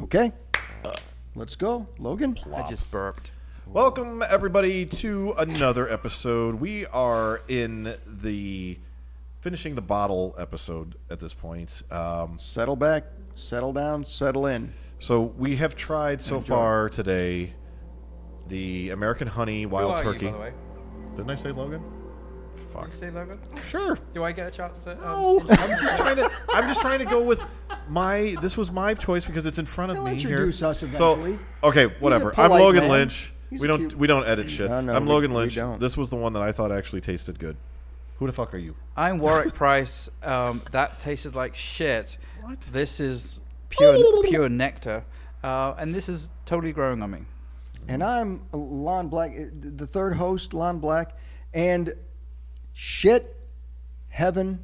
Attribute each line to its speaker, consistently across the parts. Speaker 1: Okay, let's go, Logan.
Speaker 2: I just burped.
Speaker 3: Welcome, everybody, to another episode. We are in the finishing the bottle episode at this point. Um,
Speaker 1: Settle back, settle down, settle in.
Speaker 3: so, we have tried so far today the American honey
Speaker 2: Who
Speaker 3: wild
Speaker 2: are
Speaker 3: turkey.
Speaker 2: You, by the way?
Speaker 3: Didn't I say Logan? Fuck.
Speaker 2: Did you say Logan?
Speaker 3: Sure.
Speaker 2: Do I get a chance to? Um,
Speaker 3: No, I'm just trying to. I'm just trying to go with my. This was my choice because it's in front of
Speaker 1: He'll
Speaker 3: me
Speaker 1: introduce
Speaker 3: here.
Speaker 1: us eventually.
Speaker 3: So okay, whatever. I'm
Speaker 1: polite
Speaker 3: Logan
Speaker 1: man.
Speaker 3: Lynch.
Speaker 1: He's
Speaker 3: we
Speaker 1: a
Speaker 3: don't
Speaker 1: cute-
Speaker 3: we don't edit shit.
Speaker 1: No, no,
Speaker 3: I'm
Speaker 1: we-
Speaker 3: Logan
Speaker 1: we
Speaker 3: Lynch.
Speaker 1: don't.
Speaker 3: This was the one that I thought actually tasted good. Who the fuck are you?
Speaker 2: I'm Warwick Price. Um, that tasted like shit.
Speaker 3: What?
Speaker 2: This is pure pure nectar, uh, and this is totally growing on me.
Speaker 1: And I'm Lon Black, uh, the third host, Lon Black, and shit, heaven,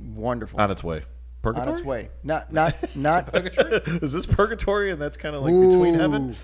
Speaker 1: wonderful
Speaker 3: On its way.
Speaker 1: on
Speaker 3: Purgatory.
Speaker 1: its way. Not, not, not.
Speaker 3: Is this purgatory? And that's kind of like between
Speaker 1: Ooh.
Speaker 3: heaven.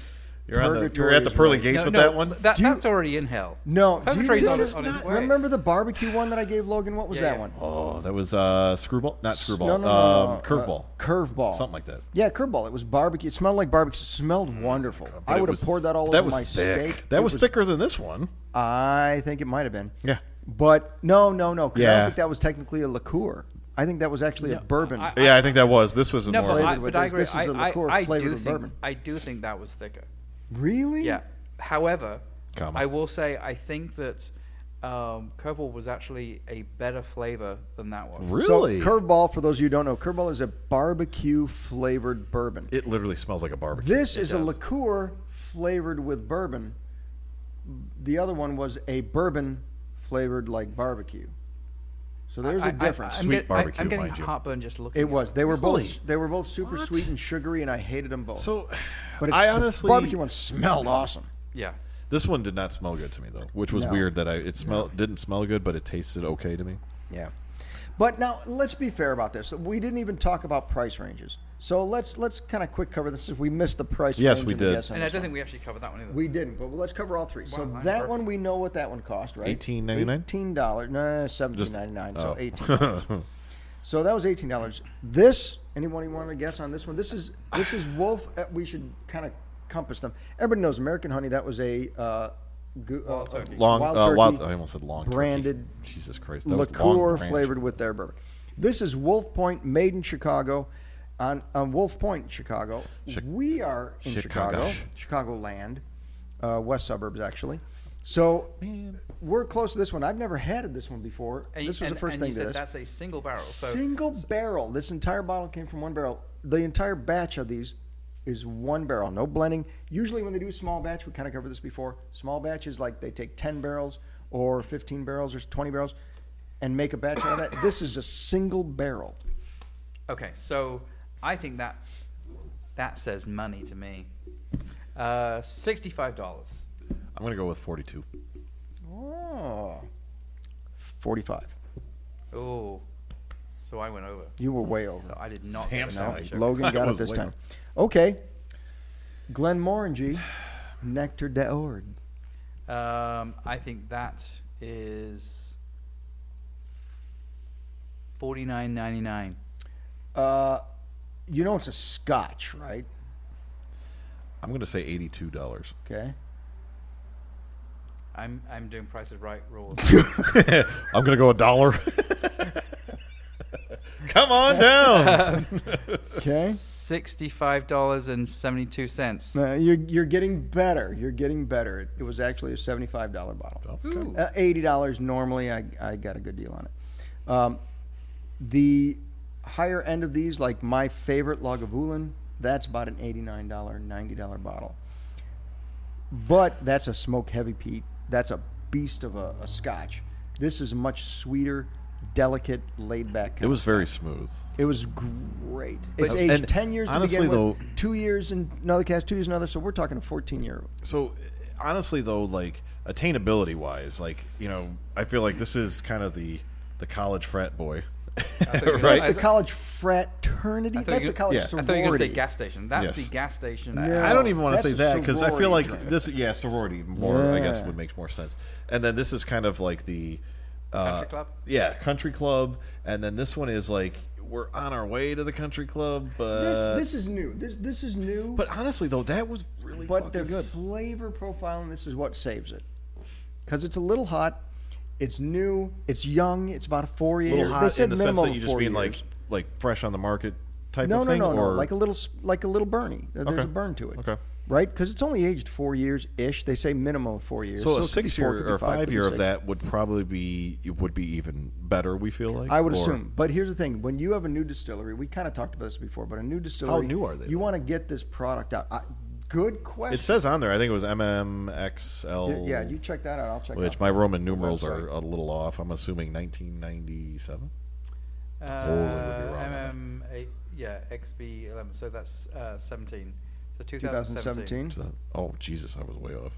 Speaker 3: You're on the. You're
Speaker 1: Purgatory
Speaker 3: at the
Speaker 1: is
Speaker 3: pearly
Speaker 1: right.
Speaker 3: gates
Speaker 2: No,
Speaker 3: with
Speaker 2: no,
Speaker 3: that one.
Speaker 2: That,
Speaker 1: Do you-
Speaker 2: that's already in hell.
Speaker 1: No, do you-
Speaker 2: Purgatory's
Speaker 1: this
Speaker 2: on,
Speaker 1: is
Speaker 2: on its
Speaker 3: not-
Speaker 2: way.
Speaker 1: Remember the barbecue one that I gave Logan? What was
Speaker 2: Yeah,
Speaker 1: that
Speaker 2: yeah.
Speaker 1: one?
Speaker 3: Oh, that was uh, screwball. Not screwball.
Speaker 1: No, no, no,
Speaker 3: um,
Speaker 1: no, no, uh,
Speaker 3: curveball.
Speaker 1: curveball.
Speaker 3: Something like that. Mm,
Speaker 1: Yeah, curveball. It was barbecue. It smelled like barbecue. It smelled wonderful.
Speaker 3: But
Speaker 1: I
Speaker 3: it
Speaker 1: would have
Speaker 3: was-
Speaker 1: poured that all
Speaker 3: that
Speaker 1: over
Speaker 3: was
Speaker 1: my
Speaker 3: thick.
Speaker 1: steak.
Speaker 3: That
Speaker 1: It
Speaker 3: was thicker than this one.
Speaker 1: I think it might have been.
Speaker 3: Yeah.
Speaker 1: But no, no, no. 'cause I
Speaker 3: Yeah.
Speaker 1: don't think that was technically a liqueur. I think that was actually a bourbon.
Speaker 2: I-
Speaker 3: Yeah, I think that was. This was a
Speaker 2: No,
Speaker 3: more.
Speaker 2: but I,
Speaker 1: flavored with
Speaker 2: but I
Speaker 1: this.
Speaker 2: agree.
Speaker 1: This is a
Speaker 2: I- I-
Speaker 1: liqueur
Speaker 2: I
Speaker 1: flavored
Speaker 2: do
Speaker 1: with
Speaker 2: think
Speaker 1: bourbon.
Speaker 2: I do think that was thicker.
Speaker 1: really?
Speaker 2: Yeah. However,
Speaker 3: Comma.
Speaker 2: I will say I think that um, Kerbal was actually a better flavor than that was.
Speaker 3: Really?
Speaker 1: So curveball, for those of you who don't know, curveball is a barbecue flavored bourbon.
Speaker 3: it literally smells like a barbecue.
Speaker 1: This is a liqueur flavored with bourbon. The other one was a bourbon flavored like barbecue. So there's a
Speaker 2: I- I-
Speaker 1: difference.
Speaker 2: I'm
Speaker 3: Sweet
Speaker 2: get- I-
Speaker 3: barbecue,
Speaker 2: I'm getting
Speaker 3: mind you.
Speaker 2: heartburn just looking.
Speaker 1: It
Speaker 2: at
Speaker 1: was. They were
Speaker 3: Really?
Speaker 1: both. They were both super
Speaker 3: What?
Speaker 1: sweet and sugary, and I hated them both.
Speaker 3: so,
Speaker 1: but it's,
Speaker 3: I
Speaker 1: the
Speaker 3: honestly
Speaker 1: barbecue one smelled awesome.
Speaker 2: Yeah.
Speaker 3: This one did not smell good to me though, which was
Speaker 1: No.
Speaker 3: weird that I it smell didn't smell good, but it tasted okay to me.
Speaker 1: Yeah. But now let's be fair about this. We didn't even talk about price ranges, so let's let's kind of quick cover this. If we missed the price,
Speaker 3: Yes,
Speaker 1: range
Speaker 3: we
Speaker 1: of
Speaker 3: did.
Speaker 1: The guess on
Speaker 2: And I
Speaker 1: this
Speaker 2: don't
Speaker 1: one.
Speaker 2: think we actually covered that one either.
Speaker 1: we didn't, but let's cover all three. so
Speaker 2: Wow, I'm
Speaker 1: that
Speaker 2: perfect.
Speaker 1: one we know what that one cost, right?
Speaker 3: $18.99?
Speaker 1: Eighteen dollars. No, no, no seventeen
Speaker 3: Just-
Speaker 1: ninety nine.
Speaker 3: oh.
Speaker 1: So eighteen. dollars. so that was eighteen dollars. This. Anyone you want to guess on this one? This is this is Wolf. uh, We should kind of compass them. Everybody knows American Honey. That was a. Uh, gu- uh,
Speaker 2: Wild turkey.
Speaker 3: Long,
Speaker 1: wild
Speaker 3: uh,
Speaker 1: turkey
Speaker 3: wild. I almost said long. turkey.
Speaker 1: branded
Speaker 3: Jesus Christ, that was long
Speaker 1: liqueur
Speaker 3: brand.
Speaker 1: flavored with their bourbon. This is Wolf Point, made in Chicago, on, on Wolf Point, Chicago.
Speaker 3: Chi-
Speaker 1: we are in
Speaker 3: Chicago.
Speaker 1: Chicago, Chicago land, uh, west suburbs actually. So we're close to this one. I've never had this one before.
Speaker 2: And-
Speaker 1: this was
Speaker 2: and-
Speaker 1: the first
Speaker 2: and
Speaker 1: thing
Speaker 2: you
Speaker 1: to
Speaker 2: said
Speaker 1: this.
Speaker 2: That's a single barrel. So
Speaker 1: Single barrel. This entire bottle came from one barrel. The entire batch of these is one barrel, no blending. Usually, when they do small batch, we kind of covered this before. Small batch is like they take 10 barrels or 15 barrels or 20 barrels and make a batch out of that. This is a single barrel.
Speaker 2: okay, so I think that that says money to me. Uh, sixty-five dollars.
Speaker 3: I'm gonna go with 42.
Speaker 1: Oh. 45.
Speaker 2: Oh, so I went over.
Speaker 1: You were way over.
Speaker 2: So I did not. get
Speaker 3: Samson.
Speaker 1: No,
Speaker 2: a sandwich.
Speaker 1: Logan got
Speaker 3: Oh, I
Speaker 1: it
Speaker 3: was
Speaker 1: this
Speaker 3: way
Speaker 1: time.
Speaker 3: over.
Speaker 1: Okay. Glenn Morangy, Nectar d'Ord.
Speaker 2: Um, I think that is forty-nine ninety-nine.
Speaker 1: Uh, you know it's a scotch, right?
Speaker 3: I'm gonna say 82 dollars.
Speaker 1: Okay.
Speaker 2: I'm I'm doing prices right rules.
Speaker 3: I'm gonna go a dollar. Come on down.
Speaker 1: Okay.
Speaker 2: Sixty-five dollars and seventy-two cents.
Speaker 1: No, you're, you're getting better. You're getting better. It, it was actually a $75 bottle.
Speaker 2: Ooh.
Speaker 1: Uh, $80 normally, I, I got a good deal on it. Um, the higher end of these, like my favorite Lagavulin, that's about an $89, $90 bottle. But that's a smoke heavy peat. That's a beast of a, a scotch. This is much sweeter, delicate, laid back.
Speaker 3: it was very smooth.
Speaker 1: It was great.
Speaker 2: But-
Speaker 1: It's aged
Speaker 3: and
Speaker 1: ten years
Speaker 3: honestly,
Speaker 1: to begin
Speaker 3: though-
Speaker 1: with. Two years in another cast, two years in another. So we're talking a fourteen year.
Speaker 3: So honestly though, like attainability wise, like, you know, I feel like this is kind of the the college frat
Speaker 2: you-
Speaker 3: boy. right?
Speaker 1: That's
Speaker 2: I
Speaker 1: the
Speaker 2: thought-
Speaker 1: college fraternity. That's
Speaker 2: you-
Speaker 1: the college
Speaker 3: yeah. I
Speaker 2: I
Speaker 1: sorority.
Speaker 2: thought you were going to say gas station. That's
Speaker 3: Yes.
Speaker 2: the gas station. Uh,
Speaker 1: Yeah.
Speaker 3: I don't even want to
Speaker 1: That's
Speaker 3: say
Speaker 1: a
Speaker 3: that because I feel
Speaker 1: sorority
Speaker 3: like
Speaker 1: drink.
Speaker 3: this, yeah, sorority more, I guess,
Speaker 1: Yeah.
Speaker 3: would make more sense. And then this is kind of like the uh,
Speaker 2: Country Club?
Speaker 3: Yeah, Country Club, and then this one is like we're on our way to the Country Club, but
Speaker 1: This this is new. This this is new.
Speaker 3: uh, but honestly though, that was really
Speaker 1: but the
Speaker 3: fucking good.
Speaker 1: flavor profile in this is what saves it because it's a little hot it's new it's young it's about a four year
Speaker 3: little
Speaker 1: they
Speaker 3: hot
Speaker 1: said
Speaker 3: in the sense
Speaker 1: minimum
Speaker 3: that you
Speaker 1: of
Speaker 3: just
Speaker 1: four
Speaker 3: mean like
Speaker 1: years.
Speaker 3: like fresh on the market type
Speaker 1: no
Speaker 3: of
Speaker 1: no
Speaker 3: thing,
Speaker 1: no no
Speaker 3: or
Speaker 1: like a little s- like a little burny there's
Speaker 3: Okay.
Speaker 1: a burn to it
Speaker 3: Okay.
Speaker 1: right because it's only aged four years ish they say minimum of four years it
Speaker 3: so, a
Speaker 1: could be
Speaker 3: six
Speaker 1: four,
Speaker 3: year
Speaker 1: could be
Speaker 3: or
Speaker 1: five, could
Speaker 3: five
Speaker 1: be
Speaker 3: year of
Speaker 1: six.
Speaker 3: that would probably be would be even better. We feel like
Speaker 1: I would
Speaker 3: or-
Speaker 1: assume. But here's the thing: when you have a new distillery, we kind of talked about this before, but a new distillery,
Speaker 3: new are they,
Speaker 1: You
Speaker 3: though?
Speaker 1: want to get this product out. I, good question.
Speaker 3: It says on there. I think it was MMXL.
Speaker 1: yeah, you check that out. I'll check.
Speaker 3: which
Speaker 1: out.
Speaker 3: my Roman numerals are
Speaker 1: website.
Speaker 3: a little off. I'm assuming 1997. Totally would be
Speaker 2: Uh,
Speaker 3: wrong on
Speaker 2: MM, eight, yeah, XB11. So that's uh, 17. So
Speaker 1: 2017.
Speaker 2: 2017.
Speaker 3: Is that- Oh Jesus, I was way off.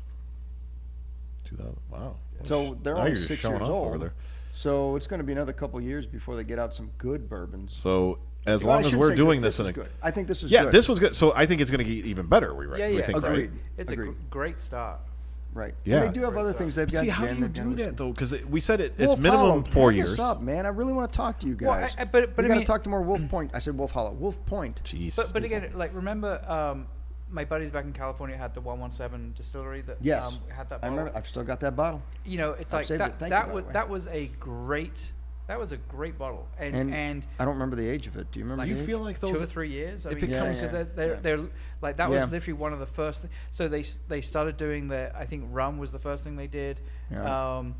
Speaker 3: 2000. Wow.
Speaker 1: So they're
Speaker 3: Now
Speaker 1: only
Speaker 3: you're just
Speaker 1: six
Speaker 3: showing
Speaker 1: years
Speaker 3: off
Speaker 1: old.
Speaker 3: over there.
Speaker 1: So it's going to be another couple years before they get out some good bourbons.
Speaker 3: So as
Speaker 1: Well, I
Speaker 3: long as
Speaker 1: shouldn't
Speaker 3: we're
Speaker 1: say
Speaker 3: doing
Speaker 1: good.
Speaker 3: this, in a
Speaker 1: is good. I think this is
Speaker 3: yeah,
Speaker 1: good.
Speaker 3: this was good. So I think it's going to get even better. We right?
Speaker 2: Yeah,
Speaker 3: we
Speaker 2: yeah.
Speaker 3: think, right?
Speaker 1: Agreed.
Speaker 2: It's a
Speaker 1: Agreed.
Speaker 2: gr- great start.
Speaker 1: right. And
Speaker 3: Yeah.
Speaker 1: they do have other things they've got.
Speaker 3: See, how do
Speaker 1: gin,
Speaker 3: you
Speaker 1: they've got
Speaker 3: do
Speaker 1: other
Speaker 3: that
Speaker 1: stuff.
Speaker 3: though? Because we said it, it's
Speaker 1: Wolf
Speaker 3: minimum
Speaker 1: Hollow,
Speaker 3: four
Speaker 1: hit us
Speaker 3: years.
Speaker 1: up, man. I really want to talk to you
Speaker 2: Well, I-
Speaker 1: guys.
Speaker 2: I- but-
Speaker 1: we
Speaker 2: but I
Speaker 1: got to
Speaker 2: mean-
Speaker 1: talk to more Wolf Point. I said Wolf Hollow. Wolf Point.
Speaker 3: Jeez.
Speaker 2: But, but again, like remember, um, my buddies back in California had the 117 distillery that
Speaker 1: Yes,
Speaker 2: um, had that.
Speaker 1: I
Speaker 2: bottle.
Speaker 1: remember. I've still got that bottle.
Speaker 2: you know, it's
Speaker 1: I've
Speaker 2: like
Speaker 1: saved
Speaker 2: that.
Speaker 1: it. Thank you, by
Speaker 2: that
Speaker 1: the
Speaker 2: was
Speaker 1: way.
Speaker 2: that was a great. That was a great bottle, and
Speaker 1: And,
Speaker 2: and,
Speaker 1: I don't remember the age of it. Do you remember?
Speaker 2: Like,
Speaker 1: the
Speaker 3: do you
Speaker 1: age?
Speaker 3: feel like though
Speaker 2: two or
Speaker 3: that-
Speaker 2: three years. I
Speaker 3: if
Speaker 2: mean,
Speaker 3: it
Speaker 2: because
Speaker 1: comes- Yeah,
Speaker 2: they're, they're,
Speaker 1: yeah.
Speaker 2: they're like that
Speaker 1: Yeah.
Speaker 2: was literally one of the first. Th- so they s- they started doing their. I think rum was the first thing they did,
Speaker 1: Yeah.
Speaker 2: um,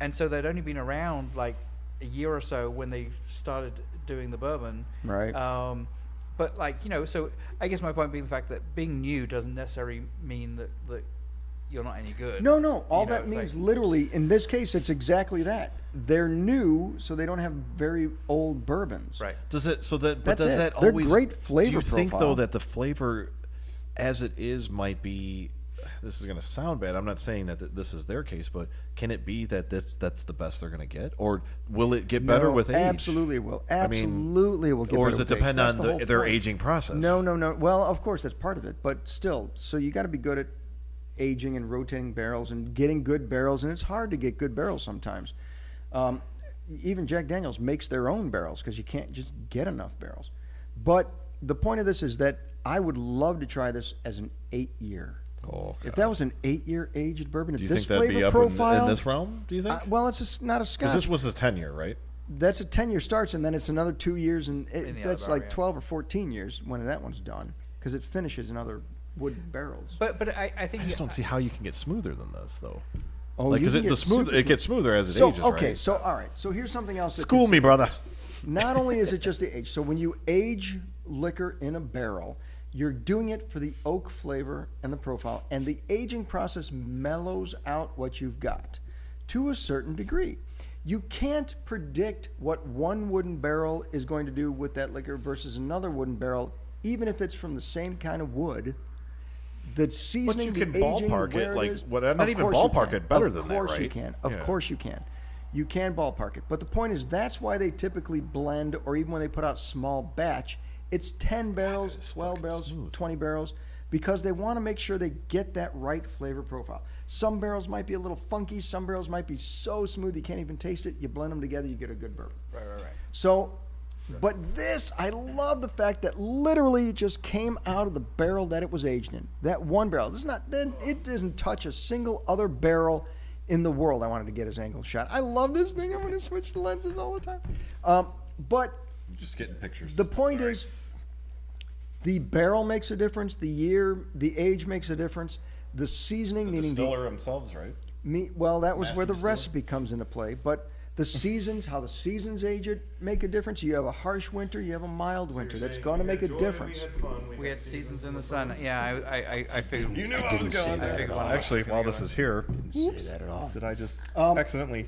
Speaker 2: and so they'd only been around like a year or so when they started doing the bourbon.
Speaker 1: Right.
Speaker 2: Um, but like you know, so I guess my point being the fact that being new doesn't necessarily mean that that you're not any good.
Speaker 1: No, no. All
Speaker 2: You know,
Speaker 1: that
Speaker 2: it's like-
Speaker 1: means literally in this case, it's exactly that. They're new, so they don't have very old bourbons.
Speaker 2: right.
Speaker 3: Does it so that? But
Speaker 1: That's
Speaker 3: does
Speaker 1: it.
Speaker 3: that
Speaker 1: They're
Speaker 3: always?
Speaker 1: great flavor
Speaker 3: Do you think though
Speaker 1: profile.
Speaker 3: that the flavor, as it is, might be? This is going to sound bad. I'm not saying that th- this is their case, but can it be that this that's the best they're going to get, or will it get better
Speaker 1: No,
Speaker 3: with age?
Speaker 1: Absolutely, it will.
Speaker 3: I mean,
Speaker 1: Absolutely, it will get.
Speaker 3: or
Speaker 1: better
Speaker 3: does it
Speaker 1: with age.
Speaker 3: depend
Speaker 1: That's
Speaker 3: on
Speaker 1: the
Speaker 3: the-
Speaker 1: whole
Speaker 3: their
Speaker 1: point.
Speaker 3: aging process?
Speaker 1: No, no, no. Well, of course, that's part of it, but still. So you got to be good at aging and rotating barrels and getting good barrels, and it's hard to get good barrels sometimes. Um, even Jack Daniels makes their own barrels because you can't just get enough barrels. But the point of this is that I would love to try this as an eight-year.
Speaker 3: Oh,
Speaker 1: if
Speaker 3: God.
Speaker 1: that was an eight-year aged bourbon, if
Speaker 3: Do you
Speaker 1: this
Speaker 3: think that'd
Speaker 1: flavor
Speaker 3: be up in-
Speaker 1: profile
Speaker 3: in, this realm? Do you think?
Speaker 1: Uh, well, it's just not a
Speaker 3: Because
Speaker 1: scotch
Speaker 3: this was the ten year, right?
Speaker 1: that's a 10 year starts and then it's another two years and
Speaker 2: In
Speaker 1: it,
Speaker 2: the
Speaker 1: that's
Speaker 2: other
Speaker 1: like
Speaker 2: barrel, yeah.
Speaker 1: 12 or 14 years when that one's done because it finishes in other wood barrels
Speaker 2: But but I, I think
Speaker 3: I just
Speaker 2: you-
Speaker 3: don't see how you can get smoother than this, though.
Speaker 1: Oh,
Speaker 3: like,
Speaker 1: you
Speaker 3: 'cause
Speaker 1: can
Speaker 3: it,
Speaker 1: get
Speaker 3: the smooth,
Speaker 1: super
Speaker 3: it gets smoother as it
Speaker 1: so
Speaker 3: ages.
Speaker 1: okay
Speaker 3: right?
Speaker 1: so all right so here's something else that
Speaker 3: school
Speaker 1: consi-
Speaker 3: me, brother.
Speaker 1: not only is it just the age so when you age liquor in a barrel you're doing it for the oak flavor and the profile and the aging process mellows out what you've got to a certain degree you can't predict what one wooden barrel is going to do with that liquor versus another wooden barrel even if it's from the same kind of wood the
Speaker 3: But
Speaker 1: seasoning
Speaker 3: you can
Speaker 1: the aging, the
Speaker 3: ballpark it,
Speaker 1: where
Speaker 3: like,
Speaker 1: is-
Speaker 3: what- not
Speaker 1: Of
Speaker 3: even
Speaker 1: course you
Speaker 3: ballpark
Speaker 1: can.
Speaker 3: it better
Speaker 1: of
Speaker 3: than that,
Speaker 1: course you
Speaker 3: right?
Speaker 1: can of
Speaker 3: Yeah.
Speaker 1: course course you can. You can ballpark it. But the point is, that's why they typically blend, or even when they put out small batch, it's 10 barrels,
Speaker 3: is
Speaker 1: 12
Speaker 3: fucking
Speaker 1: barrels,
Speaker 3: smooth.
Speaker 1: 20 barrels, because they want to make sure they get that right flavor profile. Some barrels might be a little funky, some barrels might be so smooth you can't even taste it. You blend them together, you get a good bourbon.
Speaker 2: right right right.
Speaker 1: So, but this, I love the fact that literally it just came out of the barrel that it was aged in. That one barrel. This is not. Then it doesn't touch a single other barrel in the world. I wanted to get his angle shot. I love this thing. I'm going to switch the lenses all the time. Um, but
Speaker 3: Just getting pictures.
Speaker 1: the point is, the barrel makes a difference. The year, the age makes a difference. The seasoning, meaning the
Speaker 3: themselves, right?
Speaker 1: me, well, that was
Speaker 3: Master
Speaker 1: where the
Speaker 3: distiller.
Speaker 1: recipe comes into play. But the seasons, how the seasons age it, make a difference. You have a harsh winter, you have a mild winter. That's going to make a difference.
Speaker 2: We had seasons in the sun. Yeah, I I I, I figured.
Speaker 4: You knew I, was going there.
Speaker 2: figured one out.
Speaker 4: Actually,
Speaker 3: Actually, while this is here,
Speaker 4: say that at all. Did I just
Speaker 3: Um,
Speaker 4: accidentally?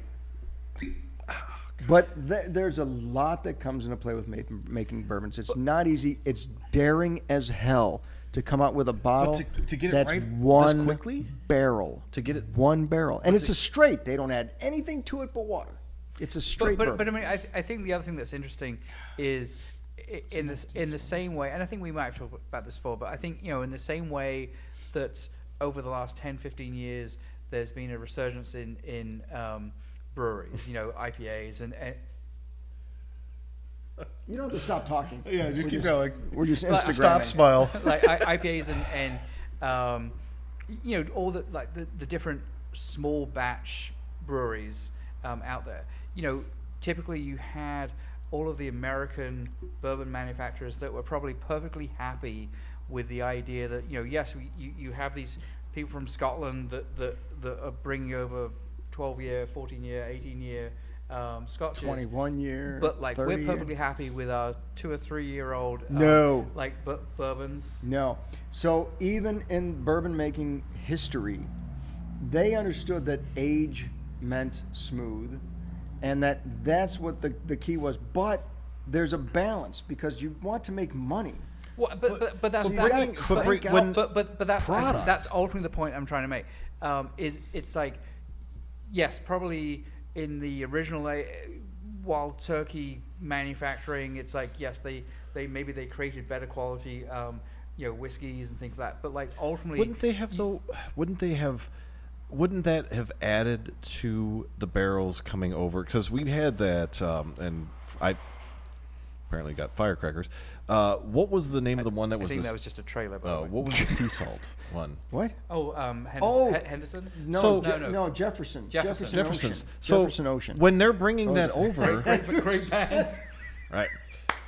Speaker 1: But th- there's a lot that comes into play with ma- making bourbons. It's not easy. It's daring as hell to come out with a bottle
Speaker 3: to- to get it
Speaker 1: that's
Speaker 3: right this
Speaker 1: one
Speaker 3: quickly?
Speaker 1: barrel.
Speaker 3: To get it-
Speaker 1: one barrel, and it's a straight. They don't add anything to it but water. It's a straight
Speaker 2: but, but,
Speaker 1: bourbon.
Speaker 2: but I mean, I, th- I think the other thing that's interesting is i- in this in the same way, and I think we might have talked about this before, but I think you know in the same way that over the last 10, 15 years, there's been a resurgence in in um, breweries, you know, IPAs and, and
Speaker 1: You don't have to stop talking.
Speaker 4: Yeah, just
Speaker 1: We're
Speaker 4: keep going.
Speaker 1: We're just
Speaker 2: Like,
Speaker 1: Instagramming.
Speaker 3: Stop, smile.
Speaker 2: like I, IPAs and, and um, y- you know all the like the, the different small batch breweries um, out there. You know, typically you had all of the American bourbon manufacturers that were probably perfectly happy with the idea that you know yes we, you, you have these people from Scotland that that, that are bringing over 12 year, 14 year, 18 year um, scotches.
Speaker 1: 21 year.
Speaker 2: But like we're
Speaker 1: 30 year.
Speaker 2: perfectly happy with our two or three year old um,
Speaker 1: No.
Speaker 2: like bu- bourbons.
Speaker 1: No. So even in bourbon making history, they understood that age meant smooth and that that's what the, the key was. But there's a balance because you want to make money.
Speaker 2: Well, but, but, but that's
Speaker 1: So
Speaker 2: that's-
Speaker 1: bringing-
Speaker 2: but,
Speaker 1: crank
Speaker 2: but-
Speaker 1: out
Speaker 2: but, but, but that's
Speaker 1: product.
Speaker 2: that's ultimately the point I'm trying to make. Um, is it's like yes, probably in the original uh, wild turkey manufacturing, it's like yes, they, they maybe they created better quality um, you know whiskeys and things like that. But like ultimately,
Speaker 3: Wouldn't they have though? Wouldn't they have? Wouldn't that have added to the barrels coming over? Because we had that, um, and I apparently got firecrackers. Uh, what was the name of the one that
Speaker 2: I
Speaker 3: was?
Speaker 2: think that
Speaker 3: the s-
Speaker 2: was just a trailer. By the
Speaker 3: uh,
Speaker 2: way.
Speaker 3: what was the sea salt one?
Speaker 1: What?
Speaker 2: Oh, um, Henderson.
Speaker 1: Oh.
Speaker 2: Hen- Henderson?
Speaker 1: No,
Speaker 3: So-
Speaker 1: Je- no, Jefferson.
Speaker 2: Jefferson.
Speaker 1: Jefferson.
Speaker 3: Jefferson's.
Speaker 1: Ocean.
Speaker 3: So
Speaker 1: Jefferson Ocean.
Speaker 3: When they're bringing that over,
Speaker 2: Great, great, great band.
Speaker 3: right?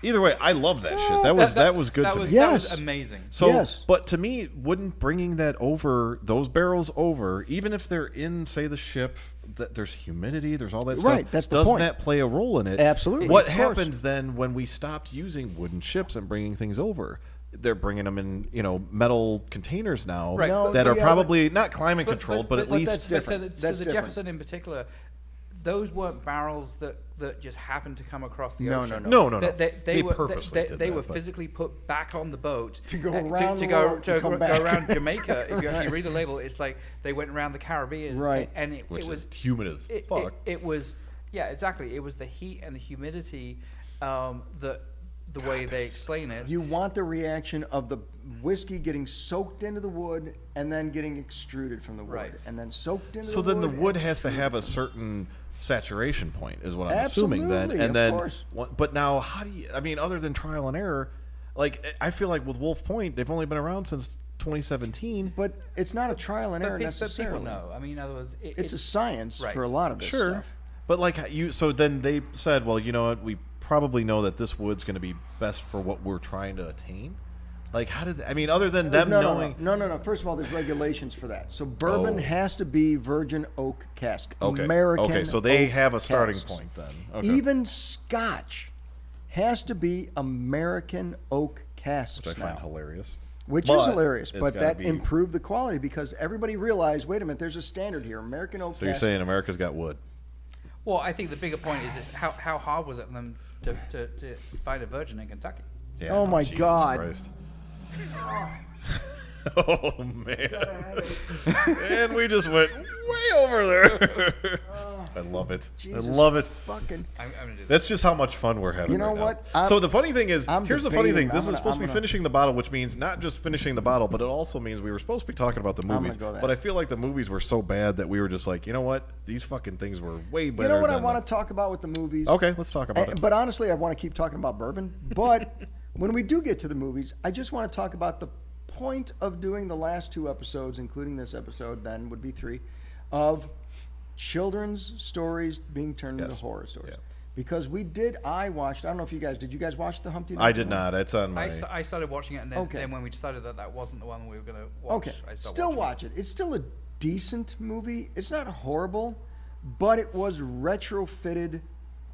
Speaker 3: Either way, I love that shit. That was that, was good
Speaker 2: That
Speaker 3: to
Speaker 2: was,
Speaker 3: me.
Speaker 2: that was
Speaker 1: Yes.
Speaker 2: amazing.
Speaker 3: So,
Speaker 1: Yes.
Speaker 3: but to me, wouldn't bringing that over those barrels over, even if they're in, say, the ship, that there's humidity, there's all that stuff.
Speaker 1: Right, that's the
Speaker 3: doesn't
Speaker 1: point.
Speaker 3: that play a role in it?
Speaker 1: Absolutely,
Speaker 3: What
Speaker 1: of course.
Speaker 3: happens then when we stopped using wooden ships and bringing things over? They're bringing them in, you know, metal containers now
Speaker 2: Right, No,
Speaker 3: that
Speaker 1: but-
Speaker 3: are
Speaker 1: yeah,
Speaker 3: probably not climate
Speaker 2: But-
Speaker 3: controlled, but, at least
Speaker 1: that's
Speaker 2: but so
Speaker 1: different.
Speaker 2: the,
Speaker 1: That's
Speaker 2: so the
Speaker 1: different.
Speaker 2: Jefferson in particular, those weren't barrels that, that just happened to come across the
Speaker 1: No,
Speaker 2: ocean.
Speaker 1: no,
Speaker 3: no. No, no, no.
Speaker 2: They, they,
Speaker 3: They
Speaker 2: were,
Speaker 3: purposely
Speaker 2: they,
Speaker 3: did
Speaker 2: they
Speaker 3: that,
Speaker 2: were
Speaker 3: but-
Speaker 2: physically put back on the boat
Speaker 1: To go
Speaker 2: uh,
Speaker 1: around
Speaker 2: to,
Speaker 1: the
Speaker 2: go
Speaker 1: world
Speaker 2: to
Speaker 1: and come
Speaker 2: go
Speaker 1: back.
Speaker 2: around Jamaica. If you actually read the label, it's like they went around the Caribbean,
Speaker 1: Right.
Speaker 2: And it,
Speaker 3: which
Speaker 2: it was
Speaker 3: is humid as
Speaker 2: it, it-
Speaker 3: fuck.
Speaker 2: it was, yeah, exactly. It was the heat and the humidity um, that the way they explain it.
Speaker 1: You want the reaction of the whiskey getting soaked into the wood and then getting extruded from the wood
Speaker 2: Right.
Speaker 1: and then soaked into
Speaker 3: So
Speaker 1: the
Speaker 3: then
Speaker 1: wood.
Speaker 3: the wood
Speaker 1: and-
Speaker 3: has to have a certain saturation point, is what I'm assuming. Then
Speaker 1: Absolutely,
Speaker 3: and
Speaker 1: of
Speaker 3: then,
Speaker 1: course.
Speaker 3: one- but now how do you? I mean, other than trial and error, like I feel like with Wolf Point, they've only been around since 2017.
Speaker 1: But it's not a trial and
Speaker 2: but,
Speaker 1: error
Speaker 2: pe- but people
Speaker 1: necessarily.
Speaker 2: know. I mean, in other words, it,
Speaker 1: It's a science
Speaker 2: Right.
Speaker 1: for a lot of this
Speaker 3: sure,
Speaker 1: stuff.
Speaker 3: but like you, so then they said, well, you know what? We probably know that this wood's going to be best for what we're trying to attain. Like how did? I mean, other than them
Speaker 1: Uh, no,
Speaker 3: knowing,
Speaker 1: No, no, no, no. First of all, there's regulations for that. So bourbon
Speaker 3: Oh.
Speaker 1: has to be virgin oak cask.
Speaker 3: okay,
Speaker 1: American.
Speaker 3: okay, so they
Speaker 1: oak
Speaker 3: have a starting
Speaker 1: casks.
Speaker 3: point then. Okay.
Speaker 1: Even Scotch has to be American oak casks
Speaker 3: which I find
Speaker 1: now.
Speaker 3: hilarious.
Speaker 1: Which is
Speaker 3: But
Speaker 1: hilarious,
Speaker 3: it's
Speaker 1: but
Speaker 3: gotta
Speaker 1: that
Speaker 3: be-
Speaker 1: improved the quality because everybody realized, wait a minute, there's a standard here. American oak.
Speaker 3: So you're
Speaker 1: cask-
Speaker 3: saying America's got wood?
Speaker 2: Well, I think the bigger point is, is how, how hard was it for them to, to, to find a virgin in Kentucky?
Speaker 3: Yeah,
Speaker 1: Oh my
Speaker 3: Jesus
Speaker 1: God.
Speaker 3: Christ. oh man! and we just went way over there. I love it.
Speaker 1: Jesus
Speaker 3: I love it.
Speaker 1: Fucking.
Speaker 2: I'm, I'm gonna do that.
Speaker 3: That's just how much fun we're having.
Speaker 1: You know
Speaker 3: right now.
Speaker 1: what? I'm-
Speaker 3: so the funny thing is,
Speaker 1: I'm
Speaker 3: here's the funny
Speaker 1: debating.
Speaker 3: thing. This
Speaker 1: I'm
Speaker 3: is
Speaker 1: gonna-
Speaker 3: supposed
Speaker 1: I'm
Speaker 3: to be
Speaker 1: gonna-
Speaker 3: finishing the bottle, which means not just finishing the bottle, but it also means we were supposed to be talking about the
Speaker 1: gonna
Speaker 3: movies.
Speaker 1: go that.
Speaker 3: But I feel like the movies were so bad that we were just like, you know what? These fucking things were way
Speaker 1: You
Speaker 3: better.
Speaker 1: know what I
Speaker 3: than
Speaker 1: want to talk about with the movies?
Speaker 3: the- Okay, let's talk about
Speaker 1: Uh,
Speaker 3: it.
Speaker 1: But honestly, I want to keep talking about bourbon. But when we do get to the movies, I just want to talk about the point of doing the last two episodes, including this episode, then would be three, of children's stories being turned into
Speaker 3: Yes.
Speaker 1: horror stories.
Speaker 3: Yeah.
Speaker 1: Because we did, I watched, I don't know if you guys, did you guys watch the Humpty Dumpty?
Speaker 3: I did not. It's on my.
Speaker 2: I, st- I started watching it, and then,
Speaker 1: Okay.
Speaker 2: then when we decided that that wasn't the one we were going to watch,
Speaker 1: Okay.
Speaker 2: I stopped
Speaker 1: Still
Speaker 2: watching
Speaker 1: watch it. It's still a decent movie. It's not horrible, but it was retrofitted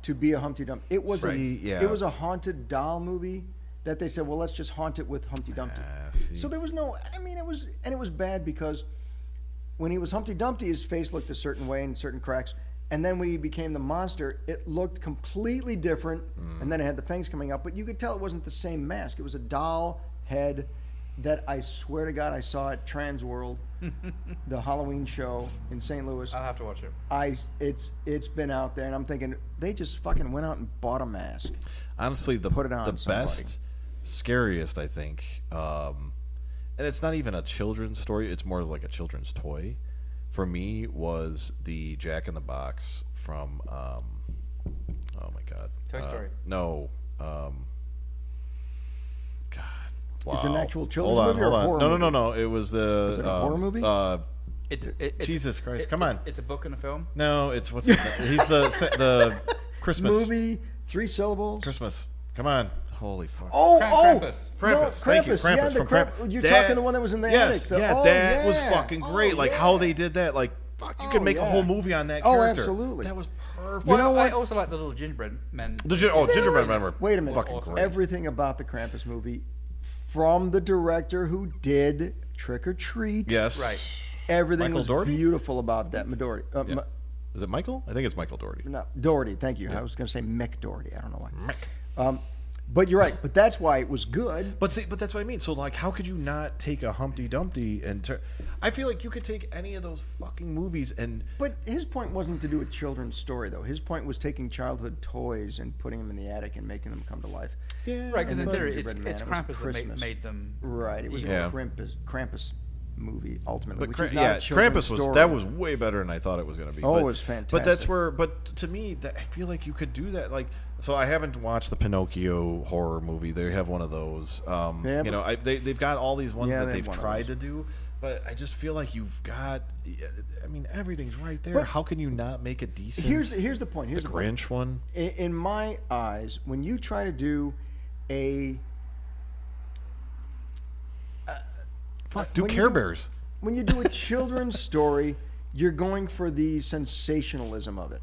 Speaker 1: to be a Humpty Dumpty. It was a,
Speaker 3: See, yeah.
Speaker 1: it was a haunted doll movie that they said, well, let's just haunt it with Humpty Dumpty.
Speaker 3: Ah, see.
Speaker 1: so there was no. I mean, it was and it was bad because when he was Humpty Dumpty, his face looked a certain way in certain cracks. And then when he became the monster, it looked completely different. And then it had the fangs coming out, but you could tell it wasn't the same mask. It was a doll head that I swear to God I saw at Trans World, the Halloween show in St. Louis.
Speaker 2: I'll have to watch it.
Speaker 1: I it's it's been out there, and I'm thinking they just fucking went out and bought a mask.
Speaker 3: honestly the
Speaker 1: Put it on
Speaker 3: the
Speaker 1: somebody.
Speaker 3: best scariest i think um and it's not even a children's story it's more like a children's toy for me was the jack in the box from. Um, oh my God.
Speaker 2: Toy
Speaker 3: Uh,
Speaker 2: Story.
Speaker 3: No. Um, God. Wow.
Speaker 1: Is it an actual children's
Speaker 3: hold on,
Speaker 1: movie or a
Speaker 3: hold on.
Speaker 1: horror
Speaker 3: no, no,
Speaker 1: movie?
Speaker 3: no, no. It was the.
Speaker 1: Was it a
Speaker 3: um,
Speaker 1: horror movie?
Speaker 3: Uh,
Speaker 2: It's, it, it's
Speaker 3: Jesus Christ, come
Speaker 2: it's-
Speaker 3: on.
Speaker 2: It's a book and a film.
Speaker 3: no, it's what's his name? he's the the Christmas
Speaker 1: Movie, three syllables.
Speaker 3: Christmas. Come on, holy fuck.
Speaker 1: Oh,
Speaker 2: Kramp-
Speaker 1: oh,
Speaker 2: Krampus.
Speaker 1: no,
Speaker 3: Krampus, thank you,
Speaker 1: Krampus,
Speaker 3: Krampus
Speaker 1: yeah, the
Speaker 3: from
Speaker 1: Kramp-
Speaker 3: Krampus.
Speaker 1: You're
Speaker 3: That-
Speaker 1: talking the one that was in the
Speaker 3: yes,
Speaker 1: attic. the-
Speaker 3: yeah,
Speaker 1: oh,
Speaker 3: that was
Speaker 1: yeah.
Speaker 3: fucking
Speaker 1: Oh,
Speaker 3: great. like how
Speaker 1: yeah.
Speaker 3: they did that. Like fuck, you
Speaker 1: Oh,
Speaker 3: could make a
Speaker 1: yeah.
Speaker 3: whole movie on that
Speaker 1: Oh,
Speaker 3: character.
Speaker 1: absolutely.
Speaker 3: That was perfect.
Speaker 2: Well,
Speaker 1: know
Speaker 2: I
Speaker 1: what?
Speaker 2: also like the little gingerbread men.
Speaker 3: The gin- oh, gingerbread man. were
Speaker 1: Wait a minute.
Speaker 3: Fucking great.
Speaker 1: Everything about the Krampus movie, from the director who did Trick or Treat.
Speaker 3: yes.
Speaker 2: Right.
Speaker 1: Everything
Speaker 3: Michael
Speaker 1: was
Speaker 3: Dougherty?
Speaker 1: beautiful about that. Midori. Uh,
Speaker 3: Yeah.
Speaker 1: Ma-
Speaker 3: Is it Michael? I think it's Michael Doherty.
Speaker 1: no, Doherty. Thank you. I was going to say Mick Doherty. I don't know why. Um, but you're right. But that's why it was good.
Speaker 3: But see, but that's what I mean. So like, how could you not take a Humpty Dumpty and turn? I feel like you could take any of those fucking movies and
Speaker 1: But his point wasn't to do a children's story, though. His point was taking childhood toys and putting them in the attic and making them come to life.
Speaker 3: yeah,
Speaker 2: Right, because in
Speaker 1: But-
Speaker 2: theory, it's,
Speaker 1: Gingerbread
Speaker 2: it's
Speaker 1: Man, it
Speaker 2: Krampus
Speaker 1: was
Speaker 2: that made,
Speaker 1: Christmas.
Speaker 2: made them.
Speaker 1: Right. It was
Speaker 3: Yeah.
Speaker 1: a Krampus, Krampus movie ultimately.
Speaker 3: But
Speaker 1: which
Speaker 3: Kra-
Speaker 1: is not
Speaker 3: yeah,
Speaker 1: a children's
Speaker 3: Krampus was
Speaker 1: story.
Speaker 3: that was way better than I thought it was going to be.
Speaker 1: Oh,
Speaker 3: but,
Speaker 1: it was
Speaker 3: But that's
Speaker 1: fantastic.
Speaker 3: where. But to me, that, I feel like you could do that. Like, so I haven't watched the Pinocchio horror movie. They have one of those. Um,
Speaker 1: They have
Speaker 3: you
Speaker 1: a-
Speaker 3: know, I, they they've got all these ones
Speaker 1: Yeah,
Speaker 3: that
Speaker 1: they have
Speaker 3: they've
Speaker 1: one of
Speaker 3: tried
Speaker 1: those.
Speaker 3: to do. But I just feel like you've got. I mean, everything's right there.
Speaker 1: But-
Speaker 3: How can you not make a decent?
Speaker 1: Here's the, here's the point.
Speaker 3: the
Speaker 1: Here's the, point.
Speaker 3: Grinch one.
Speaker 1: I- in my eyes, when you try to do a
Speaker 3: Fuck, do
Speaker 1: when you
Speaker 3: Care
Speaker 1: do-
Speaker 3: Bears.
Speaker 1: when you do a children's story, you're going for the sensationalism of it.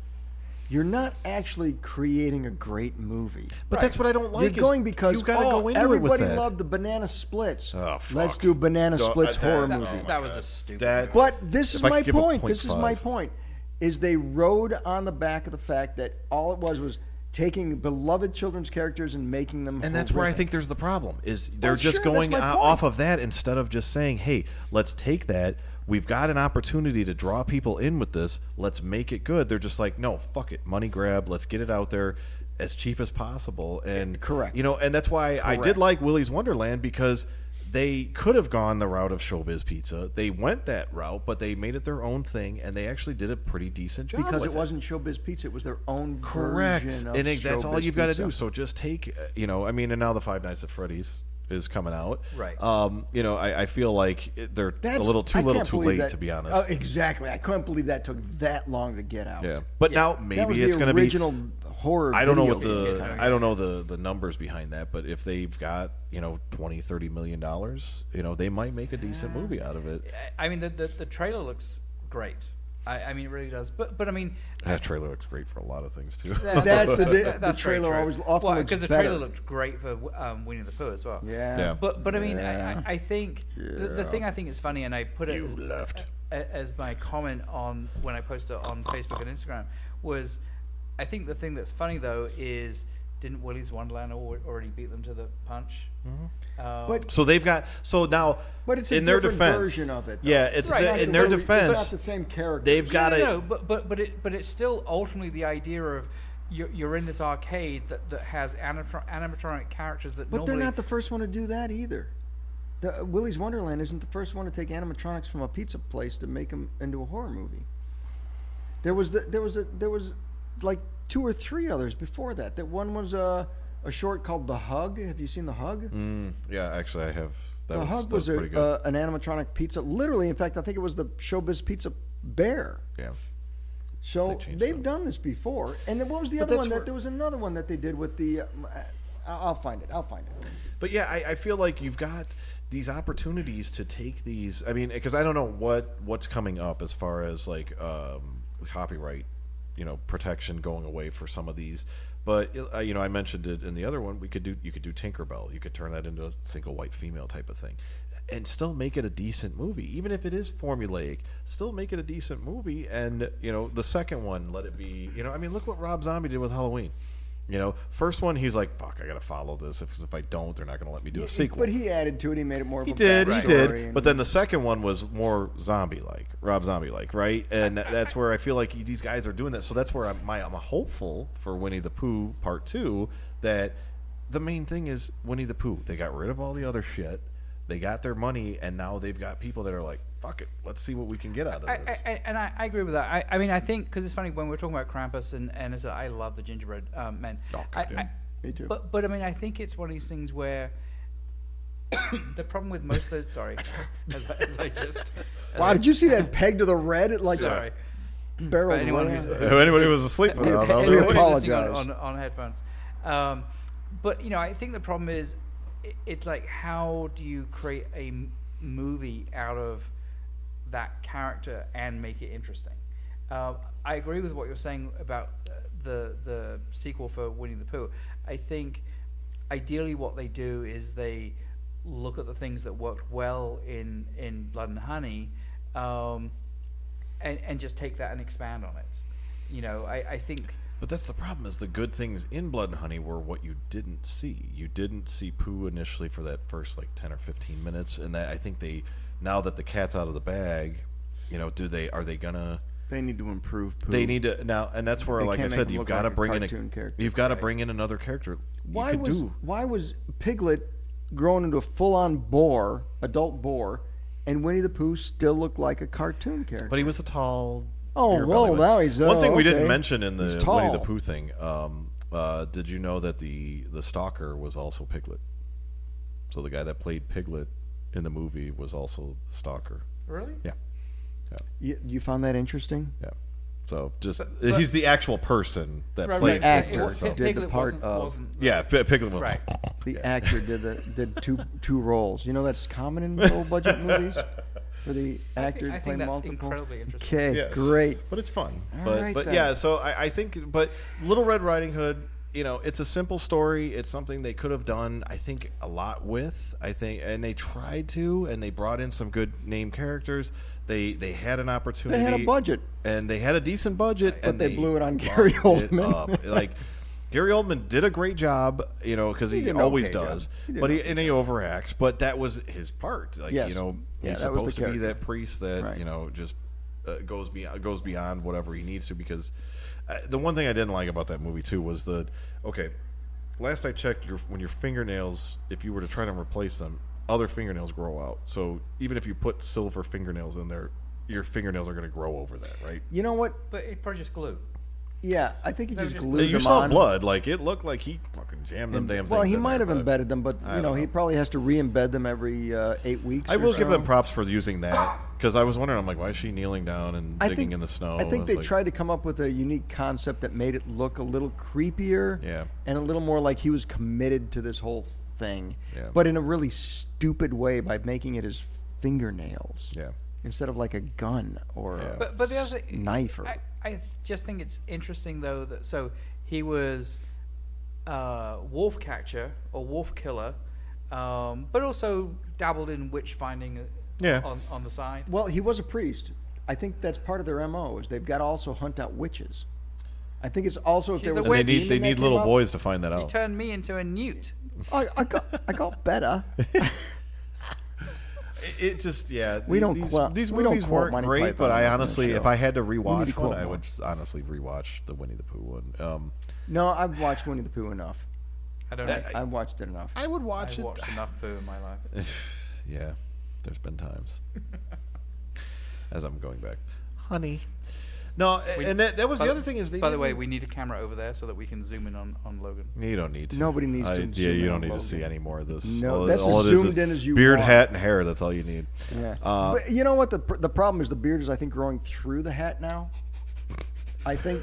Speaker 1: You're not actually creating a great movie.
Speaker 3: But that's what I don't like.
Speaker 1: You're going because
Speaker 3: you got to
Speaker 1: oh,
Speaker 3: go into
Speaker 1: everybody
Speaker 3: it with that.
Speaker 1: loved the banana splits.
Speaker 3: Oh,
Speaker 1: Let's
Speaker 3: fuck.
Speaker 1: do banana
Speaker 3: No,
Speaker 1: splits
Speaker 3: that-
Speaker 1: horror
Speaker 3: that-
Speaker 1: movie.
Speaker 3: oh my
Speaker 2: That was
Speaker 3: God.
Speaker 2: a stupid
Speaker 3: That-
Speaker 2: movie.
Speaker 1: But this
Speaker 3: If
Speaker 1: is
Speaker 3: I could
Speaker 1: my
Speaker 3: give a
Speaker 1: point.
Speaker 3: point
Speaker 1: This is my
Speaker 3: five.
Speaker 1: point. Is they rode on the back of the fact that all it was was taking beloved children's characters and making them.
Speaker 3: And that's where I
Speaker 1: horrific.
Speaker 3: think there's the problem is they're
Speaker 1: Well,
Speaker 3: just
Speaker 1: Oh, sure, that's
Speaker 3: going
Speaker 1: my
Speaker 3: o-
Speaker 1: point.
Speaker 3: off of that instead of just saying, "Hey, let's take that. We've got an opportunity to draw people in with this. Let's make it good." They're just like, "No, fuck it. Money grab. Let's get it out there as cheap as possible." And
Speaker 1: Correct.
Speaker 3: You know, and that's why I did
Speaker 1: Correct.
Speaker 3: like Willy's Wonderland because they could have gone the route of showbiz pizza. They went that route, but they made it their own thing and they actually did a pretty decent job
Speaker 1: because
Speaker 3: with
Speaker 1: it wasn't showbiz pizza; it was their own
Speaker 3: Correct,
Speaker 1: version of
Speaker 3: and it- that's all
Speaker 1: Showbiz
Speaker 3: you've got to
Speaker 1: Pizza.
Speaker 3: do. So just take, uh, you know, I mean, and now the Five Nights at Freddy's is coming out,
Speaker 2: Right.
Speaker 3: Um, you know, I, I feel like it- they're
Speaker 1: That's
Speaker 3: a little too
Speaker 1: I
Speaker 3: little
Speaker 1: can't
Speaker 3: too
Speaker 1: believe
Speaker 3: late,
Speaker 1: that-
Speaker 3: to be honest.
Speaker 1: Oh, exactly. I couldn't believe that took that long to get out.
Speaker 3: yeah, but now
Speaker 1: that was
Speaker 3: maybe
Speaker 1: the
Speaker 3: it's going to be.
Speaker 1: original horror.
Speaker 3: I don't know
Speaker 1: video
Speaker 3: what the
Speaker 1: game.
Speaker 3: I don't know the the numbers behind that, but if they've got you know 20, 30 million dollars, you know, they might make a decent movie out of it.
Speaker 2: I I mean, the, the, the trailer looks great. I, I mean, it really does. But, but I mean,
Speaker 3: That trailer looks great for a lot of things too.
Speaker 2: That-
Speaker 1: That's the di-
Speaker 2: that-
Speaker 1: the
Speaker 2: very
Speaker 1: trailer
Speaker 2: true.
Speaker 1: always often
Speaker 2: well,
Speaker 1: looks
Speaker 2: the
Speaker 1: better.
Speaker 2: trailer looked great for um, Winnie the Pooh as well.
Speaker 1: Yeah.
Speaker 3: Yeah.
Speaker 2: But but I mean
Speaker 1: Yeah.
Speaker 2: I, I, I think the, the thing I think is funny and I put it
Speaker 3: You
Speaker 2: as,
Speaker 3: left.
Speaker 2: a- as my comment on when I posted it on Facebook and Instagram was I think the thing that's funny though is didn't Willy's Wonderland al- already beat them to the punch?
Speaker 3: Mm-hmm.
Speaker 2: Um,
Speaker 1: But
Speaker 3: So they've got so now,
Speaker 1: But it's a
Speaker 3: in their
Speaker 1: different
Speaker 3: defense
Speaker 1: version of it, though.
Speaker 3: Yeah, it's
Speaker 1: Right.
Speaker 3: the-
Speaker 1: Not
Speaker 3: in
Speaker 1: the
Speaker 3: their
Speaker 1: Willy- it's not
Speaker 3: defense.
Speaker 1: the same characters.
Speaker 3: They've
Speaker 2: No,
Speaker 3: got
Speaker 2: no,
Speaker 3: a
Speaker 2: no, but but but it but it's still ultimately the idea of you're, you're in this arcade that, that has animatro- animatronic characters that
Speaker 1: But
Speaker 2: normally
Speaker 1: they're not the first one to do that either. The, uh, Willy's Wonderland isn't the first one to take animatronics from a pizza place to make them into a horror movie. There was the, there was a there was like two or three others before that. That one was a a short called The Hug. Have you seen The Hug?
Speaker 3: Mm, yeah, actually, I have. That
Speaker 1: the
Speaker 3: was,
Speaker 1: Hug
Speaker 3: that was,
Speaker 1: was,
Speaker 3: pretty
Speaker 1: a,
Speaker 3: good.
Speaker 1: uh, an animatronic pizza. Literally, in fact, I think it was the Showbiz Pizza Bear.
Speaker 3: yeah. They
Speaker 1: So
Speaker 3: changed
Speaker 1: they have
Speaker 3: that.
Speaker 1: done this before. And then what was the
Speaker 3: But
Speaker 1: other
Speaker 3: that's
Speaker 1: one?
Speaker 3: where-
Speaker 1: That there was another one that they did with the. Um, uh, I'll I'll find it. I'll find it.
Speaker 3: But yeah, I, I feel like you've got these opportunities to take these. I mean, because I don't know what what's coming up as far as like um, copyright, you know, protection going away for some of these. But uh, you know, I mentioned it in the other one. We could do you could do Tinkerbell. You could turn that into a single white female type of thing, and still make it a decent movie, even if it is formulaic. Still make it a decent movie, and you know, the second one, let it be. You know, I mean, look what Rob Zombie did with Halloween. You know, first one, he's like, "Fuck, I gotta follow this because if I don't, they're not gonna let me do a sequel."
Speaker 1: But he added to it. He made it more. Of
Speaker 3: He
Speaker 1: a
Speaker 3: did, he
Speaker 1: backstory
Speaker 3: did.
Speaker 1: and-
Speaker 3: But then the second one was more zombie-like, Rob Zombie-like, right? And that- that's where I feel like these guys are doing that. So that's where I'm, my, I'm hopeful for Winnie the Pooh Part Two. That the main thing is Winnie the Pooh. They got rid of all the other shit. They got their money, and now they've got people that are like, fuck it, let's see what we can get out of
Speaker 2: I,
Speaker 3: this.
Speaker 2: I, I- and I, I agree with that. I, I mean, I think because it's funny when we're talking about Krampus and and as I love the gingerbread um, men.
Speaker 3: Oh,
Speaker 2: I-
Speaker 3: goddamn.
Speaker 2: I-
Speaker 1: Me too.
Speaker 2: But but I mean, I think it's one of these things where the problem with most of those. Sorry, as, I- as I just. as
Speaker 1: Wow,
Speaker 2: I-
Speaker 1: did you see that peg to the red? It like
Speaker 2: Sorry.
Speaker 1: barreled
Speaker 2: For anyone
Speaker 1: way
Speaker 2: who's-
Speaker 1: out.
Speaker 3: if anybody was asleep, I don't know.
Speaker 1: We
Speaker 2: Everyone is listening
Speaker 1: apologize.
Speaker 2: on, on, on headphones. Um, but you know, I think the problem is, i it's like how do you create a m- movie out of that character and make it interesting? Uh, I agree with what you're saying about uh, the the sequel for Winnie the Pooh. I think ideally what they do is they look at the things that worked well in in Blood and Honey. Um, and, and just take that and expand on it. You know, I, I think
Speaker 3: But that's the problem is the good things in Blood and Honey were what you didn't see. You didn't see Pooh initially for that first like 10 or 15 minutes and that I think they now that the cat's out of the bag, you know, do they are they going to
Speaker 1: They need to improve. Poo.
Speaker 3: they need to now and that's where
Speaker 1: They
Speaker 3: like I
Speaker 1: can't make
Speaker 3: said
Speaker 1: him
Speaker 3: you've
Speaker 1: look
Speaker 3: got to
Speaker 1: like a
Speaker 3: bring in
Speaker 1: cartoon character.
Speaker 3: you've got to bring in another character.
Speaker 1: Why
Speaker 3: you could
Speaker 1: was
Speaker 3: do
Speaker 1: why was Piglet grown into a full-on boar, adult boar, and Winnie the Pooh still looked like a cartoon character?
Speaker 3: But he was a tall.
Speaker 1: Oh,
Speaker 3: beer
Speaker 1: well,
Speaker 3: belly, but-
Speaker 1: now he's-
Speaker 3: one
Speaker 1: oh,
Speaker 3: thing we didn't
Speaker 1: okay.
Speaker 3: mention in
Speaker 1: He's
Speaker 3: the
Speaker 1: tall.
Speaker 3: Winnie the Pooh thing. Um, uh, did you know that the the stalker was also Piglet? So the guy that played Piglet in the movie was also the stalker.
Speaker 2: really
Speaker 3: Yeah,
Speaker 1: you, you found that interesting?
Speaker 3: yeah. So just
Speaker 2: But- but-
Speaker 3: he's the actual person that
Speaker 2: Right,
Speaker 3: played
Speaker 1: Piglet,
Speaker 2: right. It
Speaker 3: Piglet.
Speaker 2: was-
Speaker 1: so-
Speaker 2: Pig-
Speaker 1: Did the
Speaker 2: Piglet
Speaker 1: part
Speaker 2: wasn't,
Speaker 1: of-
Speaker 2: wasn't,
Speaker 3: yeah, P- Piglet. was-
Speaker 2: right.
Speaker 1: The actor did the did two two roles. You know that's common in low budget movies for the actor
Speaker 2: I
Speaker 1: to
Speaker 2: think
Speaker 1: play
Speaker 2: that's
Speaker 1: multiple.
Speaker 2: incredibly interesting.
Speaker 1: Okay,
Speaker 3: Yes.
Speaker 1: great.
Speaker 3: But it's fun.
Speaker 1: All
Speaker 3: but
Speaker 1: right,
Speaker 3: but
Speaker 1: then.
Speaker 3: yeah, so I, I think but Little Red Riding Hood, you know, it's a simple story. It's something they could have done, I think, a lot with. I think and they tried to and they brought in some good name characters. They they had an opportunity.
Speaker 1: budget.
Speaker 3: And they had a decent budget
Speaker 1: But
Speaker 3: and
Speaker 1: they
Speaker 3: they,
Speaker 1: blew it on
Speaker 3: bombed
Speaker 1: Gary Oldman.
Speaker 3: up. like Gary Oldman did a great job, you know, because he,
Speaker 1: did an
Speaker 3: always
Speaker 1: okay job.
Speaker 3: does.
Speaker 1: He did
Speaker 3: but
Speaker 1: an
Speaker 3: he, and he overacts. But that was his part. Like
Speaker 1: Yes.
Speaker 3: you know,
Speaker 1: Yeah,
Speaker 3: he's
Speaker 1: that was the
Speaker 3: supposed to be
Speaker 1: character.
Speaker 3: that priest that
Speaker 1: Right.
Speaker 3: you know just uh, goes beyond goes beyond whatever he needs to because uh, the one thing I didn't like about that movie too was the okay last I checked your when your fingernails if you were to try to replace them other fingernails grow out so even if you put silver fingernails in there your fingernails are going to grow over that right
Speaker 1: You know what?
Speaker 2: But it probably just glue.
Speaker 1: Yeah, I think he
Speaker 2: That was
Speaker 1: just
Speaker 2: just-
Speaker 1: glued
Speaker 3: you
Speaker 1: them
Speaker 3: saw
Speaker 1: on.
Speaker 3: blood like it looked like he fucking jammed them damn
Speaker 1: Well,
Speaker 3: things
Speaker 1: he
Speaker 3: in
Speaker 1: might have
Speaker 3: there, but-
Speaker 1: embedded them, but
Speaker 3: I
Speaker 1: you know,
Speaker 3: don't
Speaker 1: he probably has to re-embed them every uh, eight weeks.
Speaker 3: I
Speaker 1: or
Speaker 3: will give them
Speaker 1: so.
Speaker 3: props for using that because I was wondering I'm like why is she kneeling down and
Speaker 1: I
Speaker 3: digging
Speaker 1: think
Speaker 3: in the snow
Speaker 1: I think
Speaker 3: It's
Speaker 1: they
Speaker 3: like-
Speaker 1: tried to come up with a unique concept that made it look a little creepier,
Speaker 3: Yeah.
Speaker 1: and a little more like he was committed to this whole thing,
Speaker 3: Yeah.
Speaker 1: but in a really stupid way by making it his fingernails
Speaker 3: yeah
Speaker 1: instead of like a gun or
Speaker 3: Yeah.
Speaker 1: a
Speaker 2: But but the other
Speaker 1: s-
Speaker 2: thing,
Speaker 1: knife or
Speaker 2: I, I just think it's interesting though that so he was uh, wolf catcher or wolf killer, um, but also dabbled in witch finding. uh,
Speaker 3: Yeah.
Speaker 2: On, on the side.
Speaker 1: Well, he was a priest. I think that's part of their MO is they've got to also hunt out witches. I think it's also if
Speaker 2: She's
Speaker 1: there
Speaker 2: a
Speaker 1: was
Speaker 3: And they
Speaker 1: a
Speaker 2: witch.
Speaker 3: need
Speaker 1: demon
Speaker 3: they
Speaker 1: that
Speaker 3: need
Speaker 1: came
Speaker 3: little
Speaker 1: up-
Speaker 3: boys to find that
Speaker 2: He
Speaker 3: out.
Speaker 2: turned me into a newt.
Speaker 1: I, I got I got better.
Speaker 3: It just yeah.
Speaker 1: We
Speaker 3: the-
Speaker 1: don't
Speaker 3: these,
Speaker 1: quote-
Speaker 3: these
Speaker 1: we don't
Speaker 3: movies
Speaker 1: quote
Speaker 3: weren't
Speaker 1: Monty
Speaker 3: great,
Speaker 1: Python
Speaker 3: but I
Speaker 1: on this
Speaker 3: honestly,
Speaker 1: show.
Speaker 3: if I had to
Speaker 1: need to
Speaker 3: rewatch
Speaker 1: quote
Speaker 3: one, I
Speaker 1: more.
Speaker 3: would just honestly rewatch the Winnie the Pooh one. Um,
Speaker 1: no, I've watched Winnie the Pooh enough.
Speaker 2: I don't know.
Speaker 1: I, have watched it enough.
Speaker 3: I would
Speaker 2: I've
Speaker 3: watch
Speaker 2: watched enough poo in my life.
Speaker 3: yeah, there's been times as I'm going back, honey. No,
Speaker 2: We-
Speaker 3: and that, that was
Speaker 2: by-
Speaker 3: the other thing is they
Speaker 2: by the way,
Speaker 3: didn't-
Speaker 2: we need a camera over there so that we can zoom in on, on Logan.
Speaker 3: You don't need to.
Speaker 1: Nobody needs to
Speaker 3: I-
Speaker 1: zoom
Speaker 3: Yeah, you
Speaker 1: in
Speaker 3: don't
Speaker 1: on
Speaker 3: need
Speaker 1: Logan.
Speaker 3: to see any more of this.
Speaker 1: No,
Speaker 3: all,
Speaker 1: that's
Speaker 3: all
Speaker 1: as
Speaker 3: it is
Speaker 1: zoomed
Speaker 3: is
Speaker 1: in as you
Speaker 3: beard,
Speaker 1: want.
Speaker 3: hat, and hair. That's all you need.
Speaker 1: Yeah.
Speaker 3: Uh,
Speaker 1: but you know what the pr- the problem is the beard is I think growing through the hat now. I think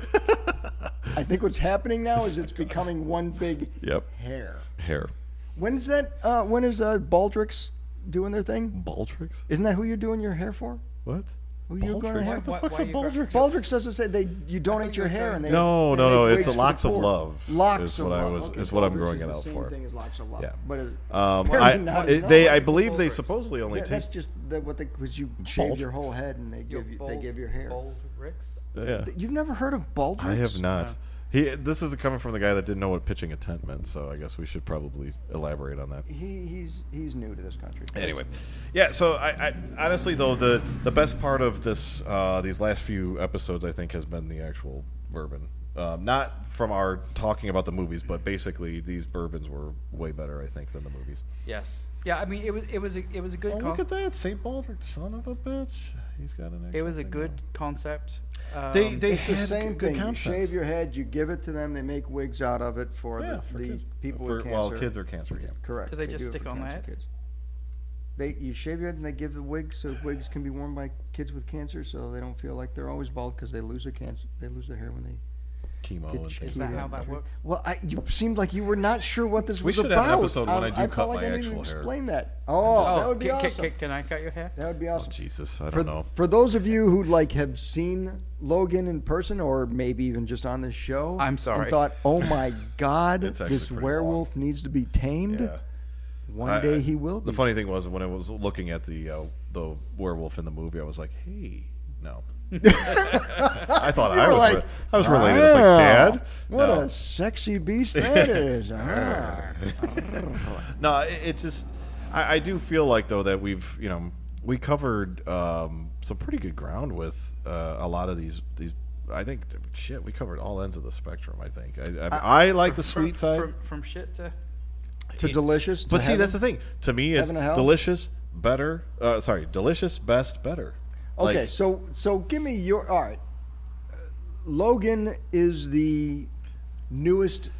Speaker 1: I think what's happening now is it's becoming one big
Speaker 3: Yep,
Speaker 1: hair.
Speaker 3: hair.
Speaker 1: When is that uh, when is uh Baldric's doing their thing?
Speaker 3: Baldric's?
Speaker 1: Isn't that who you're doing your hair for?
Speaker 3: What?
Speaker 1: Who you growing hair
Speaker 3: What the
Speaker 2: Why-
Speaker 3: fuck's
Speaker 2: why
Speaker 3: a
Speaker 2: you grab-
Speaker 3: Baldrick's?
Speaker 1: Baldrick's doesn't say they you donate your hair and they
Speaker 3: No,
Speaker 1: they
Speaker 3: no,
Speaker 1: make
Speaker 3: no, it's
Speaker 1: wigs
Speaker 3: a
Speaker 1: for the
Speaker 3: locks of
Speaker 1: poor.
Speaker 3: love
Speaker 1: Locks
Speaker 3: is
Speaker 1: of
Speaker 3: what I
Speaker 1: love.
Speaker 3: was-
Speaker 1: Okay,
Speaker 3: is what I'm
Speaker 1: Baldrick's
Speaker 3: growing
Speaker 1: is
Speaker 3: it
Speaker 1: the
Speaker 3: out
Speaker 1: same
Speaker 3: for.
Speaker 1: thing as locks of love.
Speaker 3: Yeah.
Speaker 1: But it,
Speaker 3: Um, I,
Speaker 1: apparently not
Speaker 3: it-
Speaker 1: enough.
Speaker 3: they, I
Speaker 2: Like
Speaker 3: believe they
Speaker 2: Baldrick's.
Speaker 3: supposedly only
Speaker 1: Yeah,
Speaker 3: take.
Speaker 1: that's just the, what they because you shave your whole head and they
Speaker 2: Your
Speaker 1: give you they
Speaker 2: bald-
Speaker 1: give your hair.
Speaker 2: Bald Ricks?
Speaker 3: yeah.
Speaker 1: You've never heard of Baldric's?
Speaker 3: I have not. He. This is coming from the guy that didn't know what pitching a tent meant, so I guess we should probably elaborate on that.
Speaker 1: He, he's he's new to this country.
Speaker 3: Anyway, yeah. So I, I honestly though the the best part of this uh, these last few episodes I think has been the actual bourbon. Um, not from our talking about the movies, but basically these bourbons were way better, I think, than the movies.
Speaker 2: Yes. Yeah. I mean, it was it was a, it was a good.
Speaker 3: Oh,
Speaker 2: con-
Speaker 3: look at that, Saint Baldric, son of a bitch. He's got an.
Speaker 2: It
Speaker 3: extra
Speaker 2: was a
Speaker 3: thing
Speaker 2: good
Speaker 3: on.
Speaker 2: concept. Um,
Speaker 3: They they
Speaker 1: It's the
Speaker 3: had
Speaker 1: same
Speaker 3: good
Speaker 1: thing. You
Speaker 3: concepts.
Speaker 1: shave your head, you give it to them, they make wigs out of it for
Speaker 3: Yeah,
Speaker 1: the,
Speaker 3: for
Speaker 1: the
Speaker 3: kids.
Speaker 1: people
Speaker 3: For-
Speaker 1: with cancer.
Speaker 3: well, kids are cancer, yeah.
Speaker 1: Correct.
Speaker 2: Do they just
Speaker 1: it
Speaker 2: stick
Speaker 1: for
Speaker 2: on
Speaker 1: cancer
Speaker 2: that?
Speaker 1: Kids. They you shave your head and they give the wig so wigs can be worn by kids with cancer so they don't feel like they're always bald because they lose their cancer they lose their hair when they
Speaker 3: chemo
Speaker 1: Get
Speaker 3: and
Speaker 1: your
Speaker 3: things.
Speaker 2: Is that
Speaker 3: like
Speaker 2: how that works?
Speaker 1: Well, I, you seemed like you were not sure what this
Speaker 3: We
Speaker 1: was
Speaker 3: should
Speaker 1: about.
Speaker 3: have an episode when I do
Speaker 1: felt
Speaker 3: cut
Speaker 1: like
Speaker 3: my
Speaker 1: I didn't
Speaker 3: actual hair.
Speaker 1: Explain that. Oh, that would be
Speaker 2: ca- ca-
Speaker 1: awesome.
Speaker 2: ca- can I cut your hair?
Speaker 1: that would be
Speaker 3: Oh,
Speaker 1: awesome.
Speaker 3: Jesus, I
Speaker 1: for,
Speaker 3: don't know.
Speaker 1: for those of you who like have seen Logan in person or maybe even just on this show,
Speaker 2: I'm sorry.
Speaker 1: and thought, oh my god,
Speaker 3: It's actually
Speaker 1: this
Speaker 3: pretty
Speaker 1: werewolf needs to be tamed.
Speaker 3: Yeah.
Speaker 1: One
Speaker 3: I-
Speaker 1: day
Speaker 3: I-
Speaker 1: he will.
Speaker 3: The
Speaker 1: be.
Speaker 3: funny thing was when I was looking at the uh, the werewolf in the movie, I was like, "Hey, no." I thought
Speaker 1: You
Speaker 3: I
Speaker 1: were
Speaker 3: was
Speaker 1: like,
Speaker 3: re- I was related. It's
Speaker 1: "Wow,
Speaker 3: like, Dad,
Speaker 1: what
Speaker 3: no.
Speaker 1: a sexy beast that is. Ah.
Speaker 3: no, i- it, just I, I do feel like though that we've you know we covered um, some pretty good ground with uh, a lot of these these. I think shit, we covered all ends of the spectrum. I think I, I, I like the
Speaker 2: From-
Speaker 3: sweet side.
Speaker 2: From, from shit to.
Speaker 1: to
Speaker 3: It-
Speaker 1: delicious. to
Speaker 3: But see, that's
Speaker 1: heaven.
Speaker 3: the thing. To me, it's
Speaker 1: Heaven to hell?
Speaker 3: delicious, better. Uh, sorry, delicious, best, better.
Speaker 1: Okay,
Speaker 3: Like,
Speaker 1: so so give me your all right. Uh, Logan is the newest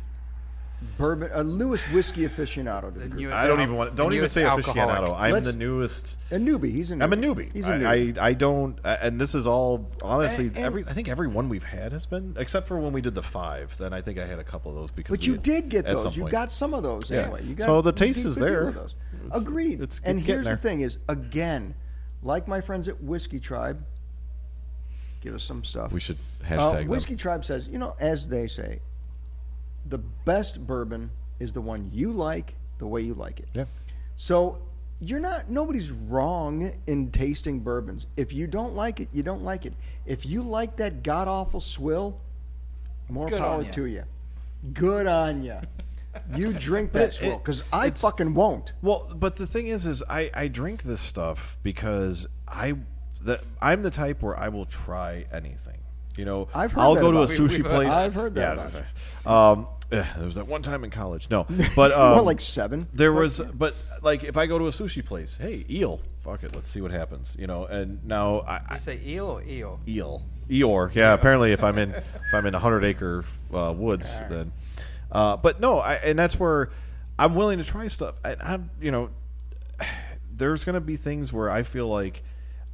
Speaker 1: bourbon, uh, newest whiskey aficionado to the,
Speaker 2: The
Speaker 1: group.
Speaker 2: newest
Speaker 3: I don't
Speaker 2: al-
Speaker 3: even want.
Speaker 2: the
Speaker 3: Don't even
Speaker 2: newest
Speaker 3: say
Speaker 2: alcoholic.
Speaker 3: aficionado. I'm
Speaker 1: Let's-
Speaker 3: the newest.
Speaker 1: A newbie. He's a newbie.
Speaker 3: I'm a newbie.
Speaker 1: He's a newbie.
Speaker 3: I, I, I don't. I- And this is all honestly.
Speaker 1: And- and-
Speaker 3: every I think every one we've had has been, except for when we did the five. Then I think I had a couple of those because.
Speaker 1: but
Speaker 3: we
Speaker 1: you did get
Speaker 3: at some
Speaker 1: those. You
Speaker 3: point.
Speaker 1: got some of those
Speaker 3: Yeah.
Speaker 1: anyway. You got,
Speaker 3: So the
Speaker 1: you did
Speaker 3: taste is
Speaker 1: good deal
Speaker 3: there.
Speaker 1: of those.
Speaker 3: It's-
Speaker 1: Agreed.
Speaker 3: it's-
Speaker 1: and
Speaker 3: it's getting
Speaker 1: here's the
Speaker 3: there.
Speaker 1: thing: is again, like my friends at Whiskey Tribe, give us some stuff.
Speaker 3: We should
Speaker 1: Uh,
Speaker 3: hashtag
Speaker 1: Whiskey
Speaker 3: them.
Speaker 1: Tribe says, you know, as they say, the best bourbon is the one you like the way you like it.
Speaker 3: Yeah.
Speaker 1: So you're not, nobody's wrong in tasting bourbons. If you don't like it, you don't like it. If you like that god awful swill, more
Speaker 2: Good
Speaker 1: power
Speaker 2: on ya.
Speaker 1: to you. Good on you. you drink that
Speaker 3: it-
Speaker 1: swill because I
Speaker 3: it's-
Speaker 1: fucking won't.
Speaker 3: Well, but the thing is, is I, I drink this stuff because I the, I'm the type where I will try anything. You know,
Speaker 1: I've heard
Speaker 3: I'll
Speaker 1: that
Speaker 3: go to a
Speaker 1: about you.
Speaker 3: sushi
Speaker 2: We've heard-
Speaker 3: place.
Speaker 1: I've heard that
Speaker 3: Yeah, I was
Speaker 1: about
Speaker 3: gonna say. um, eh, there was that one time in college. No, but um,
Speaker 1: More like seven.
Speaker 3: There
Speaker 1: Like,
Speaker 3: was,
Speaker 1: yeah.
Speaker 3: but like if I go to a sushi place, hey eel, fuck it, let's see what happens. You know, and now I, I
Speaker 2: You say eel or eel?
Speaker 3: eel. Eeyore. Yeah, apparently if I'm in if I'm in a hundred acre uh, woods, then. Uh, but no, I, and that's where I'm willing to try stuff. I, I'm, you know, there's going to be things where I feel like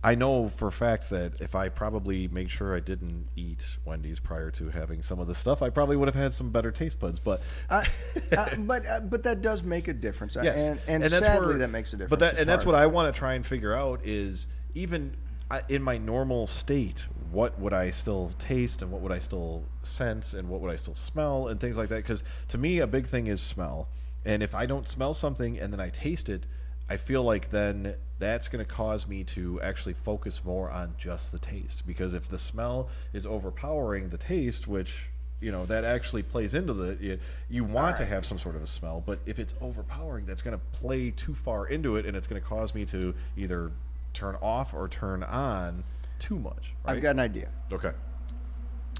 Speaker 3: I know for facts that if I probably make sure I didn't eat Wendy's prior to having some of the stuff, I probably would have had some better taste buds. But
Speaker 1: I, I, but uh, but that does make a difference,
Speaker 3: Yes.
Speaker 1: and and,
Speaker 3: that's
Speaker 1: sadly
Speaker 3: where-
Speaker 1: that makes a difference.
Speaker 3: But that,
Speaker 1: It's
Speaker 3: and that's
Speaker 1: hard.
Speaker 3: what I want to try and figure out is even I- in my normal state, what would I still taste and what would I still sense and what would I still smell and things like that? Because to me, a big thing is smell. And if I don't smell something and then I taste it, I feel like then that's going to cause me to actually focus more on just the taste. Because if the smell is overpowering the taste, which you know that actually plays into the you, you want to have some sort of a smell but if it's overpowering that's going to play too far into it and it's going to cause me to either turn off or turn on too much right
Speaker 1: I've got an idea.
Speaker 3: okay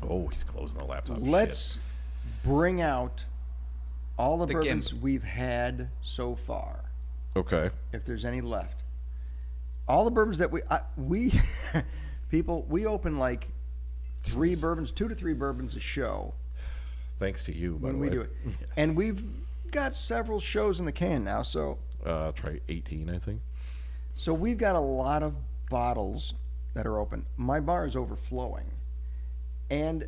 Speaker 3: oh he's closing the laptop Shit.
Speaker 1: Let's bring out all the,
Speaker 2: The
Speaker 1: bourbons we've had so far,
Speaker 3: okay
Speaker 1: if there's any left. All the bourbons that we I, we people we open like three bourbons, two to three bourbons a show
Speaker 3: thanks to you by
Speaker 1: when
Speaker 3: the
Speaker 1: we
Speaker 3: way
Speaker 1: do it, and we've got several shows in the can now. So
Speaker 3: uh try 18 i think
Speaker 1: So we've got a lot of bottles that are open. My bar is overflowing, and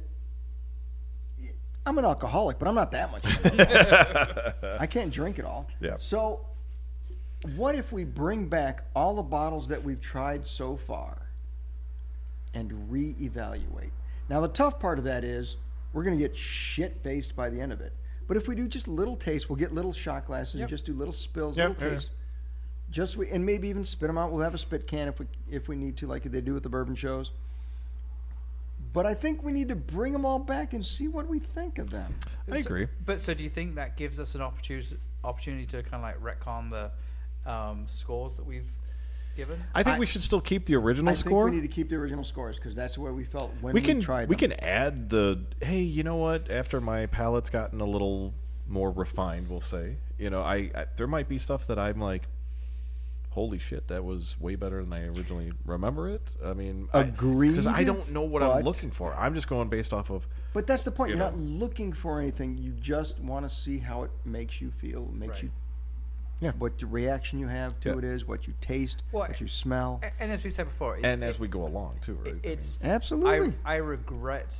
Speaker 1: I'm an alcoholic, but I'm not that much. Of an alcoholic. I can't drink it all.
Speaker 3: Yeah.
Speaker 1: So, what if we bring back all the bottles that we've tried so far and reevaluate? Now, the tough part of that is we're going to get shit faced by the end of it. But if we do just little tastes, we'll get little shot glasses and just do little spills,
Speaker 3: Yep,
Speaker 1: little
Speaker 3: yeah, yeah.
Speaker 1: tastes just we, and maybe even spit them out. We'll have a spit can if we if we need to, like they do with the bourbon shows. But I think we need to bring them all back and see what we think of them.
Speaker 3: i agree
Speaker 2: But so do you think that gives us an opportunity opportunity to kind of like retcon the um, scores that we've given?
Speaker 3: I think
Speaker 1: I-
Speaker 3: we should still keep the original
Speaker 1: I think
Speaker 3: score.
Speaker 1: we need to keep the original scores because that's where we felt when
Speaker 3: we
Speaker 1: we,
Speaker 3: can
Speaker 1: tried.
Speaker 3: we
Speaker 1: them.
Speaker 3: can add the hey you know what after my palate's gotten a little more refined we'll say you know I, I there might be stuff that i'm like holy shit that was way better than i originally remember it i mean because I,
Speaker 1: Agreed,
Speaker 3: don't know what i'm
Speaker 1: but-
Speaker 3: looking for i'm just going based off of
Speaker 1: But that's the point.
Speaker 3: you
Speaker 1: You're not
Speaker 3: know.
Speaker 1: looking for anything. You just want to see how it makes you feel, makes
Speaker 2: Right.
Speaker 1: you,
Speaker 3: Yeah.
Speaker 1: what the reaction you have to
Speaker 3: Yeah.
Speaker 1: it is, what you taste,
Speaker 2: Well, eh,
Speaker 1: what you smell.
Speaker 2: A- And as we said before, it-
Speaker 3: and as
Speaker 2: it-
Speaker 3: we go along too right I
Speaker 2: it-
Speaker 3: mean,
Speaker 2: it's I,
Speaker 1: Absolutely.
Speaker 2: I regret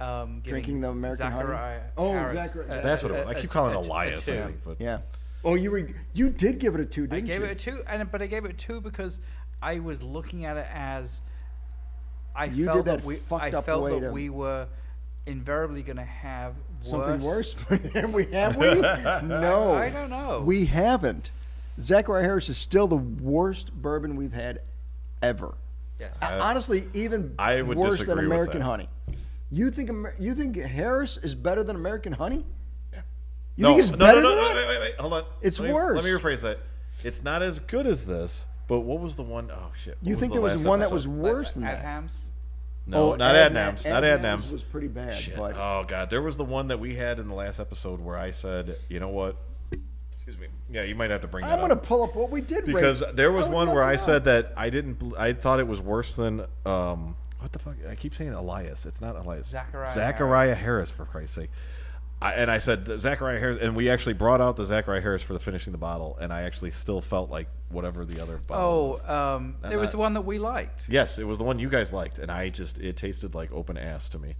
Speaker 2: um, giving
Speaker 1: Drinking the American honey?
Speaker 2: Zachariah
Speaker 1: Oh,
Speaker 2: Harris
Speaker 1: Zachari-
Speaker 2: a-
Speaker 3: that's what it was.
Speaker 2: a-
Speaker 3: I keep
Speaker 2: a-
Speaker 3: calling
Speaker 2: a-
Speaker 3: it
Speaker 2: a
Speaker 3: Elias. I
Speaker 2: two.
Speaker 3: think, but
Speaker 1: yeah. Oh, you were you did give it a two,
Speaker 2: I
Speaker 1: didn't
Speaker 2: gave
Speaker 1: you?
Speaker 2: it a two, and but I gave it a two because I was looking at it as I
Speaker 1: You did
Speaker 2: felt
Speaker 1: that
Speaker 2: that we
Speaker 1: fucked
Speaker 2: I
Speaker 1: up
Speaker 2: felt
Speaker 1: way
Speaker 2: that
Speaker 1: to-
Speaker 2: we were invariably going to have
Speaker 1: Something worse? have we? Have we? No.
Speaker 2: I don't know.
Speaker 1: We haven't. Zachariah Harris is still the worst bourbon we've had ever.
Speaker 2: Yes.
Speaker 1: Uh, Honestly, even
Speaker 3: I would
Speaker 1: worse than
Speaker 3: disagree with
Speaker 1: American
Speaker 3: that.
Speaker 1: Honey. You think Amer- you think Harris is better than American Honey?
Speaker 3: Yeah.
Speaker 1: You think it's better than that?
Speaker 3: wait, wait, wait, hold on.
Speaker 1: It's
Speaker 3: Let me-
Speaker 1: worse.
Speaker 3: Let me rephrase that. It's not as good as this, but what was the one oh shit. what
Speaker 1: You think
Speaker 3: the
Speaker 1: there was
Speaker 3: last
Speaker 1: one that was
Speaker 3: episode?
Speaker 1: worse than
Speaker 2: At
Speaker 1: that?
Speaker 2: Hams.
Speaker 3: No,
Speaker 1: Oh,
Speaker 3: not
Speaker 1: Adnams.
Speaker 3: Adnams. Not Adnams.
Speaker 1: was pretty bad,
Speaker 3: Shit.
Speaker 1: but
Speaker 3: Oh god, there was the one that we had in the last episode where I said, you know what? Excuse me. Yeah, you might have to bring that
Speaker 1: I'm going to
Speaker 3: up.
Speaker 1: pull up what we did rate. Oh,
Speaker 3: because there was
Speaker 1: would
Speaker 3: one
Speaker 1: love
Speaker 3: where
Speaker 1: to
Speaker 3: I
Speaker 1: know.
Speaker 3: said that I didn't. bel- I thought it was worse than um. What the fuck? I keep saying Elias. It's not Elias.
Speaker 2: Zachariah
Speaker 3: Zachariah Harris, for Christ's sake. I, and I said that Zachariah Harris, and we actually brought out the Zachariah Harris for the finishing the bottle, and I actually still felt like whatever the other bottle.
Speaker 2: Oh,
Speaker 3: was.
Speaker 2: um,
Speaker 3: Not-
Speaker 2: there was
Speaker 3: not-
Speaker 2: the one that we liked.
Speaker 3: yes, it was the one you guys liked, and I just it tasted like open ass to me.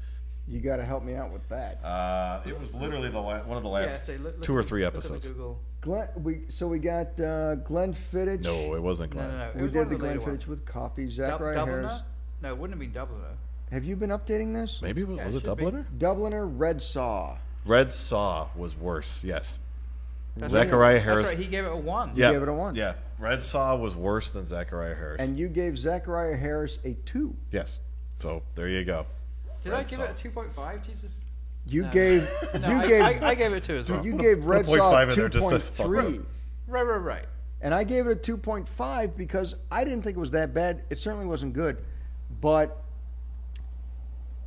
Speaker 1: you got to help me out with that.
Speaker 3: Uh, it was literally the la- one of the last
Speaker 2: yeah, so look, look
Speaker 3: two or
Speaker 2: at-
Speaker 3: three
Speaker 2: look at the
Speaker 3: episodes.
Speaker 2: Google.
Speaker 1: Glenn, we so we got uh, Glenn Fittich.
Speaker 3: No, it wasn't
Speaker 2: No,
Speaker 3: Glenn.
Speaker 2: no, no. It
Speaker 1: we
Speaker 2: was one
Speaker 1: did
Speaker 2: of
Speaker 1: the
Speaker 2: the later
Speaker 1: Glenn Fittich
Speaker 2: ones.
Speaker 1: with coffee.
Speaker 2: Dub-
Speaker 1: Zachariah Harris.
Speaker 2: Dubliner? No, it wouldn't have been Dubliner.
Speaker 1: Have you been updating this?
Speaker 3: Maybe it was,
Speaker 2: Yeah,
Speaker 3: was
Speaker 2: it
Speaker 3: it
Speaker 2: should be.
Speaker 3: Dubliner?
Speaker 1: Dubliner Red Saw.
Speaker 3: Red Saw was worse. Yes.
Speaker 2: That's
Speaker 3: Zachariah
Speaker 2: right.
Speaker 3: Harris.
Speaker 2: That's right. He gave it a one.
Speaker 1: You gave it a one.
Speaker 3: Yeah, Red Saw was worse than Zachariah Harris.
Speaker 1: And you gave Zachariah Harris a two.
Speaker 3: yes, so there you go.
Speaker 2: Did I
Speaker 3: Red
Speaker 2: give
Speaker 3: Saw.
Speaker 2: it a two point five? Jesus.
Speaker 1: You
Speaker 2: No.
Speaker 1: gave
Speaker 2: No,
Speaker 1: you
Speaker 2: I,
Speaker 1: gave
Speaker 2: I, I gave it two as well.
Speaker 1: dude, you gave Red
Speaker 3: point
Speaker 1: Saw
Speaker 3: five in
Speaker 1: two
Speaker 3: there just to
Speaker 1: point
Speaker 3: fuck
Speaker 1: three,
Speaker 3: with.
Speaker 2: Right, right, right.
Speaker 1: and I gave it a two point five because I didn't think it was that bad. It certainly wasn't good, but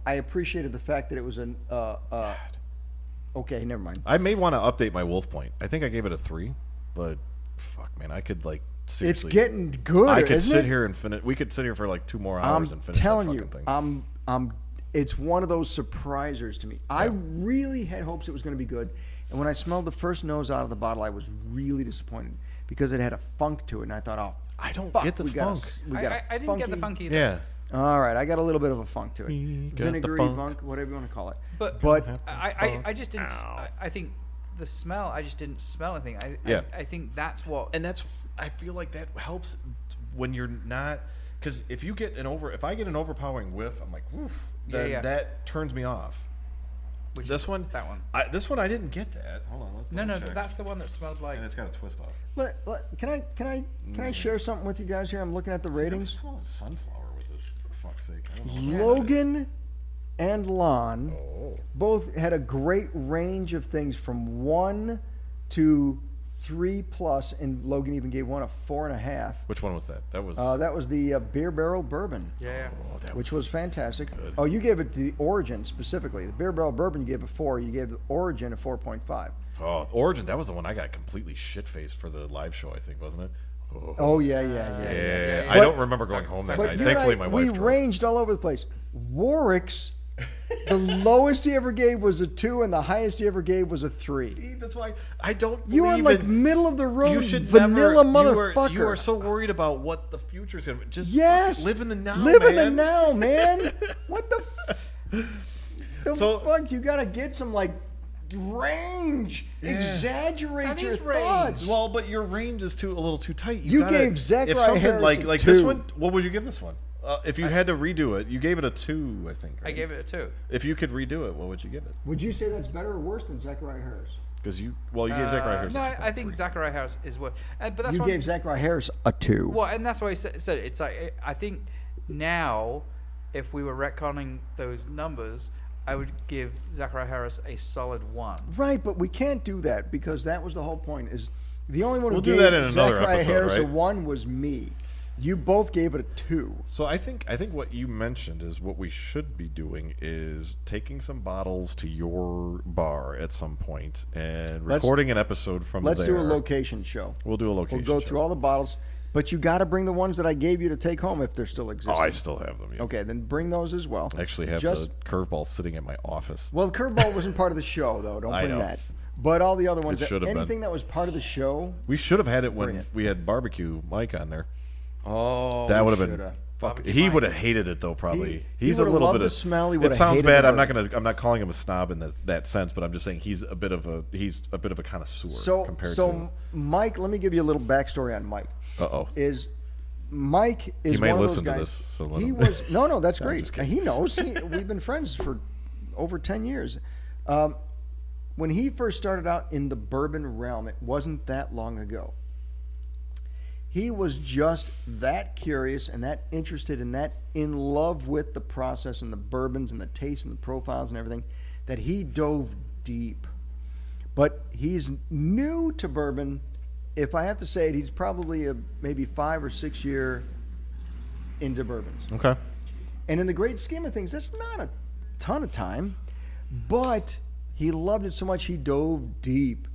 Speaker 1: I appreciated the fact that it was an uh, uh, okay. Never mind.
Speaker 3: I may want to update my Wolf Point. I think I gave it a three, but fuck, man, I could like
Speaker 1: It's
Speaker 3: seriously.
Speaker 1: getting good.
Speaker 3: I could
Speaker 1: isn't
Speaker 3: sit
Speaker 1: it?
Speaker 3: here and finish. We could sit here for like two more
Speaker 1: I'm
Speaker 3: hours and finish
Speaker 1: telling
Speaker 3: that
Speaker 1: you,
Speaker 3: fucking thing.
Speaker 1: I'm I'm. It's one of those surprisers to me. I really had hopes it was going to be good, and when I smelled the first nose out of the bottle, I was really disappointed because it had a funk to it, and I thought, oh,
Speaker 3: I don't
Speaker 1: fuck,
Speaker 3: get the
Speaker 1: we got a-
Speaker 3: funk.
Speaker 1: we
Speaker 2: I,
Speaker 1: got a
Speaker 2: I, I didn't get the
Speaker 1: funky-
Speaker 2: funky. Either.
Speaker 3: yeah,
Speaker 1: All right, I got a little bit of a funk to it,
Speaker 3: We got the
Speaker 1: vinegary
Speaker 3: funk.
Speaker 1: funk. whatever you want to call it.
Speaker 2: But-
Speaker 1: but
Speaker 2: I,
Speaker 3: Oh.
Speaker 2: I, I just didn't. s- I, I think the smell. I just didn't smell anything. I,
Speaker 3: Yeah.
Speaker 2: I, I think that's what.
Speaker 3: and that's I feel like that helps when you're not because if you get an over if I get an overpowering whiff, I'm like, woof,
Speaker 2: Yeah,
Speaker 3: then
Speaker 2: yeah.
Speaker 3: that turns me off.
Speaker 2: which
Speaker 3: This
Speaker 2: is
Speaker 3: one,
Speaker 2: That one.
Speaker 3: I, this one I didn't get that. Hold on, let's
Speaker 2: No,
Speaker 3: double
Speaker 2: no,
Speaker 3: check.
Speaker 2: that's the one that smelled like.
Speaker 3: and it's got a twist off.
Speaker 1: let, let- can I can I can
Speaker 3: Mm.
Speaker 1: I share something with you guys here? I'm looking at the ratings.
Speaker 3: It's like a sunflower with this, for fuck's sake. I don't know.
Speaker 1: Logan and Lon
Speaker 3: Oh.
Speaker 1: both had a great range of things from one to three plus, and Logan even gave one a four and a half.
Speaker 3: Which one was that? That was.
Speaker 1: Uh, that was the uh, beer barrel bourbon,
Speaker 2: Yeah.
Speaker 3: oh, that
Speaker 1: which was fantastic.
Speaker 3: good.
Speaker 1: Oh, you gave it the origin specifically. The beer barrel bourbon you gave a four. You gave the origin a four point five.
Speaker 3: Oh, Origin. That was the one I got completely shit faced for the live show, I think, wasn't it? Oh,
Speaker 1: Oh yeah, yeah,
Speaker 3: yeah.
Speaker 1: yeah. yeah.
Speaker 3: I
Speaker 1: But-
Speaker 3: don't remember going home that
Speaker 1: But
Speaker 3: night.
Speaker 1: you and
Speaker 3: Thankfully,
Speaker 1: I,
Speaker 3: my
Speaker 1: we
Speaker 3: wife. drove.
Speaker 1: ranged all over the place. Warwick's, the lowest he ever gave was a two, and the highest he ever gave was a three.
Speaker 3: See, that's why I don't.
Speaker 1: You are
Speaker 3: believe
Speaker 1: like
Speaker 3: in-
Speaker 1: middle of the road
Speaker 3: You should
Speaker 1: vanilla
Speaker 3: never- you are-
Speaker 1: motherfucker.
Speaker 3: You are, so worried about what the future's gonna be. Just
Speaker 1: yes,
Speaker 3: fucking live in the now.
Speaker 1: Live in the
Speaker 3: man.
Speaker 1: now, man. what the? F- the
Speaker 3: So-
Speaker 1: fuck? You gotta get some like range. Exaggerate
Speaker 2: That
Speaker 1: your
Speaker 2: is range.
Speaker 1: thoughts.
Speaker 3: Well, but your range is too a little too tight.
Speaker 1: You
Speaker 3: gotta-
Speaker 1: gave Zachariah
Speaker 3: if something
Speaker 1: Harris
Speaker 3: like
Speaker 1: a
Speaker 3: like this
Speaker 1: two.
Speaker 3: one. What would you give this one? Uh, if you had to redo it, you gave it a two, I think.
Speaker 2: I gave it a two.
Speaker 3: If you could redo it, what would you give it?
Speaker 1: Would you say that's better or worse than Zachariah Harris?
Speaker 3: Because you well, you gave Zachariah
Speaker 2: Uh,
Speaker 3: Harris.
Speaker 2: no,
Speaker 3: a
Speaker 2: I,
Speaker 3: two.
Speaker 2: I think Zachariah Harris is what. Uh, but that's
Speaker 1: you
Speaker 2: one,
Speaker 1: gave Zachariah Harris a two.
Speaker 2: Well, and that's why I said, said it. it's like I I think now, if we were retconning those numbers, I would give Zachariah Harris a solid one.
Speaker 1: Right, but we can't do that because that was the whole point. Is the only one
Speaker 3: We'll
Speaker 1: who
Speaker 3: do
Speaker 1: gave
Speaker 3: that in another
Speaker 1: Zachariah
Speaker 3: episode,
Speaker 1: Harris a
Speaker 3: right?
Speaker 1: one was me. You both gave it a two.
Speaker 3: So I think I think what you mentioned is what we should be doing is taking some bottles to your bar at some point and
Speaker 1: Let's-
Speaker 3: recording an episode from
Speaker 1: Let's
Speaker 3: there.
Speaker 1: do a location show.
Speaker 3: We'll do a
Speaker 1: We'll
Speaker 3: location.
Speaker 1: go
Speaker 3: show.
Speaker 1: through all the bottles, but you got to bring the ones that I gave you to take home if they're still
Speaker 3: Oh,
Speaker 1: existing.
Speaker 3: I still have them. Yeah.
Speaker 1: Okay, then bring those as well.
Speaker 3: I actually have
Speaker 1: Just,
Speaker 3: the curveball sitting at my office.
Speaker 1: Well, the curveball wasn't part of the show, though. Don't
Speaker 3: I
Speaker 1: bring
Speaker 3: know.
Speaker 1: that. But all the other ones, that,
Speaker 3: should have
Speaker 1: anything
Speaker 3: been.
Speaker 1: that was part of the show.
Speaker 3: We should have had it when
Speaker 1: Brilliant.
Speaker 3: we had barbecue Mike on there.
Speaker 1: Oh,
Speaker 3: That
Speaker 1: we
Speaker 3: would have been.
Speaker 1: shoulda.
Speaker 3: Fuck,
Speaker 2: Barbecue
Speaker 3: he
Speaker 2: Mike.
Speaker 3: would have hated it though. Probably
Speaker 1: he
Speaker 3: he's a
Speaker 1: would've
Speaker 3: little
Speaker 1: loved
Speaker 3: bit
Speaker 1: the
Speaker 3: of
Speaker 1: smell, he
Speaker 3: It
Speaker 1: would've
Speaker 3: sounds
Speaker 1: hated
Speaker 3: bad.
Speaker 1: it
Speaker 3: I'm not gonna. I'm not calling him a snob in the, that sense, but I'm just saying he's a bit of a he's a bit of a connoisseur
Speaker 1: So,
Speaker 3: compared
Speaker 1: so Mike, let me give you a little backstory on Mike.
Speaker 3: to. Uh oh.
Speaker 1: Is Mike is
Speaker 3: He may
Speaker 1: one of
Speaker 3: listen
Speaker 1: those guys.
Speaker 3: to this, so let
Speaker 1: he
Speaker 3: him-
Speaker 1: was no, no. That's
Speaker 3: No, I'm
Speaker 1: great.
Speaker 3: just kidding.
Speaker 1: he knows. He, we've been friends for over ten years. Um, when he first started out in the bourbon realm, it wasn't that long ago. He was just that curious and that interested and that in love with the process and the bourbons and the taste and the profiles and everything that he dove deep. But he's new to bourbon. If I have to say it, he's probably a maybe five or six year into bourbons.
Speaker 3: Okay.
Speaker 1: And in the great scheme of things, that's not a ton of time, but he loved it so much he dove deep.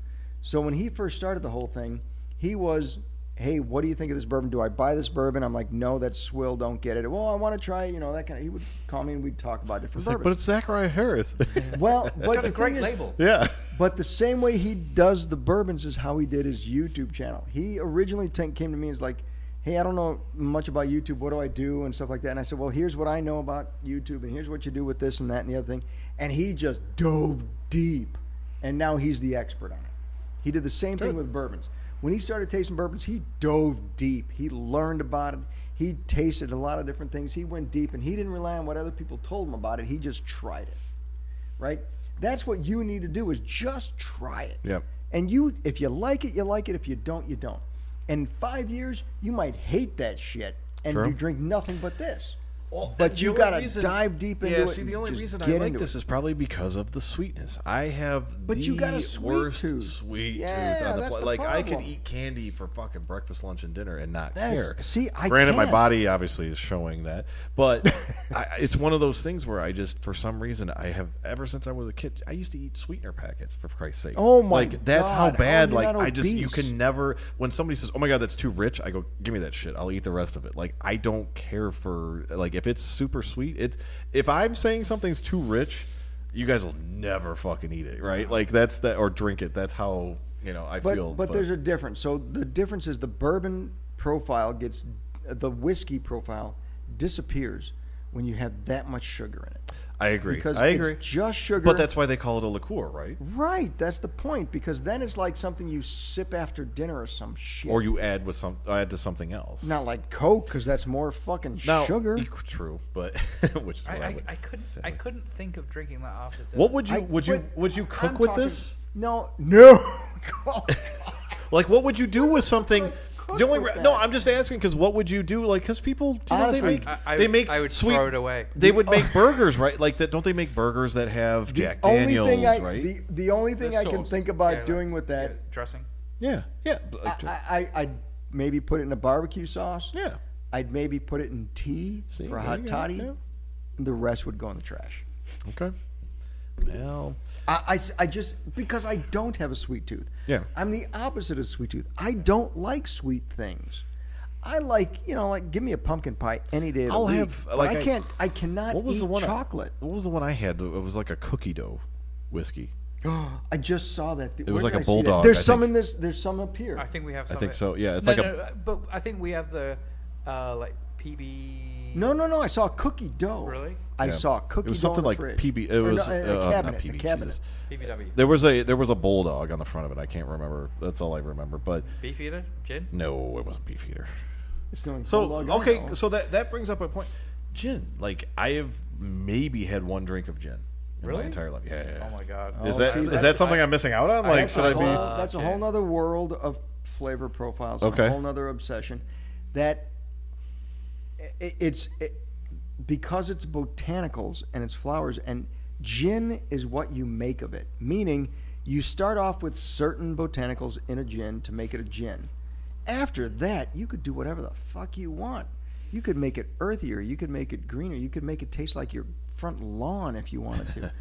Speaker 1: So when he first started the whole thing, he was, "Hey, what do you think of this bourbon? Do I buy this bourbon?" I'm like, "No, that's swill. Don't get it." Well, I want to try, it," you know, that kind of. He would call me and we'd talk about different
Speaker 3: It's like,
Speaker 1: bourbons.
Speaker 3: but it's Zachariah Harris.
Speaker 1: well, but
Speaker 2: got
Speaker 1: the
Speaker 2: a great
Speaker 1: thing is-
Speaker 2: label.
Speaker 3: yeah.
Speaker 1: but the same way he does the bourbons is how he did his YouTube channel. He originally t- came to me and was like, "Hey, I don't know much about YouTube. What do I do and stuff like that?" And I said, "Well, here's what I know about YouTube, and here's what you do with this and that and the other thing." And he just dove deep, and now he's the expert on it. He did the same thing with bourbons. When he started tasting bourbons, he dove deep. He learned about it. He tasted a lot of different things. He went deep, and he didn't rely on what other people told him about it. He just tried it right? That's what you need to do is just try it.
Speaker 3: Yep.
Speaker 1: And you, if you like it, you like it. If you don't, you don't. In five years, you might hate that shit and
Speaker 3: True.
Speaker 1: you drink nothing but this.
Speaker 3: Well,
Speaker 1: but
Speaker 3: Oh, the
Speaker 1: you
Speaker 3: only
Speaker 1: gotta
Speaker 3: reason-
Speaker 1: dive deep into
Speaker 3: yeah,
Speaker 1: it
Speaker 3: see,
Speaker 1: and
Speaker 3: the only
Speaker 1: just
Speaker 3: reason I
Speaker 1: get
Speaker 3: like
Speaker 1: into
Speaker 3: this is probably because of the sweetness. I have
Speaker 1: But
Speaker 3: the
Speaker 1: you got a sweet
Speaker 3: worst
Speaker 1: tooth.
Speaker 3: sweet
Speaker 1: Yeah,
Speaker 3: tooth on the
Speaker 1: that's
Speaker 3: pla-
Speaker 1: the
Speaker 3: Like I could
Speaker 1: problem.
Speaker 3: eat candy for fucking breakfast, lunch, and dinner and not
Speaker 1: That's-
Speaker 3: care.
Speaker 1: see, I
Speaker 3: granted my
Speaker 1: can't.
Speaker 3: body obviously is showing that, but I, it's one of those things where I just for some reason I have ever since I was a kid I used to eat sweetener packets for Christ's sake.
Speaker 1: Oh my
Speaker 3: Like
Speaker 1: God,
Speaker 3: that's
Speaker 1: how
Speaker 3: how
Speaker 1: are
Speaker 3: bad.
Speaker 1: you
Speaker 3: like
Speaker 1: not
Speaker 3: I just you
Speaker 1: obese?
Speaker 3: can never when somebody says oh my god that's too rich i go give me that shit i'll eat the rest of it like i don't care for like if it's super sweet it's if i'm saying something's too rich you guys will never fucking eat it right like that's that or drink it that's how you know i
Speaker 1: But,
Speaker 3: feel
Speaker 1: but there's a difference. So the difference is the bourbon profile gets, the whiskey profile disappears when you have that much sugar in it.
Speaker 3: i agree
Speaker 1: Because
Speaker 3: i agree
Speaker 1: it's just sugar.
Speaker 3: but that's why they call it a liqueur right
Speaker 1: right. That's the point. Because then it's like something you sip after dinner or some shit.
Speaker 3: or you add with some add to something else
Speaker 1: Not like Coke, because that's more fucking
Speaker 3: Now-
Speaker 1: sugar.
Speaker 3: true but which is
Speaker 2: I,
Speaker 3: what
Speaker 2: I,
Speaker 3: would
Speaker 2: I couldn't. I
Speaker 3: say.
Speaker 2: couldn't think of drinking that after. Dinner.
Speaker 3: what would you
Speaker 1: I-
Speaker 3: would you
Speaker 1: but
Speaker 3: would you cook
Speaker 1: I'm
Speaker 3: with
Speaker 1: talking-
Speaker 3: this
Speaker 1: No, no. God.
Speaker 3: Like, what would you do with something?
Speaker 1: cook
Speaker 3: The only
Speaker 1: with
Speaker 3: re- no,
Speaker 1: that?
Speaker 3: I'm just asking because what would you do? Like, because people, you know,
Speaker 1: Honestly,
Speaker 3: they make
Speaker 2: I- I
Speaker 3: they
Speaker 2: would-
Speaker 3: make
Speaker 2: I would
Speaker 3: sweet,
Speaker 2: throw it away.
Speaker 3: They
Speaker 1: The
Speaker 3: would make
Speaker 1: o-
Speaker 3: burgers, right? Like that, don't they make burgers that have Jack
Speaker 1: the only
Speaker 3: Daniels,
Speaker 1: thing I,
Speaker 3: right?
Speaker 1: the, the only thing
Speaker 2: The
Speaker 1: I can
Speaker 2: sauce.
Speaker 1: think about
Speaker 2: Yeah, like-
Speaker 1: doing with that,
Speaker 2: yeah, dressing.
Speaker 3: yeah, yeah, but like,
Speaker 1: I, I, I'd maybe put it in a barbecue sauce.
Speaker 3: yeah.
Speaker 1: I'd maybe put it in tea
Speaker 3: See,
Speaker 1: for a
Speaker 3: there you
Speaker 1: hot
Speaker 3: go,
Speaker 1: toddy.
Speaker 3: yeah.
Speaker 1: The rest would go in the trash.
Speaker 3: Okay. Well,
Speaker 1: I, I s- I just because I don't have a sweet tooth.
Speaker 3: Yeah.
Speaker 1: I'm the opposite of sweet tooth. I don't like sweet things. I like you know like give me a pumpkin pie any day of the
Speaker 3: I'll
Speaker 1: week.
Speaker 3: have,
Speaker 1: but
Speaker 3: like,
Speaker 1: I
Speaker 3: I-
Speaker 1: can't I cannot
Speaker 3: what was
Speaker 1: eat
Speaker 3: the one?
Speaker 1: chocolate.
Speaker 3: I, what was the one I had? It was like a cookie dough whiskey.
Speaker 1: I just saw that. It
Speaker 3: was like a bulldog,
Speaker 1: There's
Speaker 3: I
Speaker 1: some
Speaker 3: think.
Speaker 1: in this. There's some up here.
Speaker 2: I think we have.
Speaker 3: I
Speaker 2: Some
Speaker 3: think
Speaker 2: of it.
Speaker 3: so, yeah, it's
Speaker 2: No,
Speaker 3: like a-
Speaker 2: no, uh, But I think we have the, uh, like PB.
Speaker 1: no, no, no. I saw cookie dough.
Speaker 2: Really?
Speaker 1: I
Speaker 3: Yeah.
Speaker 1: saw cookie
Speaker 3: It was
Speaker 1: dough.
Speaker 3: something
Speaker 1: in the
Speaker 3: like
Speaker 1: fridge.
Speaker 3: PB. It
Speaker 1: Or
Speaker 3: was
Speaker 1: no,
Speaker 3: uh,
Speaker 1: a cabinet.
Speaker 3: Not PB,
Speaker 1: a cabinet.
Speaker 3: Jesus.
Speaker 2: PBW.
Speaker 3: There was a there was a bulldog on the front of it. I can't remember. That's all I remember. But
Speaker 2: Beef eater gin.
Speaker 3: no, it wasn't Beefeater.
Speaker 1: It's the only
Speaker 3: So
Speaker 1: bulldog I
Speaker 3: okay,
Speaker 1: know.
Speaker 3: so that that brings up a point. Gin, like I have maybe had one drink of gin in
Speaker 2: Really?
Speaker 3: my entire life. Yeah. yeah, yeah.
Speaker 2: Oh my god.
Speaker 3: Is
Speaker 1: Oh,
Speaker 3: that
Speaker 1: see,
Speaker 3: is that
Speaker 1: that's-
Speaker 3: something I'm missing out on? Like,
Speaker 1: that's
Speaker 3: should
Speaker 1: a
Speaker 3: I be?
Speaker 1: whole- that's a
Speaker 2: Okay.
Speaker 1: whole nother world of flavor profiles. and
Speaker 3: Okay.
Speaker 1: A whole nother obsession. That i- it's it, because it's botanicals and it's flowers and gin is what you make of it. Meaning, you start off with certain botanicals in a gin to make it a gin. After that, you could do whatever the fuck you want. You could make it earthier. You could make it greener. You could make it taste like your front lawn if you wanted to.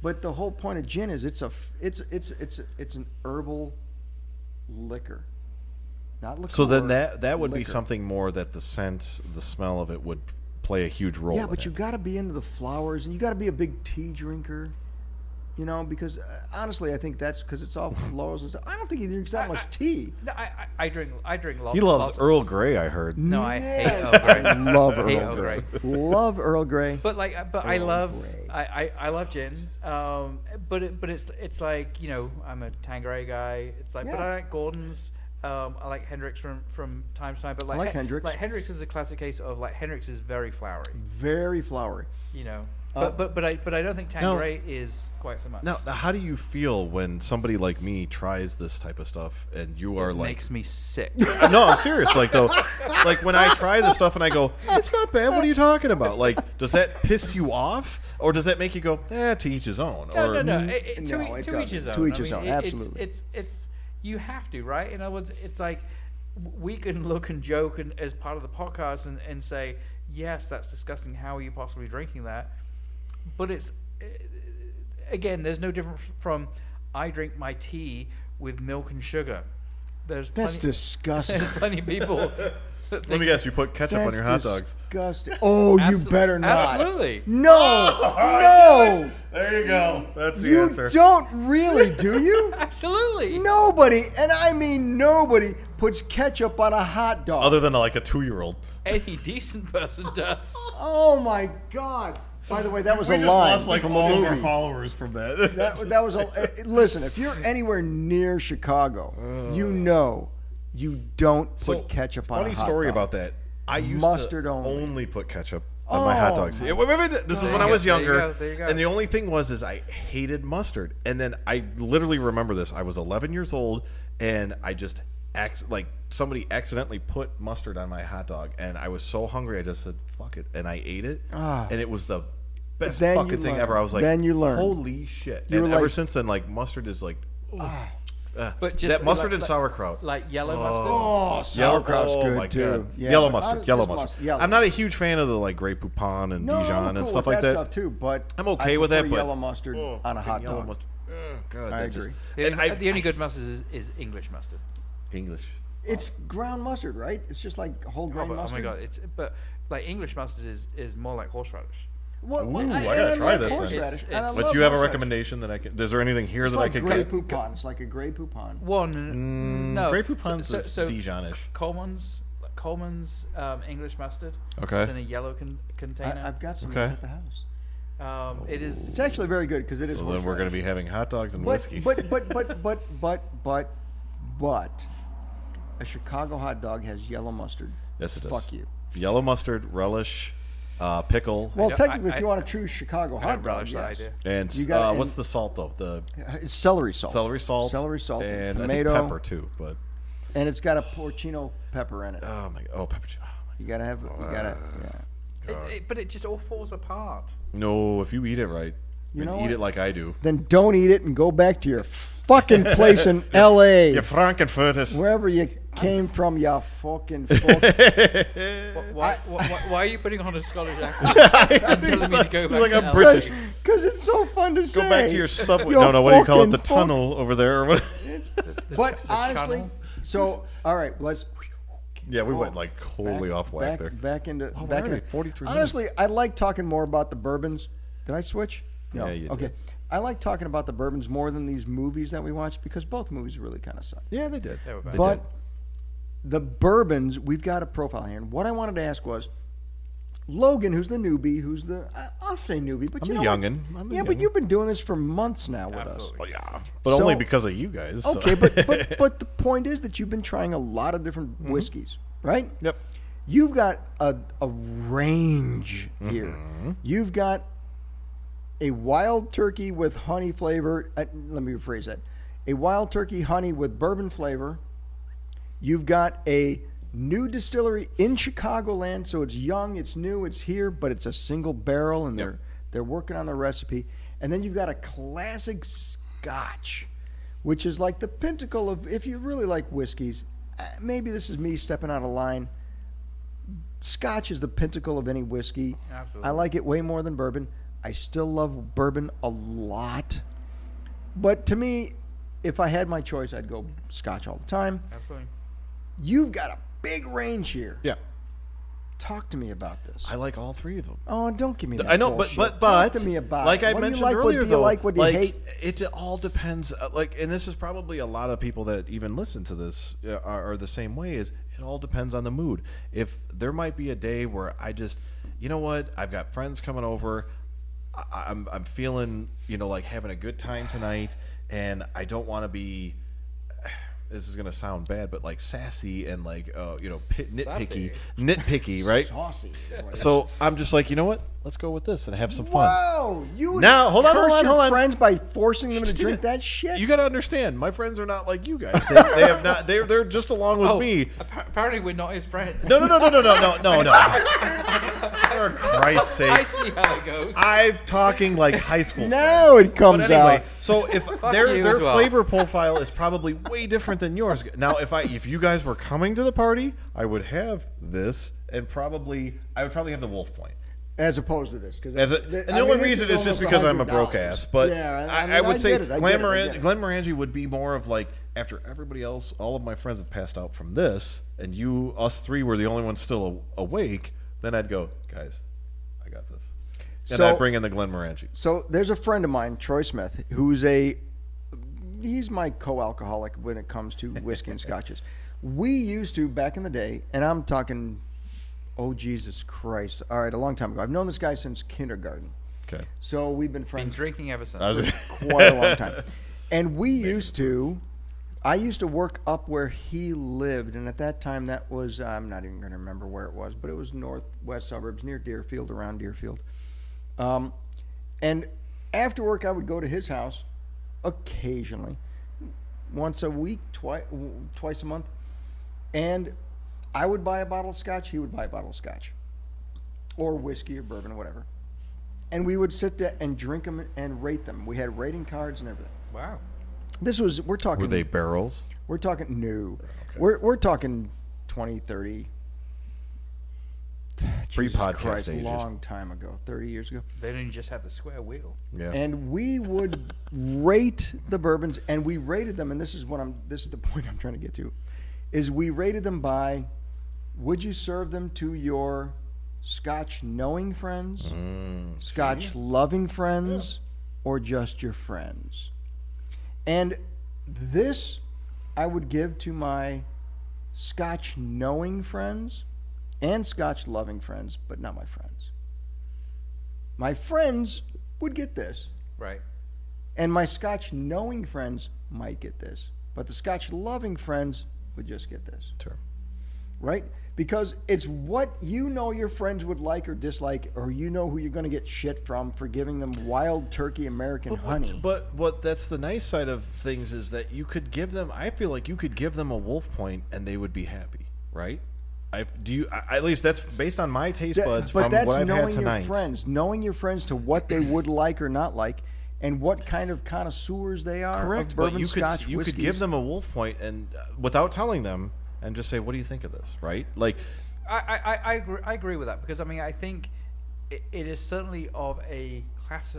Speaker 1: but the whole point of gin is it's a f- it's it's it's it's an herbal liquor. Not liqueur.
Speaker 3: So then that that would be
Speaker 1: liquor.
Speaker 3: something more that the scent, the smell of it would play a huge role.
Speaker 1: Yeah,
Speaker 3: in
Speaker 1: but
Speaker 3: it.
Speaker 1: you got to be into the flowers, and you got to be a big tea drinker. You know, because uh, honestly, I think that's because it's all florals. and stuff. I don't think he drinks that much tea.
Speaker 2: No, I, I, I drink I drink lots.
Speaker 3: He loves
Speaker 2: lots of-
Speaker 3: Earl Grey, I heard.
Speaker 2: No, I hate
Speaker 1: Yes.
Speaker 2: Earl Grey.
Speaker 1: I love
Speaker 2: Hate
Speaker 1: Earl Grey. love Earl Grey.
Speaker 2: But like, uh, but I
Speaker 1: Earl
Speaker 2: love,
Speaker 1: Grey.
Speaker 2: I, I, I love gin. Um, but it, but it's it's like you know I'm a Tanqueray guy. It's like, but
Speaker 1: Yeah.
Speaker 2: I like Gordon's. Um, I like Hendrix from from time to time. But like,
Speaker 1: like
Speaker 2: Hen-
Speaker 1: Hendrix.
Speaker 2: Like Hendrix is a classic case of like Hendrix is very flowery.
Speaker 1: Very flowery.
Speaker 2: You know.
Speaker 1: Uh,
Speaker 2: But but but I but I don't think
Speaker 3: No.
Speaker 2: Tanqueray is quite so much.
Speaker 3: Now, now, how do you feel when somebody like me tries this type of stuff and you are
Speaker 2: It
Speaker 3: like
Speaker 2: makes me sick.
Speaker 3: no, I'm serious. Like though, like when I try this stuff and I go, it's not bad. What are you talking about? Like, does that piss you off, or does that make you go, eh, to each his own?
Speaker 2: No,
Speaker 3: or,
Speaker 2: no, no.
Speaker 3: "Mm,
Speaker 2: It, it, to,
Speaker 1: No,
Speaker 2: e-
Speaker 1: it
Speaker 2: to each
Speaker 1: doesn't.
Speaker 2: his own.
Speaker 1: To each
Speaker 2: I
Speaker 1: his
Speaker 2: mean,
Speaker 1: own,
Speaker 2: it- it's-
Speaker 1: absolutely.
Speaker 2: It's, it's you have to right. In other words, it's like w- we can look and joke and as part of the podcast and, and say yes, that's disgusting. How are you possibly drinking that? But it's uh, again, there's no difference from I drink my tea with milk and sugar. There's
Speaker 1: That's
Speaker 2: plenty,
Speaker 1: disgusting.
Speaker 2: there's plenty of people. That
Speaker 3: Let
Speaker 2: think
Speaker 3: me guess, you put ketchup on
Speaker 1: That's
Speaker 3: your hot dogs.
Speaker 1: disgusting. Oh, you
Speaker 2: Absol-
Speaker 1: better not.
Speaker 2: Absolutely.
Speaker 1: No, no.
Speaker 3: There you go. That's the
Speaker 1: You
Speaker 3: answer.
Speaker 1: don't really, do you?
Speaker 2: Absolutely.
Speaker 1: nobody, and I mean nobody, puts ketchup on a hot dog.
Speaker 3: Other than like a two-year-old.
Speaker 2: Any decent person does.
Speaker 1: oh my god! By the way, that was
Speaker 4: we
Speaker 1: a
Speaker 4: just
Speaker 1: line
Speaker 4: lost like
Speaker 1: from
Speaker 4: all
Speaker 1: a
Speaker 4: of
Speaker 1: movie.
Speaker 4: our followers from that.
Speaker 1: That, that was a, eh, listen. If you're anywhere near Chicago, you know you don't
Speaker 3: Uh. So,
Speaker 1: put ketchup on.
Speaker 3: Funny
Speaker 1: a hot
Speaker 3: story
Speaker 1: dog.
Speaker 3: about that. I used
Speaker 1: Mustard
Speaker 3: to
Speaker 1: only.
Speaker 3: put ketchup on my hot
Speaker 1: Oh,
Speaker 3: dogs.
Speaker 1: my
Speaker 3: Yeah, wait, wait, wait, this is when
Speaker 2: There
Speaker 3: I
Speaker 2: you
Speaker 3: was
Speaker 2: go, there you
Speaker 3: younger,
Speaker 2: go, there you go.
Speaker 3: and the only thing was is I hated mustard. And then I literally remember this. I was 11 years old, and I just acc- like somebody accidentally put mustard on my hot dog, and I was so hungry I just said fuck it, and I ate it,
Speaker 1: Ah.
Speaker 3: and it was the best
Speaker 1: Then you
Speaker 3: fucking thing
Speaker 1: learn.
Speaker 3: ever. I was like,
Speaker 1: Then you learn.
Speaker 3: holy shit.
Speaker 1: You
Speaker 3: and
Speaker 1: were
Speaker 3: ever
Speaker 1: like- Ah.
Speaker 3: since then, like mustard is like. uh,
Speaker 2: But just
Speaker 3: that mustard
Speaker 2: like-
Speaker 3: and
Speaker 2: like-
Speaker 3: sauerkraut.
Speaker 2: Like yellow mustard.
Speaker 1: Oh, sauerkraut's
Speaker 3: oh
Speaker 1: good
Speaker 3: my
Speaker 1: too.
Speaker 3: God.
Speaker 1: Yeah,
Speaker 3: yellow
Speaker 1: but I
Speaker 3: mustard,
Speaker 1: don't-
Speaker 3: yellow
Speaker 1: just
Speaker 3: mustard.
Speaker 1: yellow.
Speaker 3: I'm not a huge fan of the like Grey Poupon and
Speaker 1: no, I'm
Speaker 3: Dijon
Speaker 1: cool
Speaker 3: and
Speaker 1: with
Speaker 3: stuff like that.
Speaker 1: Stuff too, but
Speaker 3: I'm okay
Speaker 1: I
Speaker 3: with that,
Speaker 1: prefer
Speaker 3: but-
Speaker 1: Yellow mustard
Speaker 3: Oh,
Speaker 1: on a
Speaker 3: fucking
Speaker 1: hot
Speaker 3: yellow
Speaker 1: dog.
Speaker 3: mustard. Ugh, God,
Speaker 1: I
Speaker 3: that just-
Speaker 1: agree.
Speaker 2: The
Speaker 3: and
Speaker 2: only,
Speaker 3: I-
Speaker 2: the only
Speaker 3: I-
Speaker 2: good mustard is, is English mustard.
Speaker 3: English.
Speaker 1: It's
Speaker 3: oh.
Speaker 1: ground mustard, right? It's just like whole
Speaker 2: Oh,
Speaker 1: grain
Speaker 2: but, oh
Speaker 1: mustard.
Speaker 2: my god! It's but like English mustard is, is more like horseradish.
Speaker 1: Well,
Speaker 3: Ooh,
Speaker 1: well,
Speaker 3: I
Speaker 1: and
Speaker 3: gotta try
Speaker 1: like
Speaker 3: this then.
Speaker 1: horseradish,
Speaker 2: It's-
Speaker 1: and I
Speaker 2: it's-
Speaker 1: love
Speaker 3: But you have a
Speaker 1: horseradish.
Speaker 3: recommendation that I can? Is there anything here
Speaker 1: It's
Speaker 3: that
Speaker 1: like
Speaker 3: I can
Speaker 1: gray
Speaker 3: get?
Speaker 1: poupon. It's like a gray poupon.
Speaker 2: One no
Speaker 3: Grey
Speaker 2: so-
Speaker 3: Poupon's
Speaker 2: so,
Speaker 3: is
Speaker 2: so
Speaker 3: Dijonish.
Speaker 2: Coleman's Coleman's um, English mustard.
Speaker 3: Okay.
Speaker 2: It's in a yellow con-
Speaker 1: I,
Speaker 2: container.
Speaker 1: I've got some
Speaker 3: Okay.
Speaker 1: at the house.
Speaker 2: um, it
Speaker 1: It's
Speaker 2: is.
Speaker 1: actually very good because it is.
Speaker 3: So then we're going to
Speaker 1: horseradish.
Speaker 3: be having hot dogs and
Speaker 1: But,
Speaker 3: whiskey.
Speaker 1: But but but but but but but a Chicago hot dog has yellow mustard.
Speaker 3: yes, it does.
Speaker 1: Fuck you.
Speaker 3: Yellow mustard, relish, uh, pickle,
Speaker 1: Well,
Speaker 2: don't-
Speaker 1: technically,
Speaker 2: I-
Speaker 1: if you
Speaker 2: I-
Speaker 1: want a true Chicago
Speaker 2: I
Speaker 1: hot dog,
Speaker 2: relish
Speaker 1: yes.
Speaker 2: that idea.
Speaker 3: and
Speaker 1: you gotta-
Speaker 3: uh,
Speaker 1: and-
Speaker 3: what's the salt though? The
Speaker 1: Uh, It's celery salt.
Speaker 3: celery salt,
Speaker 1: Celery salt.
Speaker 3: and I think
Speaker 1: tomato.
Speaker 3: pepper too. But
Speaker 1: And it's got a porcino pepper in it.
Speaker 3: oh my, oh pepper. Oh my,
Speaker 1: You gotta have. You
Speaker 3: uh,
Speaker 1: gotta. Yeah.
Speaker 2: It, it, but it just all falls apart.
Speaker 3: no, if you eat it right,
Speaker 1: You
Speaker 3: and
Speaker 1: know
Speaker 3: eat
Speaker 1: what?
Speaker 3: it like I do.
Speaker 1: Then don't eat it and go back to your fucking place in L.A.
Speaker 3: You Frankenfurters.
Speaker 1: Wherever you came from, you fucking fuck.
Speaker 2: Wh- Why, wh- wh- why are you putting on a Scottish accent and telling me to go back
Speaker 3: he's like,
Speaker 2: to
Speaker 3: "I'm
Speaker 2: LA?"
Speaker 3: British.
Speaker 1: Because it's so fun to say.
Speaker 3: Go back to your subway.
Speaker 1: You
Speaker 3: No, no. What do you call it?
Speaker 1: fucking
Speaker 3: The
Speaker 1: fuck.
Speaker 3: tunnel over there. or what-
Speaker 1: But
Speaker 2: the
Speaker 1: honestly,
Speaker 2: tunnel.
Speaker 1: so all right, let's.
Speaker 3: yeah, we went
Speaker 1: Oh,
Speaker 3: like totally
Speaker 1: back-
Speaker 3: off whack
Speaker 1: back,
Speaker 3: there.
Speaker 1: Back into
Speaker 3: Oh, we're
Speaker 1: back
Speaker 3: already
Speaker 1: into
Speaker 3: 43 minutes.
Speaker 1: Honestly, I like talking more about the bourbons. Did I switch? No.
Speaker 3: Yeah, you
Speaker 1: okay.
Speaker 3: did.
Speaker 1: I like talking about the bourbons more than these movies that we watch because both movies really kind of suck.
Speaker 3: Yeah, they did.
Speaker 2: They were
Speaker 3: They
Speaker 2: bad.
Speaker 1: But
Speaker 3: did.
Speaker 1: the bourbons, we've got a profile here. And what I wanted to ask was Logan, who's the newbie, who's the I- I'll say newbie, but
Speaker 3: I'm
Speaker 1: you
Speaker 3: the
Speaker 1: know what?
Speaker 3: youngin. I'm the
Speaker 1: yeah, but
Speaker 3: youngin.
Speaker 1: you've been doing this for months now with us.
Speaker 2: Absolutely.
Speaker 3: Oh, yeah, but
Speaker 1: So-
Speaker 3: only because of you guys. so-
Speaker 1: Okay, but, but but the point is that you've been trying a lot of different whiskeys, right?
Speaker 3: Mm-hmm. Yep.
Speaker 1: You've got a a range
Speaker 3: Mm-hmm.
Speaker 1: here. You've got a wild turkey with honey flavor. Uh, let me rephrase that: a wild turkey honey with bourbon flavor. You've got a new distillery in Chicagoland, so it's young, it's new, it's here, but it's a single barrel, and they're they're working on the recipe. And then you've got a classic Scotch, which is like the pinnacle of if you really like whiskeys, uh, maybe this is me stepping out of line. Scotch is the pinnacle of any whiskey.
Speaker 2: Absolutely.
Speaker 1: I like it way more than bourbon. I still love bourbon a lot. But to me, if I had my choice, I'd go Scotch all the time.
Speaker 2: Absolutely.
Speaker 1: You've got a big range here.
Speaker 3: Yeah,
Speaker 1: Talk to me about this.
Speaker 3: I like all three of them.
Speaker 1: oh, don't give me that.
Speaker 3: I know,
Speaker 1: bullshit.
Speaker 3: but but
Speaker 1: Talk
Speaker 3: but
Speaker 1: to me about
Speaker 3: like
Speaker 1: it.
Speaker 3: I
Speaker 1: what
Speaker 3: mentioned
Speaker 1: do you like,
Speaker 3: earlier,
Speaker 1: what do you
Speaker 3: though,
Speaker 1: like? What do you
Speaker 3: like,
Speaker 1: hate?
Speaker 3: It all depends. uh, Like, and this is probably a lot of people that even listen to this uh, are, are the same way. Is it all depends on the mood. If there might be a day where I just, you know what, I've got friends coming over. I, I'm I'm feeling you know like having a good time tonight, and I don't want to be. This is gonna sound bad, but like sassy and like uh, you know pit, nitpicky,
Speaker 2: Sassy.
Speaker 3: nitpicky, right?
Speaker 1: Saucy.
Speaker 3: So I'm just like, you know what? Let's go with this and have some fun.
Speaker 1: Whoa! You would
Speaker 3: Now, hold on,
Speaker 1: curse
Speaker 3: hold on,
Speaker 1: your
Speaker 3: hold on.
Speaker 1: friends by forcing them to drink that shit.
Speaker 3: You got to understand, my friends are not like you guys. They, they have not. They're they're just along with
Speaker 2: Oh,
Speaker 3: me.
Speaker 2: appa- apparently we're not his friends.
Speaker 3: No, no, no, no, no, no, no, no, no. For Christ's
Speaker 2: I
Speaker 3: sake!
Speaker 2: see how it goes.
Speaker 3: I'm talking like high school.
Speaker 1: now it
Speaker 3: But
Speaker 1: comes
Speaker 3: anyway,
Speaker 1: out.
Speaker 3: so if
Speaker 2: Fuck
Speaker 3: their
Speaker 2: you
Speaker 3: their
Speaker 2: as well.
Speaker 3: flavor profile is probably way different than yours. Now, if I if you guys were coming to the party, I would have this and probably I would probably have the Wolf Point.
Speaker 1: as opposed to this. Because
Speaker 3: As a, and the only reason is just because I'm a broke ass. But
Speaker 1: yeah,
Speaker 3: I,
Speaker 1: I, mean,
Speaker 3: I would
Speaker 1: I
Speaker 3: say
Speaker 1: get it, I get
Speaker 3: Glen,
Speaker 1: it, I
Speaker 3: Moran-
Speaker 1: get it.
Speaker 3: Glen Morangi would be more of like after everybody else, all of my friends have passed out from this, and you, us three, were the only ones still a- awake. Then I'd go, guys, I got this, and
Speaker 1: So-
Speaker 3: I'd bring in the Glen Morangi.
Speaker 1: So there's a friend of mine, Troy Smith, who's a he's my co-alcoholic when it comes to whiskey and scotches. We used to back in the day, and I'm talking, oh Jesus Christ! All right, a long time ago. I've known this guy since kindergarten,
Speaker 3: Okay,
Speaker 1: so we've been
Speaker 2: Been
Speaker 1: friends
Speaker 2: drinking ever since.
Speaker 3: I was-
Speaker 1: quite a long time. And we used to, I used to work up where he lived, and at that time that was I'm not even going to remember where it was, but it was northwest suburbs near Deerfield, around Deerfield. Um, and after work, I would go to his house occasionally, once a week, twice twice a month, and I would buy a bottle of scotch. He would buy a bottle of scotch, or whiskey or bourbon, whatever and we would sit there and drink them and rate them. We had rating cards and everything.
Speaker 2: wow.
Speaker 1: This was we're talking
Speaker 3: were they barrels?
Speaker 1: we're talking new. We're we're talking 20, 30 Jesus
Speaker 3: Pre-podcast
Speaker 1: Christ,
Speaker 3: ages.
Speaker 1: long time ago, 30 years ago.
Speaker 2: They didn't just have the square wheel.
Speaker 3: Yeah,
Speaker 1: And we would rate the bourbons and we rated them and this is what I'm this is the point I'm trying to get to is we rated them by would you serve them to your scotch knowing friends, scotch loving friends, or just your friends? And this I would give to my Scotch knowing friends and Scotch loving friends, but not my friends. My friends would get this,
Speaker 2: Right.
Speaker 1: and my Scotch knowing friends might get this, but the Scotch loving friends would just get this,
Speaker 3: Sure.
Speaker 1: right? Because it's what you know your friends would like or dislike, or you know who you're going to get shit from for giving them wild turkey American
Speaker 3: But-
Speaker 1: honey.
Speaker 3: But what that's the nice side of things is that you could give them. I feel like you could give them a wolf point and they would be happy, right? I do you I, at least that's based on my taste
Speaker 1: That-
Speaker 3: buds
Speaker 1: but
Speaker 3: from
Speaker 1: that's
Speaker 3: what I've
Speaker 1: knowing
Speaker 3: had tonight.
Speaker 1: your friends, knowing your friends to what they would like or not like, and what kind of connoisseurs they are. of
Speaker 3: Correct,
Speaker 1: bourbon,
Speaker 3: but you could
Speaker 1: Scotch,
Speaker 3: you could
Speaker 1: whiskeys.
Speaker 3: give them a wolf point and uh, without telling them and just say, "What do you think of this?" Right? Like,
Speaker 2: I, I, I- I, agree, I agree with that because I mean I think it, it is certainly of a class,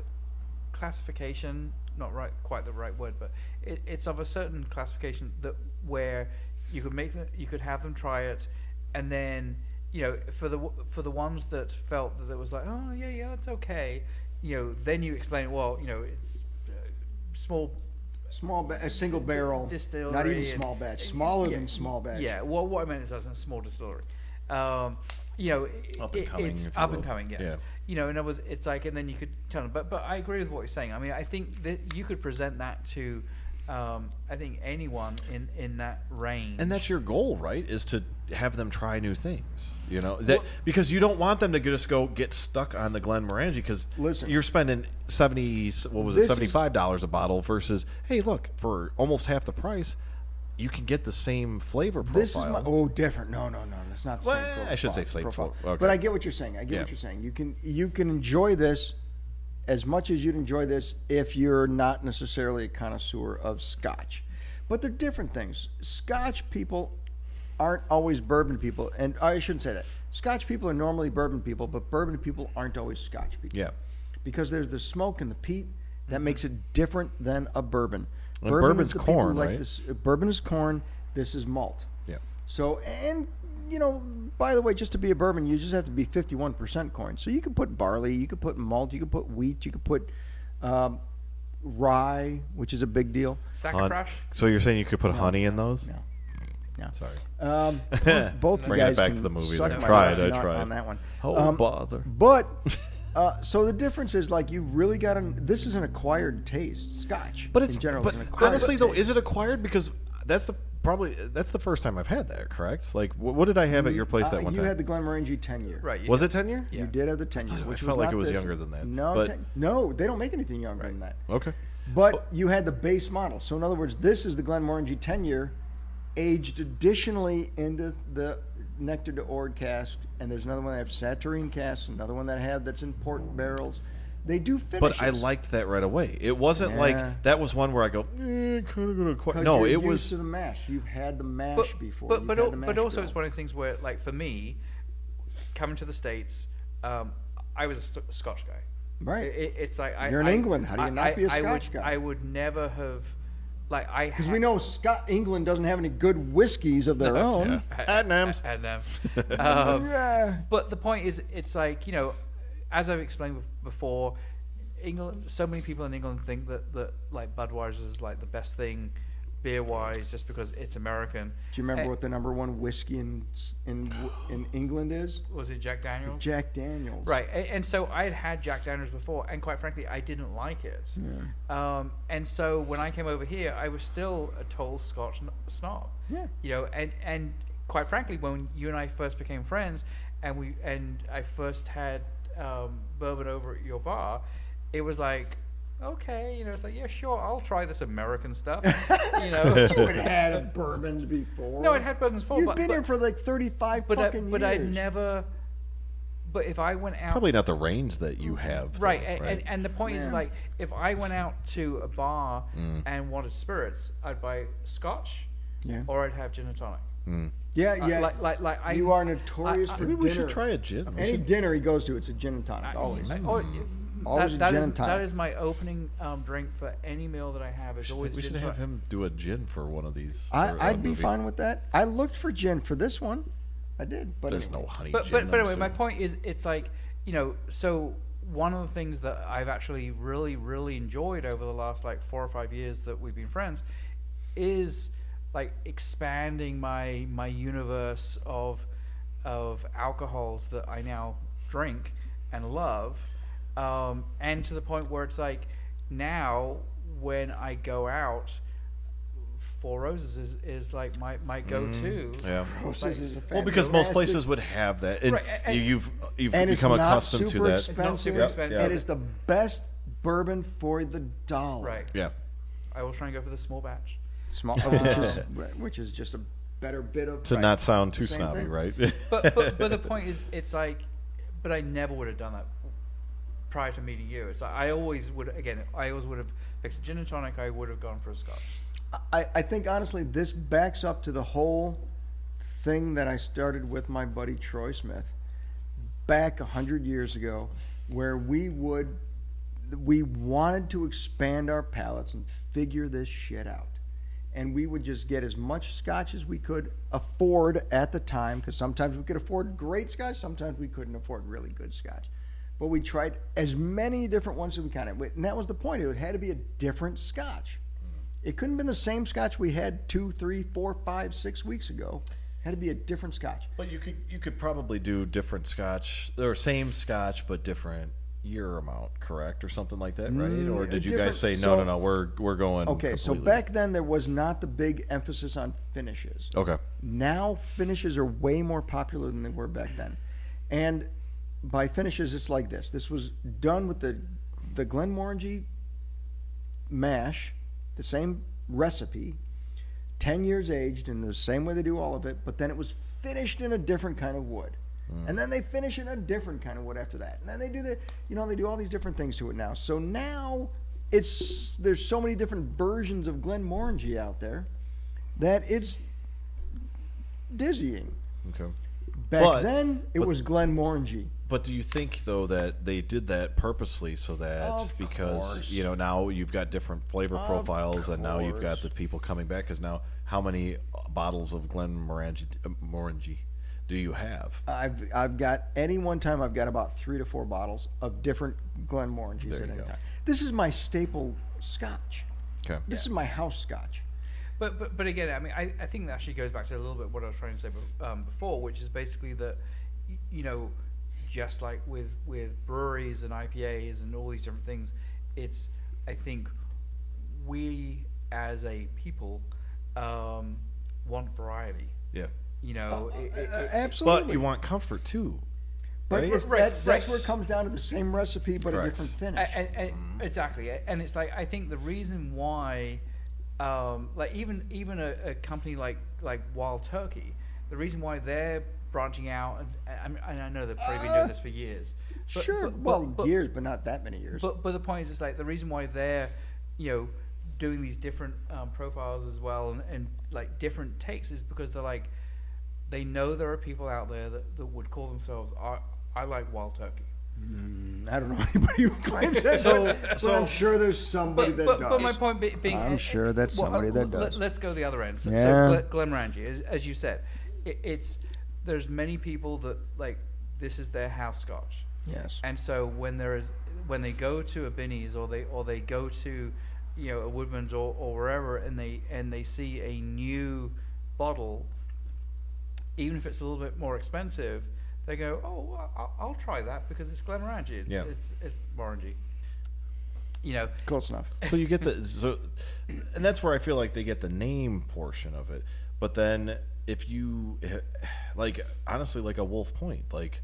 Speaker 2: classification, not right quite the right word, but it, it's of a certain classification that where you could make them, you could have them try it, and then you know for the w- for the ones that felt that it was like oh yeah yeah that's okay, you know then you explain well you know it's uh, small
Speaker 1: small, ba- a single barrel,
Speaker 2: distillery.
Speaker 1: not even
Speaker 2: and-
Speaker 1: small batch, smaller
Speaker 2: yeah,
Speaker 1: than small batch.
Speaker 2: Yeah, well, what I meant is as a small distillery. Um, you know,
Speaker 3: Up
Speaker 2: up
Speaker 3: and coming,
Speaker 2: it's
Speaker 3: if you
Speaker 2: up and
Speaker 3: will.
Speaker 2: coming, yes.
Speaker 3: Yeah.
Speaker 2: You know, in other words, it's like, and then you could tell them. But, but I agree with what you're saying. I mean, I think that you could present that to, um, I think, anyone in, in that range.
Speaker 3: and that's your goal, right? Is to have them try new things, you know? That because you don't want them to just go get stuck on the Glen Morangi because
Speaker 1: Listen.
Speaker 3: you're spending seventy what was
Speaker 1: This
Speaker 3: it
Speaker 1: is-
Speaker 3: seventy five dollars a bottle versus hey, look for almost half the price, you can get the same flavor profile.
Speaker 1: This is my oh different. No, no, no. It's not the
Speaker 3: Well,
Speaker 1: same. Profile,
Speaker 3: I should say flavor profile.
Speaker 1: But
Speaker 3: Okay.
Speaker 1: I get what you're saying. I get
Speaker 3: Yeah.
Speaker 1: what you're saying. You can you can enjoy this as much as you'd enjoy this if you're not necessarily a connoisseur of Scotch. But they're different things. Scotch people aren't always bourbon people, and I shouldn't say that. Scotch people are normally bourbon people, but bourbon people aren't always Scotch people.
Speaker 3: Yeah.
Speaker 1: Because there's the smoke and the peat that makes it different than a bourbon.
Speaker 3: And
Speaker 1: Bourbon
Speaker 3: bourbon's
Speaker 1: is the people who
Speaker 3: corn,
Speaker 1: like
Speaker 3: right?
Speaker 1: This, bourbon is corn. This is malt.
Speaker 3: Yeah.
Speaker 1: So, and you know, by the way, just to be a bourbon, you just have to be fifty-one percent corn. So you could put barley, you could put malt, you could put wheat, you could put um, rye, which is a big deal.
Speaker 3: Hon-
Speaker 2: Sassafras.
Speaker 3: so you're saying you could put honey in those?
Speaker 1: No, no.
Speaker 3: Sorry.
Speaker 1: Um, both both you
Speaker 3: Bringing it
Speaker 1: guys
Speaker 3: back
Speaker 1: can
Speaker 3: to the movie
Speaker 1: Suck
Speaker 3: there.
Speaker 1: my
Speaker 3: Tried,
Speaker 1: dick
Speaker 3: I
Speaker 1: not
Speaker 3: tried.
Speaker 1: on that one. Um,
Speaker 3: Oh, bother.
Speaker 1: But uh, so the difference is like you really got to. This is an acquired taste. Scotch,
Speaker 3: But it's
Speaker 1: in general,
Speaker 3: but
Speaker 1: is an acquired
Speaker 3: honestly though,
Speaker 1: taste.
Speaker 3: is it acquired? Because that's the probably that's the first time I've had that. Correct? Like, what, what did I have at your place
Speaker 1: Uh,
Speaker 3: that one
Speaker 1: you
Speaker 3: time?
Speaker 1: had the Glenmorangie ten year,
Speaker 2: Right. you
Speaker 3: was
Speaker 2: do.
Speaker 3: it ten year?
Speaker 2: Yeah.
Speaker 1: You did have the ten year,
Speaker 3: I
Speaker 1: which
Speaker 3: felt
Speaker 1: was
Speaker 3: like
Speaker 1: not
Speaker 3: it was
Speaker 1: this-
Speaker 3: younger than that,
Speaker 1: No,
Speaker 3: but-
Speaker 1: ten- no, they don't make anything younger than that.
Speaker 3: Okay.
Speaker 1: But you had the base model. So in other words, this is the Glenmorangie 10 year aged additionally into the Nectar to Ord cask and there's another one that have Saturnine casks, another one that have that's in port barrels. They do finish.
Speaker 3: But I liked that right away. It wasn't
Speaker 1: Yeah.
Speaker 3: like that was one where I go, eh, kind of gonna acquire. No,
Speaker 1: you're
Speaker 3: it
Speaker 1: used
Speaker 3: was
Speaker 1: to the mash. You've had the mash
Speaker 2: but,
Speaker 1: before.
Speaker 2: But
Speaker 1: You've
Speaker 2: but,
Speaker 1: had
Speaker 2: al-
Speaker 1: the
Speaker 2: but
Speaker 1: mash
Speaker 2: also
Speaker 1: bill.
Speaker 2: it's one of those things where like for me, coming to the states, um, I was a Sc- Scotch guy.
Speaker 1: Right.
Speaker 2: It- it- it's like I,
Speaker 1: You're in
Speaker 2: I-
Speaker 1: England. How do you
Speaker 2: I-
Speaker 1: not
Speaker 2: I-
Speaker 1: be a
Speaker 2: I would-
Speaker 1: Scotch guy?
Speaker 2: I would never have, like I
Speaker 1: because we know Scott England doesn't have any good whiskeys of their own.
Speaker 3: Adnams.
Speaker 2: Adnams. Um,
Speaker 1: Yeah.
Speaker 2: But the point is, it's like you know, as I've explained bef- before, England. So many people in England think that that like Budweiser is like the best thing beer wise, just because it's American.
Speaker 1: Do you remember
Speaker 2: Eh,
Speaker 1: what the number one whiskey in in in England is?
Speaker 2: was it? Jack Daniels.
Speaker 1: Jack Daniels.
Speaker 2: Right, and, and so I had had Jack Daniels before, and quite frankly, I didn't like it. Um, and so when I came over here, I was still a total Scotch n- snob.
Speaker 1: Yeah.
Speaker 2: You know, and and quite frankly, when you and I first became friends, and we and I first had um, bourbon over at your bar, it was like. Okay, you know, it's like yeah, sure, I'll try this American stuff. you know,
Speaker 1: you had had a bourbons before.
Speaker 2: No, I'd had bourbons before,
Speaker 1: You've
Speaker 2: but-
Speaker 1: been
Speaker 2: but-
Speaker 1: here for like thirty-five
Speaker 2: but I,
Speaker 1: fucking
Speaker 2: but
Speaker 1: years.
Speaker 2: I'd never. But if I went out,
Speaker 3: Probably not the range that you have.
Speaker 2: right,
Speaker 3: though,
Speaker 2: and, and and the point is
Speaker 1: Yeah.
Speaker 2: like if i went out to a bar
Speaker 3: Mm.
Speaker 2: and wanted spirits i'd buy scotch
Speaker 1: Yeah.
Speaker 2: or i'd have gin and tonic
Speaker 1: Yeah,
Speaker 2: Uh,
Speaker 1: yeah.
Speaker 2: like- like- like, I-
Speaker 1: you are notorious
Speaker 2: I- I-
Speaker 1: for
Speaker 3: Maybe we should
Speaker 1: dinner.
Speaker 3: try a gin. We
Speaker 1: Any
Speaker 3: should-
Speaker 1: dinner he goes to, it's a gin and tonic.
Speaker 2: I-
Speaker 1: always.
Speaker 2: I- or-
Speaker 1: Always a
Speaker 2: that, that
Speaker 1: gin
Speaker 2: is-
Speaker 1: and
Speaker 2: that
Speaker 1: tonic.
Speaker 2: is my opening um, drink for any meal that i have is always
Speaker 3: we
Speaker 2: gin
Speaker 3: should
Speaker 2: and
Speaker 3: have
Speaker 2: tonic.
Speaker 3: him do a gin for one of these. or a
Speaker 1: I, I'd be
Speaker 3: movie.
Speaker 1: fine with that. I looked for gin for this one. I did, but
Speaker 3: There's
Speaker 1: anyway.
Speaker 3: no honey.
Speaker 2: but
Speaker 3: gin,
Speaker 2: but, but
Speaker 3: I'm
Speaker 2: anyway my
Speaker 3: assuming.
Speaker 2: point is it's like you know so one of the things that i've actually really really enjoyed over the last like four or five years that we've been friends is like expanding my my universe of of alcohols that i now drink and love um, and to the point where it's like now when i go out four roses is, is like my, my go-to
Speaker 3: Yeah.
Speaker 1: Mm, Roses is a
Speaker 3: Well, because most
Speaker 1: fantastic-
Speaker 3: places would have that, and,
Speaker 2: Right, a- and-
Speaker 3: you- you've you've
Speaker 1: and
Speaker 3: become
Speaker 1: it's not
Speaker 3: accustomed to
Speaker 1: super
Speaker 3: that.
Speaker 1: Expensive.
Speaker 2: not super expensive.
Speaker 1: It is the best bourbon for the dollar.
Speaker 2: right
Speaker 3: Yeah.
Speaker 2: I will try and go for the small batch.
Speaker 1: Small, which, is, which is just a better bit of.
Speaker 3: To not sound too
Speaker 1: Same
Speaker 3: snobby,
Speaker 1: thing.
Speaker 3: right?
Speaker 2: But, but but the point is, it's like, but I never would have done that prior to meeting you. It's like I always would again. I always would have picked a gin and tonic. I would have gone for a scotch.
Speaker 1: I, I think honestly, this backs up to the whole thing that I started with my buddy Troy Smith back a hundred years ago, where we would we wanted to expand our palates and figure this shit out, and we would just get as much scotch as we could afford at the time, because sometimes we could afford great scotch, sometimes we couldn't afford really good scotch. But we tried as many different ones as we could, and that was the point. It had to be a different scotch. It couldn't have been the same scotch we had two, three, four, five, six weeks ago. Had to be a different scotch.
Speaker 3: But you could you could probably do different Scotch or same Scotch but different year amount, correct, or something like that, right? or
Speaker 1: a
Speaker 3: did you guys say
Speaker 1: Mm, different-
Speaker 3: no,
Speaker 1: so-
Speaker 3: no, no, we're we're going?
Speaker 1: Okay, so
Speaker 3: completely-
Speaker 1: back then there was not the big emphasis on finishes.
Speaker 3: Okay.
Speaker 1: Now finishes are way more popular than they were back then. And by finishes it's like this. This was done with the the Glenmorangie mash, the same recipe, 10 years aged in the same way they do all of it, but then it was finished in a different kind of wood.
Speaker 3: Hmm.
Speaker 1: And then they finish in a different kind of wood after that. And then they do the, you know, they do all these different things to it now. So now it's, there's so many different versions of Glenmorangie out there that it's dizzying.
Speaker 3: Okay.
Speaker 1: Back
Speaker 3: But-
Speaker 1: then, it
Speaker 3: but-
Speaker 1: was Glenmorangie.
Speaker 3: But do you think though that they did that purposely so that
Speaker 1: Of
Speaker 3: because
Speaker 1: course.
Speaker 3: you know now you've got different flavor
Speaker 1: Of
Speaker 3: profiles and now you've got
Speaker 1: course.
Speaker 3: the people coming back because now how many uh, bottles of Glenmorangie uh, Morangie do you have?
Speaker 1: I've I've got any one time I've got about three to four bottles of different Glenmorangies
Speaker 3: There
Speaker 1: at
Speaker 3: you
Speaker 1: any
Speaker 3: go.
Speaker 1: time. This is my staple Scotch.
Speaker 3: Okay.
Speaker 1: This is my house Scotch.
Speaker 2: But, but but again, I mean, I, I think that actually goes back to a little bit what I was trying to say be- um, before, which is basically that, y- you know, just like with with breweries and IPAs and all these different things, it's I think we as a people um, want variety.
Speaker 3: Yeah.
Speaker 2: You know, it- it-
Speaker 1: Uh,
Speaker 2: it's-
Speaker 1: absolutely.
Speaker 3: But you want comfort too.
Speaker 1: But
Speaker 3: right?
Speaker 1: it's-
Speaker 2: Right,
Speaker 1: that- that's
Speaker 2: right.
Speaker 1: where it comes down to the same recipe, but a
Speaker 3: Correct.
Speaker 1: different finish.
Speaker 2: A- and, and,
Speaker 1: Mm-hmm.
Speaker 2: exactly A- and it's like i think the reason why um, like even even a, a company like like wild turkey the reason why they're branching out and, and, and i know they've probably been doing this for years but-
Speaker 1: sure,
Speaker 2: but-
Speaker 1: well,
Speaker 2: but- but-
Speaker 1: years, but not that many years.
Speaker 2: but but the point is, it's like the reason why they're, you know, doing these different um, profiles as well and, and like different takes is because they're like, they know there are people out there that, that would call themselves, I, I like wild turkey.
Speaker 1: Mm, I don't know anybody who claims that.
Speaker 2: So-
Speaker 1: but
Speaker 2: so-
Speaker 1: I'm sure there's somebody
Speaker 2: But,
Speaker 1: that
Speaker 2: but,
Speaker 1: does.
Speaker 2: but my point be, being,
Speaker 1: I'm
Speaker 2: uh,
Speaker 1: sure that's
Speaker 2: well, uh,
Speaker 1: somebody that
Speaker 2: let-
Speaker 1: does.
Speaker 2: Let's go the other end. So,
Speaker 1: Yeah.
Speaker 2: so Glen Ranji, as, as you said, it, it's there's many people that like this is their house scotch.
Speaker 1: yes.
Speaker 2: And so when there is when they go to a Binney's or they or they go to you know a Woodman's or, or wherever and they and they see a new bottle, even if it's a little bit more expensive, they go, oh, well, I'll, I'll try that because it's Glenmorangie. It's
Speaker 3: Yeah.
Speaker 2: it's it's Morangy. You know,
Speaker 1: Close enough.
Speaker 3: so you get the so, and that's where I feel like they get the name portion of it. But then if you like honestly like a Wolf Point, like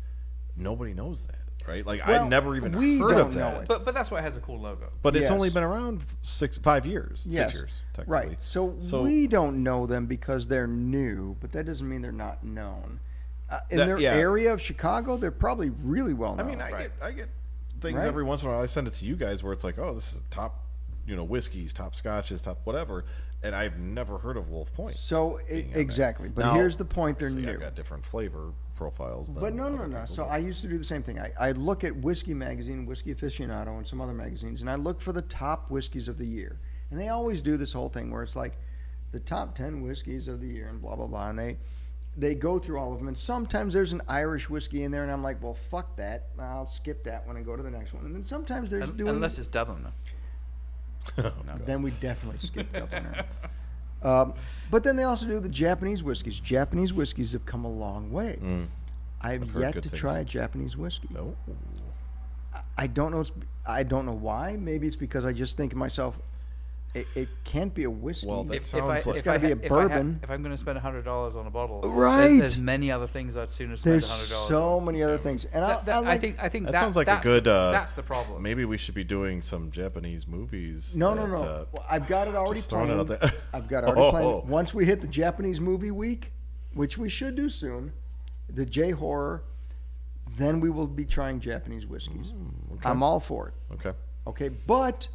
Speaker 3: nobody knows that, right? Like I
Speaker 1: Well,
Speaker 3: never even
Speaker 1: we
Speaker 3: heard
Speaker 1: don't
Speaker 3: of
Speaker 1: know
Speaker 3: that.
Speaker 1: it.
Speaker 2: but but that's why it has a cool logo.
Speaker 3: But it's
Speaker 1: Yes.
Speaker 3: only been around f- six, five years,
Speaker 1: Yes.
Speaker 3: six years, technically.
Speaker 1: Right. So, we don't know them because they're new, but that doesn't mean they're not known. Uh, in
Speaker 3: That-
Speaker 1: their
Speaker 3: yeah.
Speaker 1: area of Chicago, they're probably really well
Speaker 3: I
Speaker 1: known.
Speaker 3: mean, I
Speaker 2: Right.
Speaker 3: get, I get things
Speaker 1: Oh, Right.
Speaker 3: every once in a while. I send it to you guys where it's like, oh, this is top, you know, whiskeys, top scotches, top whatever, and I've never heard of Wolf Point.
Speaker 1: so
Speaker 3: being
Speaker 1: it,
Speaker 3: on there.
Speaker 1: exactly. But
Speaker 3: Now,
Speaker 1: here's the point: they're
Speaker 3: obviously,
Speaker 1: new.
Speaker 3: I've got different flavor profiles. than
Speaker 1: But no, no,
Speaker 3: other
Speaker 1: no.
Speaker 3: people
Speaker 1: So
Speaker 3: do.
Speaker 1: I used to do the same thing. I, I look at Whiskey Magazine, Whiskey Aficionado, and some other magazines, and I look for the top whiskeys of the year. And they always do this whole thing where it's like the top 10 whiskeys of the year and blah, blah, blah. And they, they go through all of them. And sometimes there's an Irish whiskey in there, and I'm like, well, fuck that. I'll skip that one and go to the next one. And then sometimes there's
Speaker 2: Un-
Speaker 1: doing.
Speaker 2: unless it's Dublin.
Speaker 3: Oh,
Speaker 1: Then we definitely skip Governor. Um, but then they also do the Japanese whiskeys. Japanese whiskeys have come a long way. I've,
Speaker 3: Mm. I've heard
Speaker 1: yet to
Speaker 3: good things.
Speaker 1: try a Japanese whiskey.
Speaker 3: no.
Speaker 1: I- I don't know. It's, I don't know why. Maybe it's because I just think to myself, it, it can't be a whiskey.
Speaker 3: Well, that
Speaker 2: If, if I,
Speaker 3: sounds
Speaker 2: if
Speaker 3: like-
Speaker 1: It's gotta
Speaker 2: I
Speaker 1: be
Speaker 2: ha-
Speaker 1: a
Speaker 2: if I ha-
Speaker 1: bourbon.
Speaker 2: if I'm going to spend hundred dollars on a bottle, there's-
Speaker 1: Right.
Speaker 2: There's many other things I'd sooner spend
Speaker 1: There's
Speaker 2: hundred dollars.
Speaker 1: so many other things, and I,
Speaker 2: That- that-
Speaker 1: I,
Speaker 2: I,
Speaker 1: like,
Speaker 2: think I think
Speaker 3: That,
Speaker 2: that,
Speaker 3: sounds like a
Speaker 2: that's the-
Speaker 3: good. uh,
Speaker 2: that's the problem.
Speaker 3: Maybe we should be doing some Japanese movies.
Speaker 1: No, no,
Speaker 3: that,
Speaker 1: no.
Speaker 3: uh,
Speaker 1: Well, I've got it already
Speaker 3: just throwing it out
Speaker 1: planned.
Speaker 3: there.
Speaker 1: I've got it already
Speaker 3: Oh.
Speaker 1: planned. Once we hit the Japanese movie week, which we should do soon, the J horror, then we will be trying Japanese whiskeys.
Speaker 3: Mm,
Speaker 1: I'm all for it.
Speaker 3: okay.
Speaker 1: Okay, but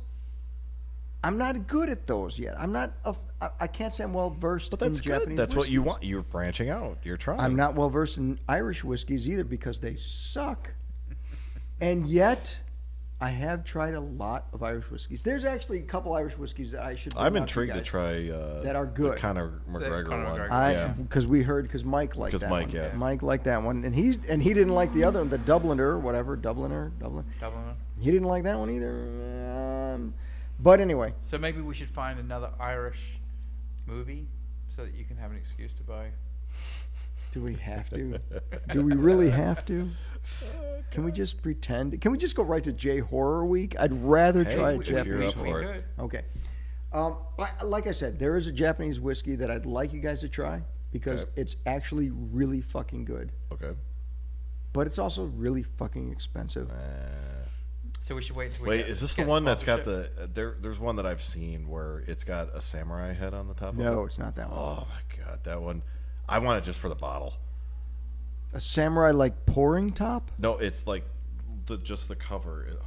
Speaker 1: I'm not good at those yet. I'm not. A, I, I can't say I'm well versed.
Speaker 3: But that's
Speaker 1: in
Speaker 3: good.
Speaker 1: Japanese
Speaker 3: that's what you
Speaker 1: whiskeys.
Speaker 3: want. You're branching out. You're trying.
Speaker 1: I'm not well versed in Irish whiskeys either because they suck. And yet, I have tried a lot of Irish whiskeys. There's actually a couple Irish whiskeys that I should. bring
Speaker 3: I'm
Speaker 1: out you
Speaker 3: intrigued to
Speaker 1: guys.
Speaker 3: try uh,
Speaker 1: that are good.
Speaker 3: The Conor McGregor
Speaker 2: Conor
Speaker 3: one.
Speaker 2: McGregor.
Speaker 1: I
Speaker 3: yeah.
Speaker 1: because we heard because Mike liked
Speaker 3: 'Cause
Speaker 1: that
Speaker 3: Mike,
Speaker 1: one.
Speaker 3: yeah.
Speaker 1: Mike liked that one, and he and he didn't like the other one, the Dubliner, whatever Dubliner, Dublin.
Speaker 2: Dublin.
Speaker 1: He didn't like that one either. Um, but anyway,
Speaker 2: So maybe we should find another Irish movie so that you can have an excuse to buy.
Speaker 1: do we have to? do we really have to? Can we just pretend? Can we just go right to J Horror Week? I'd rather
Speaker 3: Hey,
Speaker 1: try a
Speaker 3: if you're
Speaker 1: Japanese.
Speaker 3: up
Speaker 2: we
Speaker 3: for it.
Speaker 2: could.
Speaker 1: Okay. Um, li- like I said, there is a Japanese whiskey that I'd like you guys to try because
Speaker 3: Okay.
Speaker 1: it's actually really fucking good,
Speaker 3: Okay.
Speaker 1: but it's also really fucking expensive.
Speaker 2: So we should wait until we
Speaker 3: Wait,
Speaker 2: get-
Speaker 3: is this the
Speaker 2: get
Speaker 3: one that's got
Speaker 2: sponsorship.
Speaker 3: the uh, there? There's one that I've seen where it's got a samurai head on the top. of
Speaker 1: No,
Speaker 3: it.
Speaker 1: it's not that one.
Speaker 3: Oh my god, that one! I want it just for the bottle.
Speaker 1: A samurai like pouring top?
Speaker 3: No, it's like the just the cover. It- oh,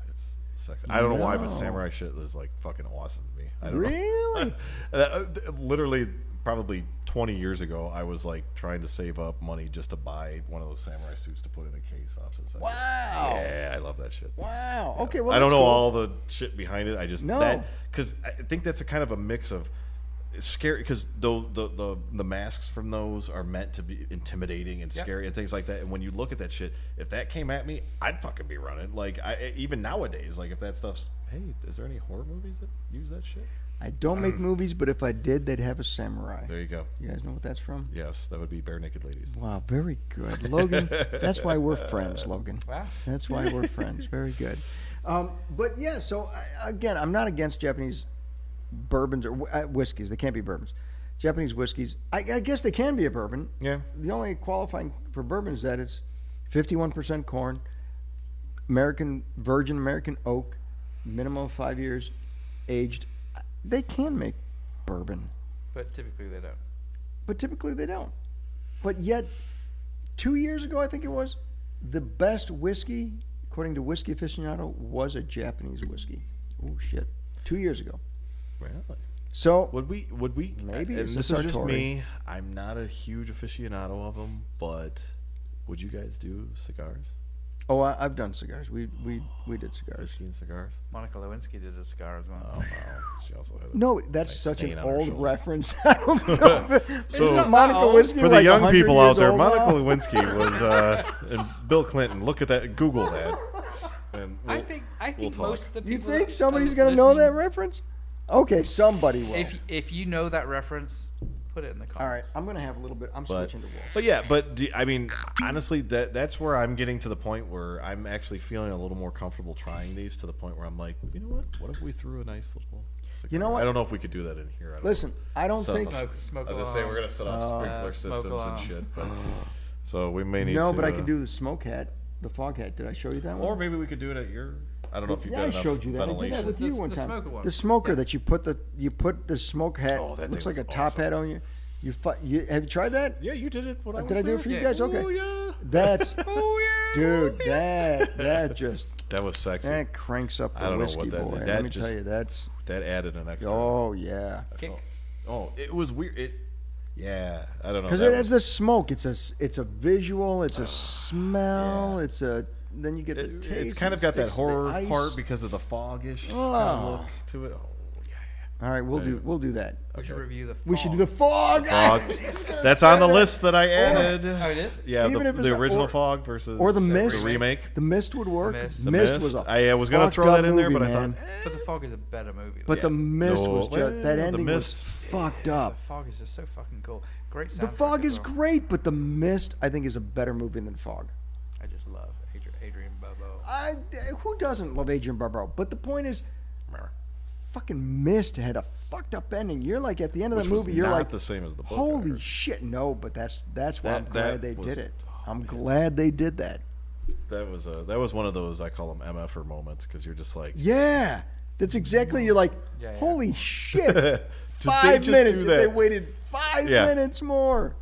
Speaker 3: god, it's section. I don't know why, but
Speaker 1: No.
Speaker 3: samurai shit is like fucking awesome to me. I don't know.
Speaker 1: Really?
Speaker 3: Uh, Literally, probably 20 years ago, I was like trying to save up money just to buy one of those samurai suits to put in a case off to the side.
Speaker 1: Wow.
Speaker 3: Yeah, I love that shit.
Speaker 1: Wow. Okay. Well,
Speaker 3: I don't
Speaker 1: that's
Speaker 3: know
Speaker 1: cool.
Speaker 3: all the shit behind it. I just
Speaker 1: No.
Speaker 3: that because I think that's a kind of a mix of scary because the, the the the masks from those are meant to be intimidating and
Speaker 2: Yep.
Speaker 3: scary and things like that. And when you look at that shit, if that came at me, I'd fucking be running. Like I e, even nowadays, like if that stuff's hey, is there any horror movies that use that shit?
Speaker 1: I don't make movies, but if I did, they'd have a samurai.
Speaker 3: Mm. There you go.
Speaker 1: You guys know what that's from?
Speaker 3: Yes, that would be bare naked ladies.
Speaker 1: Wow, very good, Logan. that's why we're friends, Logan.
Speaker 2: Wow.
Speaker 1: That's why we're friends. Very good. Um, but yeah, so I, again, I'm not against Japanese bourbons or wh- uh, whiskeys. They can't be bourbons. Japanese whiskeys. I, I guess they can be a bourbon.
Speaker 3: Yeah.
Speaker 1: The only qualifying for bourbon is that it's 51% corn, American virgin American oak, minimum of five years, aged. They can make bourbon
Speaker 2: but typically they don't.
Speaker 1: but typically they don't. But yet, two years ago, I think it was, the best whiskey, according to Whiskey Aficionado, was a Japanese whiskey. Oh, shit. Two years ago.
Speaker 3: Really?
Speaker 1: So,
Speaker 3: Would we? Would we?
Speaker 1: Maybe
Speaker 3: And
Speaker 1: it's a
Speaker 3: this is just
Speaker 1: Sartori.
Speaker 3: me. I'm not a huge aficionado of them, but would you guys do cigars,
Speaker 1: oh, I, I've done cigars. We, we, we did cigars.
Speaker 3: whiskey and cigars?
Speaker 2: Monica Lewinsky did a cigar as well.
Speaker 3: Oh wow! She also had a
Speaker 1: No, that's
Speaker 3: nice
Speaker 1: such an
Speaker 3: stain on her
Speaker 1: old
Speaker 3: shoulder.
Speaker 1: reference. I don't know.
Speaker 3: So-
Speaker 1: Isn't Monica
Speaker 2: Uh-oh.
Speaker 1: Whiskey
Speaker 3: For the
Speaker 1: like
Speaker 3: young
Speaker 1: 100
Speaker 3: people
Speaker 1: years
Speaker 3: out there,
Speaker 1: old
Speaker 3: Monica
Speaker 1: now?
Speaker 3: Lewinsky was uh, and Bill Clinton. Look at that. Google that. And
Speaker 2: I
Speaker 3: we'll-
Speaker 2: think I
Speaker 3: we'll
Speaker 2: think
Speaker 3: talk.
Speaker 2: most of the
Speaker 1: You
Speaker 2: people
Speaker 1: think
Speaker 2: that
Speaker 1: somebody's
Speaker 2: are
Speaker 1: going to know that
Speaker 2: listening-
Speaker 1: reference? Okay, somebody will.
Speaker 2: If if you know that reference, put it in the
Speaker 1: All right,
Speaker 2: comments.
Speaker 1: I'm going to have a little bit. I'm
Speaker 3: But,
Speaker 1: switching to Wolf.
Speaker 3: but yeah, but do, I mean, honestly, that that's where I'm getting to the point where I'm actually feeling a little more comfortable trying these to the point where I'm like, you know what? What if we threw a nice little? Cigar?
Speaker 1: You know what?
Speaker 3: I don't know if we could do that in here. I don't
Speaker 1: Listen,
Speaker 3: know.
Speaker 1: I don't
Speaker 3: So-
Speaker 1: think
Speaker 2: Smoke- smoke
Speaker 3: I was gonna say
Speaker 2: alarm.
Speaker 3: we're gonna set off sprinkler
Speaker 2: Uh, smoke
Speaker 3: systems and
Speaker 2: alarm.
Speaker 3: shit, but so we may need.
Speaker 1: No,
Speaker 3: to,
Speaker 1: but I
Speaker 3: uh,
Speaker 1: could do the smoke hat, the fog hat. Did I show you that one?
Speaker 3: Or maybe we could do it at your. I don't know if you've
Speaker 1: yeah,
Speaker 3: got
Speaker 1: I
Speaker 3: enough
Speaker 1: showed you that. I did that
Speaker 3: ventilation.
Speaker 1: with
Speaker 2: The-
Speaker 1: you one
Speaker 2: the
Speaker 1: time.
Speaker 2: smoker one.
Speaker 1: The smoker that you put the you put the smoke hat.
Speaker 3: Oh, that
Speaker 1: looks
Speaker 3: thing
Speaker 1: like a
Speaker 3: was
Speaker 1: top
Speaker 3: awesome.
Speaker 1: hat on you. You, fu- you have you tried that?
Speaker 3: Yeah, you did it. When I
Speaker 1: Did
Speaker 3: was
Speaker 1: I do
Speaker 3: there.
Speaker 1: it for you
Speaker 2: Yeah.
Speaker 1: guys? Okay.
Speaker 3: Oh yeah.
Speaker 1: That's
Speaker 2: Oh yeah,
Speaker 1: dude. That that just
Speaker 3: That was sexy.
Speaker 1: that cranks up
Speaker 3: I
Speaker 1: the
Speaker 3: don't know what
Speaker 1: whiskey
Speaker 3: that
Speaker 1: boy. Let
Speaker 3: did. That
Speaker 1: me tell
Speaker 3: just-
Speaker 1: you, that's
Speaker 3: That added an extra.
Speaker 1: oh yeah.
Speaker 2: Kick.
Speaker 3: Oh, it was weird. It. Yeah, I don't know.
Speaker 1: Because
Speaker 3: that
Speaker 1: it has
Speaker 3: was-
Speaker 1: the smoke. It's a s- it's a visual. It's a smell.
Speaker 3: yeah.
Speaker 1: It's a then you get the
Speaker 3: it-
Speaker 1: taste.
Speaker 3: it's kind
Speaker 1: it
Speaker 3: of got that
Speaker 1: sticks to the
Speaker 3: horror
Speaker 1: ice.
Speaker 3: part because of the foggish kind
Speaker 1: Oh.
Speaker 3: of look to it. Oh, yeah,
Speaker 1: All right, we'll do
Speaker 3: Anyway.
Speaker 1: we'll do that.
Speaker 2: We should
Speaker 3: Okay.
Speaker 2: review the.
Speaker 1: We should do
Speaker 2: fog.
Speaker 1: the fog.
Speaker 3: yeah.
Speaker 1: I was
Speaker 3: Fog.
Speaker 1: gonna
Speaker 3: That's
Speaker 1: say
Speaker 3: on the
Speaker 1: that.
Speaker 3: list that I added.
Speaker 2: Oh, it is.
Speaker 3: Yeah,
Speaker 1: Even
Speaker 3: the,
Speaker 1: if it's
Speaker 3: the
Speaker 1: a-
Speaker 3: original
Speaker 1: or-
Speaker 3: fog versus
Speaker 1: or the
Speaker 3: the
Speaker 1: mist.
Speaker 3: remake.
Speaker 1: The mist would work.
Speaker 2: Mist.
Speaker 1: The
Speaker 2: The
Speaker 1: mist, was a
Speaker 3: I, I was gonna
Speaker 1: fucked
Speaker 3: throw
Speaker 1: up
Speaker 3: that in there,
Speaker 1: movie,
Speaker 3: but
Speaker 1: man.
Speaker 3: I thought. eh,
Speaker 2: But the fog is a better movie.
Speaker 1: But
Speaker 2: though.
Speaker 1: the mist was
Speaker 3: No,
Speaker 1: just that
Speaker 3: well,
Speaker 1: ending
Speaker 3: the
Speaker 1: was
Speaker 3: mist-
Speaker 1: fucked
Speaker 2: the
Speaker 1: up.
Speaker 2: fog is just so fucking cool. Great.
Speaker 1: The
Speaker 2: soundtrack
Speaker 1: fog
Speaker 2: as
Speaker 1: is
Speaker 2: well.
Speaker 1: great, but the mist I think is a better movie than fog.
Speaker 2: I just love Adrian, Adrian Barbeau.
Speaker 1: I, who doesn't love Adrian Barbeau? But the point is, fucking mist had a fucked up ending. You're like at the end of
Speaker 3: Which
Speaker 1: that
Speaker 3: was
Speaker 1: movie, you're
Speaker 3: not
Speaker 1: like
Speaker 3: the same as the book, I
Speaker 1: Holy
Speaker 3: heard.
Speaker 1: shit, no! But that's that's why
Speaker 3: That-
Speaker 1: I'm glad
Speaker 3: that
Speaker 1: they
Speaker 3: was-
Speaker 1: did it.
Speaker 3: oh,
Speaker 1: I'm glad they did that.
Speaker 3: That was a that was one of those I call them MFer moments because you're just like,
Speaker 1: Yeah, that's exactly. You're like,
Speaker 2: Yeah, yeah.
Speaker 1: holy shit!
Speaker 3: Did they
Speaker 1: five
Speaker 3: just
Speaker 1: minutes.
Speaker 3: do
Speaker 1: If they
Speaker 3: that?
Speaker 1: waited five
Speaker 3: Yeah.
Speaker 1: minutes more.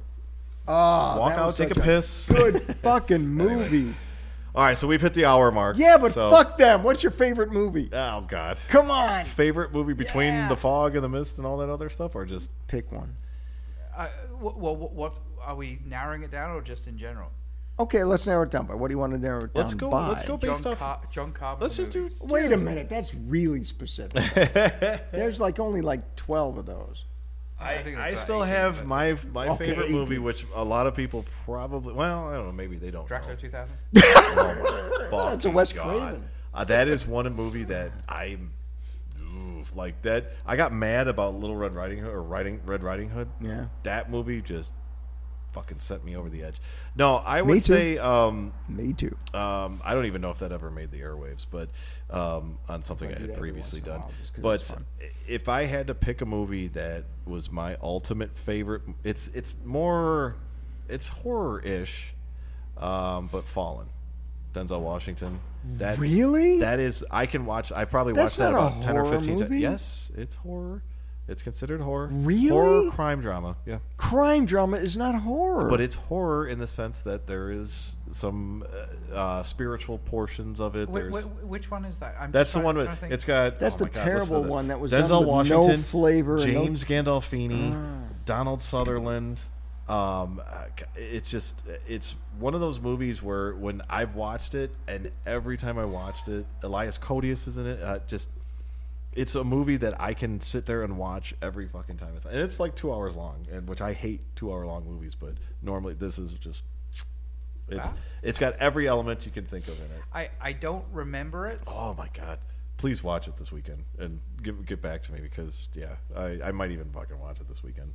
Speaker 1: Ah,
Speaker 3: walk
Speaker 1: that
Speaker 3: out,
Speaker 1: was
Speaker 3: take
Speaker 1: such
Speaker 3: a piss.
Speaker 1: Good fucking
Speaker 3: Anyway.
Speaker 1: movie.
Speaker 3: All right, so we've hit the hour mark.
Speaker 1: Yeah, but
Speaker 3: so-
Speaker 1: fuck them. What's your favorite movie?
Speaker 3: Oh God.
Speaker 1: Come on,
Speaker 3: Favorite movie between
Speaker 1: Yeah.
Speaker 3: the fog and the mist and all that other stuff, or just
Speaker 1: pick one.
Speaker 2: Uh, what, what, what are we narrowing it down or just in general?
Speaker 1: Okay, let's narrow it down. By what do you want to narrow it down
Speaker 3: Let's go-
Speaker 1: by?
Speaker 3: let's go-
Speaker 2: John,
Speaker 3: Based off-
Speaker 2: Car- John Carpenter.
Speaker 3: let's just do
Speaker 2: movies.
Speaker 1: Wait a minute. That's really specific. There's like only like twelve of those.
Speaker 3: I,
Speaker 2: I think
Speaker 3: I
Speaker 2: it's about
Speaker 3: still
Speaker 2: 18,
Speaker 3: have
Speaker 2: but-
Speaker 3: my my
Speaker 1: Okay,
Speaker 3: favorite
Speaker 1: 18.
Speaker 3: movie, which a lot of people probably well, I don't know, maybe they don't.
Speaker 2: Dracula
Speaker 3: know.
Speaker 2: 2000.
Speaker 3: Oh, my
Speaker 1: That's a
Speaker 3: fucking
Speaker 1: Wes
Speaker 3: God.
Speaker 1: Craven.
Speaker 3: Uh, that is one movie that I, oof, like that. I got mad about Little Red Riding Hood or Riding Red Riding Hood.
Speaker 1: Yeah.
Speaker 3: that movie just fucking set me over the edge. No, I
Speaker 1: Me
Speaker 3: would
Speaker 1: too.
Speaker 3: say um,
Speaker 1: Me too.
Speaker 3: um, I don't even know if that ever made the airwaves, but um, on something I
Speaker 1: do that
Speaker 3: had
Speaker 1: every
Speaker 3: previously
Speaker 1: once in a
Speaker 3: done.
Speaker 1: while just 'cause it's
Speaker 3: But
Speaker 1: fun.
Speaker 3: if I had to pick a movie that was my ultimate favorite, it's it's more it's horror ish, um, but Fallen, Denzel Washington. That
Speaker 1: Really?
Speaker 3: That is I can watch. I probably
Speaker 1: That's
Speaker 3: watched that
Speaker 1: not a
Speaker 3: about ten or
Speaker 1: horror
Speaker 3: fifteen. times.
Speaker 1: movie?
Speaker 3: Yes, it's horror. It's considered horror.
Speaker 1: Really?
Speaker 3: Horror crime drama. Yeah.
Speaker 1: Crime drama is not horror.
Speaker 3: But it's horror in the sense that there is some uh, uh, spiritual portions of it.
Speaker 2: Wh-
Speaker 3: There's
Speaker 2: wh- which one is that? I'm
Speaker 3: that's
Speaker 2: just
Speaker 3: the
Speaker 2: trying-
Speaker 3: one with
Speaker 2: trying to think.
Speaker 3: it's got.
Speaker 1: That's
Speaker 3: oh
Speaker 1: the
Speaker 3: my God, listen to
Speaker 1: terrible
Speaker 3: this.
Speaker 1: one that was
Speaker 3: Denzel
Speaker 1: done with no
Speaker 3: Washington,
Speaker 1: flavor and no- Ah.
Speaker 3: James Gandolfini, Donald Sutherland. Um, uh, c- it's just it's one of those movies where when I've watched it and every time I watched it, Elias Codius is in it. Uh, just it's a movie that I can sit there and watch every fucking time. It's- And it's like two hours long, and which I hate two hour long movies, but normally this is just it's
Speaker 2: Wow.
Speaker 3: it's got every element you can think of in it.
Speaker 2: I, I don't remember it.
Speaker 3: Oh my god! Please watch it this weekend and give, get back to me because yeah, I, I might even fucking watch it this weekend.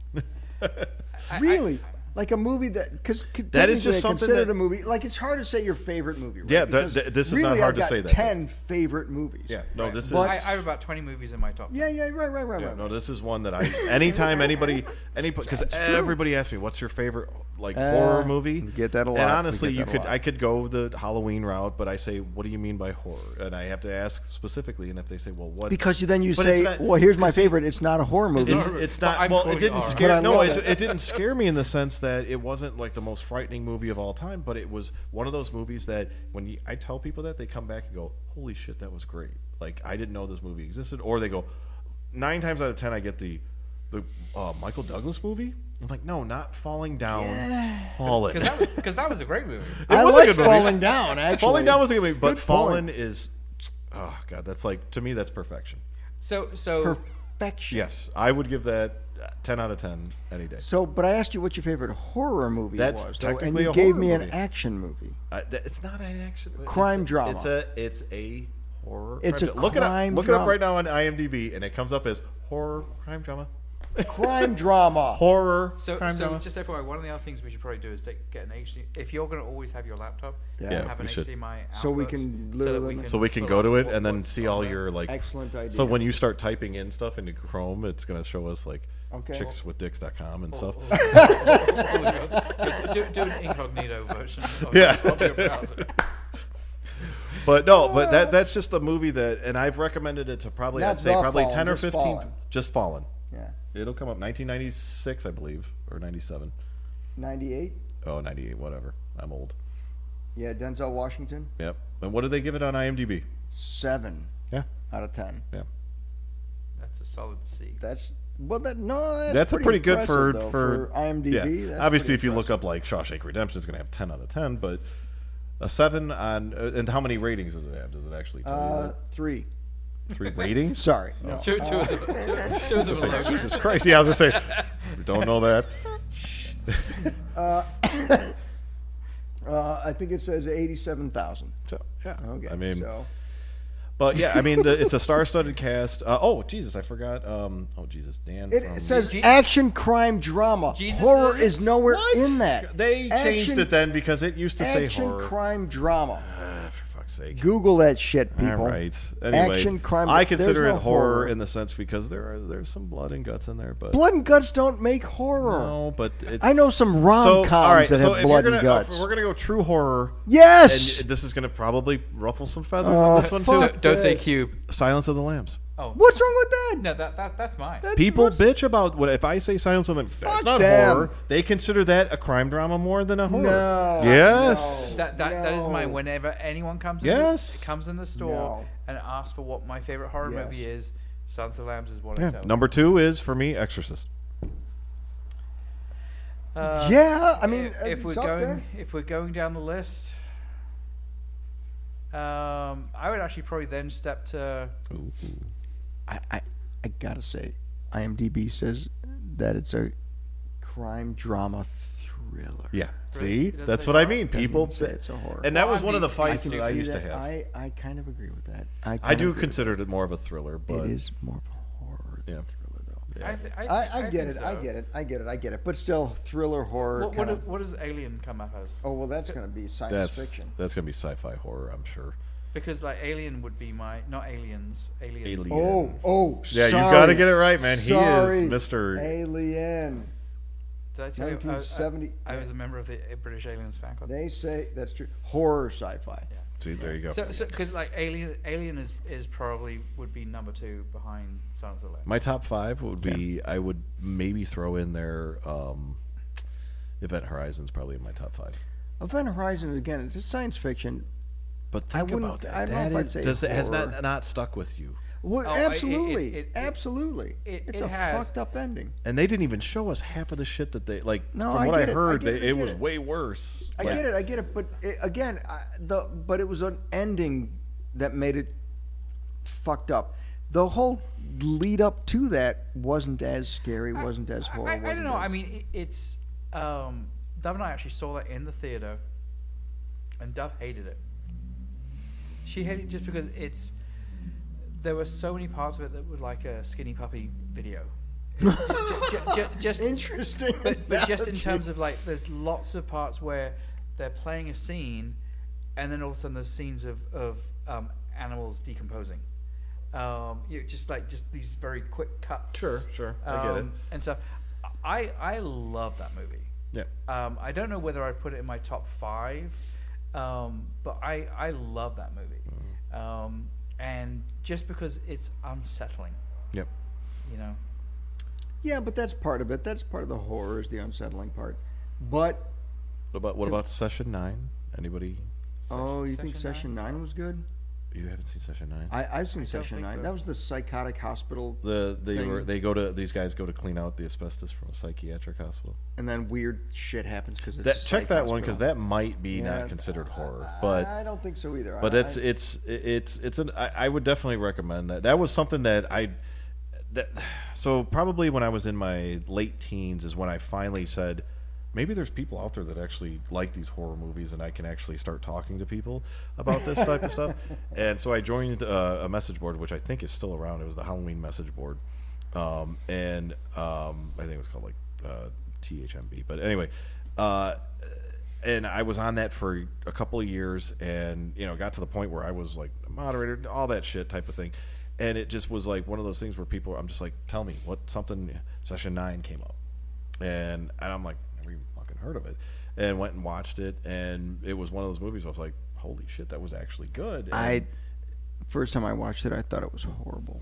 Speaker 1: really like a movie that because
Speaker 3: That is just something
Speaker 1: considered
Speaker 3: that-
Speaker 1: a movie. Like it's hard to say your favorite movie. Right?
Speaker 3: Yeah, that-
Speaker 1: Because
Speaker 3: that- this is not
Speaker 1: really,
Speaker 3: hard
Speaker 1: I've
Speaker 3: to
Speaker 1: got
Speaker 3: say that,
Speaker 1: Ten favorite movies.
Speaker 3: yeah, no, this is
Speaker 1: But-
Speaker 2: I, I have about 20 movies in my top.
Speaker 1: yeah, yeah, right, right, right,
Speaker 3: yeah,
Speaker 1: right.
Speaker 3: no, this is one that I anytime anybody any because everybody asks me what's your favorite like
Speaker 1: Uh,
Speaker 3: horror movie.
Speaker 1: we get that a lot.
Speaker 3: And
Speaker 1: We
Speaker 3: honestly,
Speaker 1: get
Speaker 3: you
Speaker 1: that a
Speaker 3: could
Speaker 1: lot.
Speaker 3: I could go the Halloween route, but I say what do you mean by horror? And I have to ask specifically, and if they say well what
Speaker 1: Because you then you
Speaker 3: But
Speaker 1: say,
Speaker 3: it's not-
Speaker 1: well, here's my
Speaker 3: because see,
Speaker 1: favorite. It's not a horror movie.
Speaker 3: It's,
Speaker 2: not-
Speaker 3: it's
Speaker 2: but
Speaker 3: not.
Speaker 2: I'm
Speaker 3: well,
Speaker 2: quoting
Speaker 3: it didn't
Speaker 2: R.
Speaker 1: But I
Speaker 3: scare. No,
Speaker 1: love
Speaker 3: it,
Speaker 1: it.
Speaker 3: it didn't scare me in the sense that it wasn't like the most frightening movie of all time. But it was one of those movies that when you, I tell people that they come back and go, "Holy shit, that was great!" Like I didn't know this movie existed. Or they go, nine times out of ten, I get the the uh, Michael Douglas movie. I'm like, no, not falling down, fallen.
Speaker 2: Because that, was- 'cause that was a great movie.
Speaker 3: It
Speaker 1: I
Speaker 3: was a
Speaker 1: liked
Speaker 3: good movie.
Speaker 1: Falling Down. Actually,
Speaker 3: falling down was a good movie, but
Speaker 1: Good
Speaker 3: fallen
Speaker 1: point.
Speaker 3: is, oh god, that's like to me that's perfection.
Speaker 2: So, so
Speaker 1: perfection.
Speaker 3: Yes, I would give that uh, ten out of ten any day.
Speaker 1: So, but I asked you what your favorite horror movie
Speaker 3: That's
Speaker 1: was, though, and
Speaker 3: technically
Speaker 1: you
Speaker 3: a
Speaker 1: gave
Speaker 3: horror
Speaker 1: me an
Speaker 3: movie.
Speaker 1: action movie.
Speaker 3: Uh, th- it's not an action it's
Speaker 1: Crime
Speaker 3: a-
Speaker 1: drama.
Speaker 3: It's a it's a horror.
Speaker 1: It's
Speaker 3: crime
Speaker 1: a
Speaker 3: dra- look it up.
Speaker 1: crime
Speaker 3: Look it up
Speaker 1: drama.
Speaker 3: right now on IMDb, and it comes up as horror crime drama.
Speaker 1: Crime drama.
Speaker 3: Horror
Speaker 2: So,
Speaker 3: crime
Speaker 2: so
Speaker 3: drama.
Speaker 2: just FYI, one of the other things we should probably do is take, get an HD. If you're going to always have your laptop,
Speaker 1: Yeah.
Speaker 3: Yeah,
Speaker 2: have
Speaker 3: we
Speaker 2: an
Speaker 3: should.
Speaker 2: HDMI output,
Speaker 1: So we can literally-
Speaker 3: so we can go to it and then see all
Speaker 2: your.
Speaker 3: your like
Speaker 1: Excellent
Speaker 3: So
Speaker 1: idea.
Speaker 3: when you start typing in stuff into Chrome, it's gonna show us like
Speaker 1: Okay.
Speaker 3: chickswithdicks.com and stuff.
Speaker 2: do, do an incognito version. Of
Speaker 3: Yeah.
Speaker 2: Your, of your browser.
Speaker 3: But no, but that that's just the movie that, and I've recommended it to probably
Speaker 1: Not
Speaker 3: I'd say
Speaker 1: The
Speaker 3: probably
Speaker 1: Fallen,
Speaker 3: ten or
Speaker 1: just
Speaker 3: fifteen.
Speaker 1: Fallen.
Speaker 3: Just fallen.
Speaker 1: Yeah,
Speaker 3: It'll come up 1996, I believe, or 97.
Speaker 1: ninety-eight.
Speaker 3: Oh, 98, whatever. I'm old.
Speaker 1: Yeah, Denzel Washington,
Speaker 3: Yep. And what do they give it on IMDb?
Speaker 1: seven
Speaker 3: Yeah.
Speaker 1: out of ten.
Speaker 3: Yeah.
Speaker 2: That's a solid C.
Speaker 1: That's well, that no, that's,
Speaker 3: That's, a pretty good for,
Speaker 1: impressive, though,
Speaker 3: for
Speaker 1: IMDb.
Speaker 3: yeah.
Speaker 1: That's
Speaker 3: Obviously, if
Speaker 1: pretty
Speaker 3: you look up like Shawshank Redemption, it's going to have 10 out of 10, but a 7 on. uh, And how many ratings does it have? Does it actually tell you?
Speaker 1: impressive.
Speaker 3: that?
Speaker 1: uh, three. Uh,
Speaker 3: Three ratings?
Speaker 1: Sorry, no.
Speaker 2: Two, two of them. Two, two of them
Speaker 3: Just like,
Speaker 2: alone.
Speaker 3: Jesus Christ. Yeah, I was going to say, we don't know that.
Speaker 1: Uh, I think it says eighty-seven thousand.
Speaker 3: So, yeah.
Speaker 1: Okay,
Speaker 3: I mean, um,
Speaker 1: so
Speaker 3: but yeah, I mean, the, it's a star studded cast. Uh, oh, Jesus, I forgot. Um, oh, Jesus, Dan.
Speaker 1: it
Speaker 3: from-
Speaker 1: says
Speaker 2: Je-
Speaker 1: action, crime, drama.
Speaker 2: Jesus
Speaker 1: horror
Speaker 2: is-
Speaker 1: is, nowhere
Speaker 3: What?
Speaker 1: in that.
Speaker 3: They changed
Speaker 1: Action-
Speaker 3: it then because it used to say
Speaker 1: Action,
Speaker 3: horror.
Speaker 1: crime, drama.
Speaker 3: Ah, for fuck's sake.
Speaker 1: Google that shit, people.
Speaker 3: All right. Anyway,
Speaker 1: action, crime.
Speaker 3: I
Speaker 1: there's
Speaker 3: consider
Speaker 1: no
Speaker 3: it horror, in the sense because there are there's some blood and guts in there, but
Speaker 1: blood and guts don't make horror.
Speaker 3: no, but it's,
Speaker 1: I know some
Speaker 3: so,
Speaker 1: rom-coms
Speaker 3: all right,
Speaker 1: that
Speaker 3: so
Speaker 1: have
Speaker 3: if you're
Speaker 1: blood
Speaker 3: gonna,
Speaker 1: and guts.
Speaker 3: If we're gonna go true horror,
Speaker 1: yes.
Speaker 3: and uh, this is gonna probably ruffle some feathers
Speaker 1: Oh,
Speaker 3: on this one too.
Speaker 1: fuck.
Speaker 2: Don't say cube.
Speaker 3: Silence of the Lambs.
Speaker 2: Oh.
Speaker 1: What's wrong with that?
Speaker 2: No, that, that, that's mine.
Speaker 1: That's-
Speaker 3: People
Speaker 1: what's-
Speaker 3: bitch about what if I say Silence of the Lambs. That's
Speaker 1: Fuck
Speaker 3: not
Speaker 1: them.
Speaker 3: horror. They consider that a crime drama more than a horror.
Speaker 1: No.
Speaker 3: Yes.
Speaker 1: No.
Speaker 2: That, that, that is mine.
Speaker 1: No.
Speaker 2: Whenever anyone comes,
Speaker 3: Yes.
Speaker 2: in the, comes in the store
Speaker 1: No.
Speaker 2: and asks for what my favorite horror
Speaker 1: Yes.
Speaker 2: movie is, Silence of the Lambs is what I
Speaker 3: Yeah.
Speaker 2: tell. them.
Speaker 3: Number two is for me Exorcist.
Speaker 2: Uh,
Speaker 1: yeah, I mean,
Speaker 2: if, if
Speaker 1: it's
Speaker 2: we're
Speaker 1: up
Speaker 2: going,
Speaker 1: there.
Speaker 2: if we're going down the list, um, I would actually probably then step to.
Speaker 1: I, I, I gotta say, IMDb says that it's a crime drama thriller.
Speaker 3: Yeah.
Speaker 2: Right.
Speaker 3: See,
Speaker 2: It doesn't
Speaker 3: that's
Speaker 2: say
Speaker 3: what I
Speaker 2: horror.
Speaker 3: mean.
Speaker 1: Doesn't Oh.
Speaker 3: People,
Speaker 1: say it's a horror.
Speaker 3: and that
Speaker 2: Well,
Speaker 3: was
Speaker 2: I
Speaker 3: one of
Speaker 2: mean,
Speaker 3: the
Speaker 2: I
Speaker 3: fights that I
Speaker 1: see
Speaker 3: used to
Speaker 1: that.
Speaker 3: have. I,
Speaker 1: I, I kind of agree with that. I, kind
Speaker 3: do
Speaker 1: of agree.
Speaker 3: consider it more of a thriller, but
Speaker 1: it is more of a horror
Speaker 3: Yeah.
Speaker 1: than thriller, though.
Speaker 2: I, th- I, th-
Speaker 1: I, I, get
Speaker 2: think
Speaker 1: it. I
Speaker 2: so.
Speaker 1: get it. I get it. I get it. But still, thriller horror.
Speaker 2: What, what,
Speaker 1: kinda-
Speaker 2: do- what does Alien come up as?
Speaker 1: oh well, that's gonna be science
Speaker 3: that's
Speaker 1: fiction.
Speaker 3: that's gonna be sci-fi horror, I'm sure.
Speaker 2: Because like Alien would be my not aliens, Alien.
Speaker 3: Alien.
Speaker 1: Oh, oh,
Speaker 3: Yeah, you
Speaker 1: sorry.
Speaker 3: gotta get it right, man. He is
Speaker 1: Sorry.
Speaker 3: Mr.
Speaker 1: Alien.
Speaker 2: Did I tell you I- I-
Speaker 1: 1970
Speaker 2: I, was a member of the uh, British Aliens fan club.
Speaker 1: They say that's true. Horror sci-fi.
Speaker 2: Yeah.
Speaker 3: See, there you go.
Speaker 2: So, because like Alien, Alien is, is probably would be number two behind Silence of the Lambs.
Speaker 3: My top five would be I would maybe throw in there. Um, Event Horizon's probably in my top five.
Speaker 1: Event Horizon again. It's just science fiction.
Speaker 3: But
Speaker 1: I
Speaker 3: think
Speaker 1: wouldn't-
Speaker 3: about that.
Speaker 1: I don't know
Speaker 3: That
Speaker 1: if I'd
Speaker 3: is-
Speaker 1: say
Speaker 3: does it has
Speaker 1: horror.
Speaker 3: not not stuck with you?
Speaker 1: Well,
Speaker 2: Oh, I- it-
Speaker 1: absolutely,
Speaker 2: it- it-
Speaker 1: absolutely.
Speaker 2: it-
Speaker 1: it's
Speaker 2: it
Speaker 1: a
Speaker 2: has.
Speaker 1: fucked up ending.
Speaker 3: And they didn't even show us half of the shit that they like.
Speaker 1: No,
Speaker 3: from
Speaker 1: I
Speaker 3: what
Speaker 1: get it.
Speaker 3: I
Speaker 1: I
Speaker 3: heard,
Speaker 1: get it,
Speaker 3: they-
Speaker 1: I
Speaker 3: it
Speaker 1: get
Speaker 3: was
Speaker 1: it.
Speaker 3: way worse.
Speaker 1: I
Speaker 3: Like,
Speaker 1: get it, I get it, but it, again, I, the but it was an ending that made it fucked up. The whole lead up to that wasn't as scary,
Speaker 2: I-
Speaker 1: wasn't as
Speaker 2: I-
Speaker 1: horrible.
Speaker 2: I, I don't know. I mean, it, it's um, Dove and I actually saw that in the theater, and Dove hated it. She hated it just because it's there were so many parts of it that were like a skinny puppy video. Ju- ju- ju- just
Speaker 1: Interesting
Speaker 2: but, but just in
Speaker 1: analogy.
Speaker 2: terms of like, there's lots of parts where they're playing a scene, and then all of a sudden there's scenes of of um, animals decomposing. Um, you know, just like just these very quick cuts. Um,
Speaker 3: Sure, sure. I get it.
Speaker 2: And stuff. I I love that movie.
Speaker 3: Yeah.
Speaker 2: Um, I don't know whether I'd put it in my top five, um, but I I love that movie,
Speaker 1: Mm.
Speaker 2: um, and just because it's unsettling,
Speaker 3: Yep.
Speaker 2: you know.
Speaker 1: yeah, but that's part of it. That's part of the horror, is the unsettling part. But
Speaker 3: What about what
Speaker 1: So-
Speaker 3: about session nine? Anybody?
Speaker 1: oh, you think
Speaker 2: Session
Speaker 1: Session Nine was good?
Speaker 3: You haven't seen session nine?
Speaker 1: I, I've seen
Speaker 2: I don't
Speaker 1: Session
Speaker 2: think
Speaker 1: Nine.
Speaker 2: so.
Speaker 1: That was the psychotic hospital,
Speaker 3: the they
Speaker 1: Thing.
Speaker 3: were they go to these guys go to clean out the asbestos from a psychiatric hospital.
Speaker 1: and then weird shit happens because
Speaker 3: That, check that one because that might be
Speaker 1: Yeah.
Speaker 3: not considered horror, but
Speaker 1: I don't think so either.
Speaker 3: but
Speaker 1: I-
Speaker 3: it's
Speaker 1: I-
Speaker 3: it's it's it's an I, I would definitely recommend that that was something that i that so probably when i was in my late teens is when i finally said maybe there's people out there that actually like these horror movies and i can actually start talking to people about this type of stuff and so i joined uh, a message board which i think is still around it was the halloween message board um, and um, i think it was called like uh, thmb but anyway uh, and I was on that for a couple of years, and you know, got to the point where I was like a moderator, all that shit type of thing, and it just was like one of those things where people, I'm just like, tell me what something session nine came up, and and I'm like, never even fucking heard of it, and went and watched it, and it was one of those movies where I was like, holy shit, that was actually good. And-
Speaker 1: I first time I watched it, I thought it was horrible.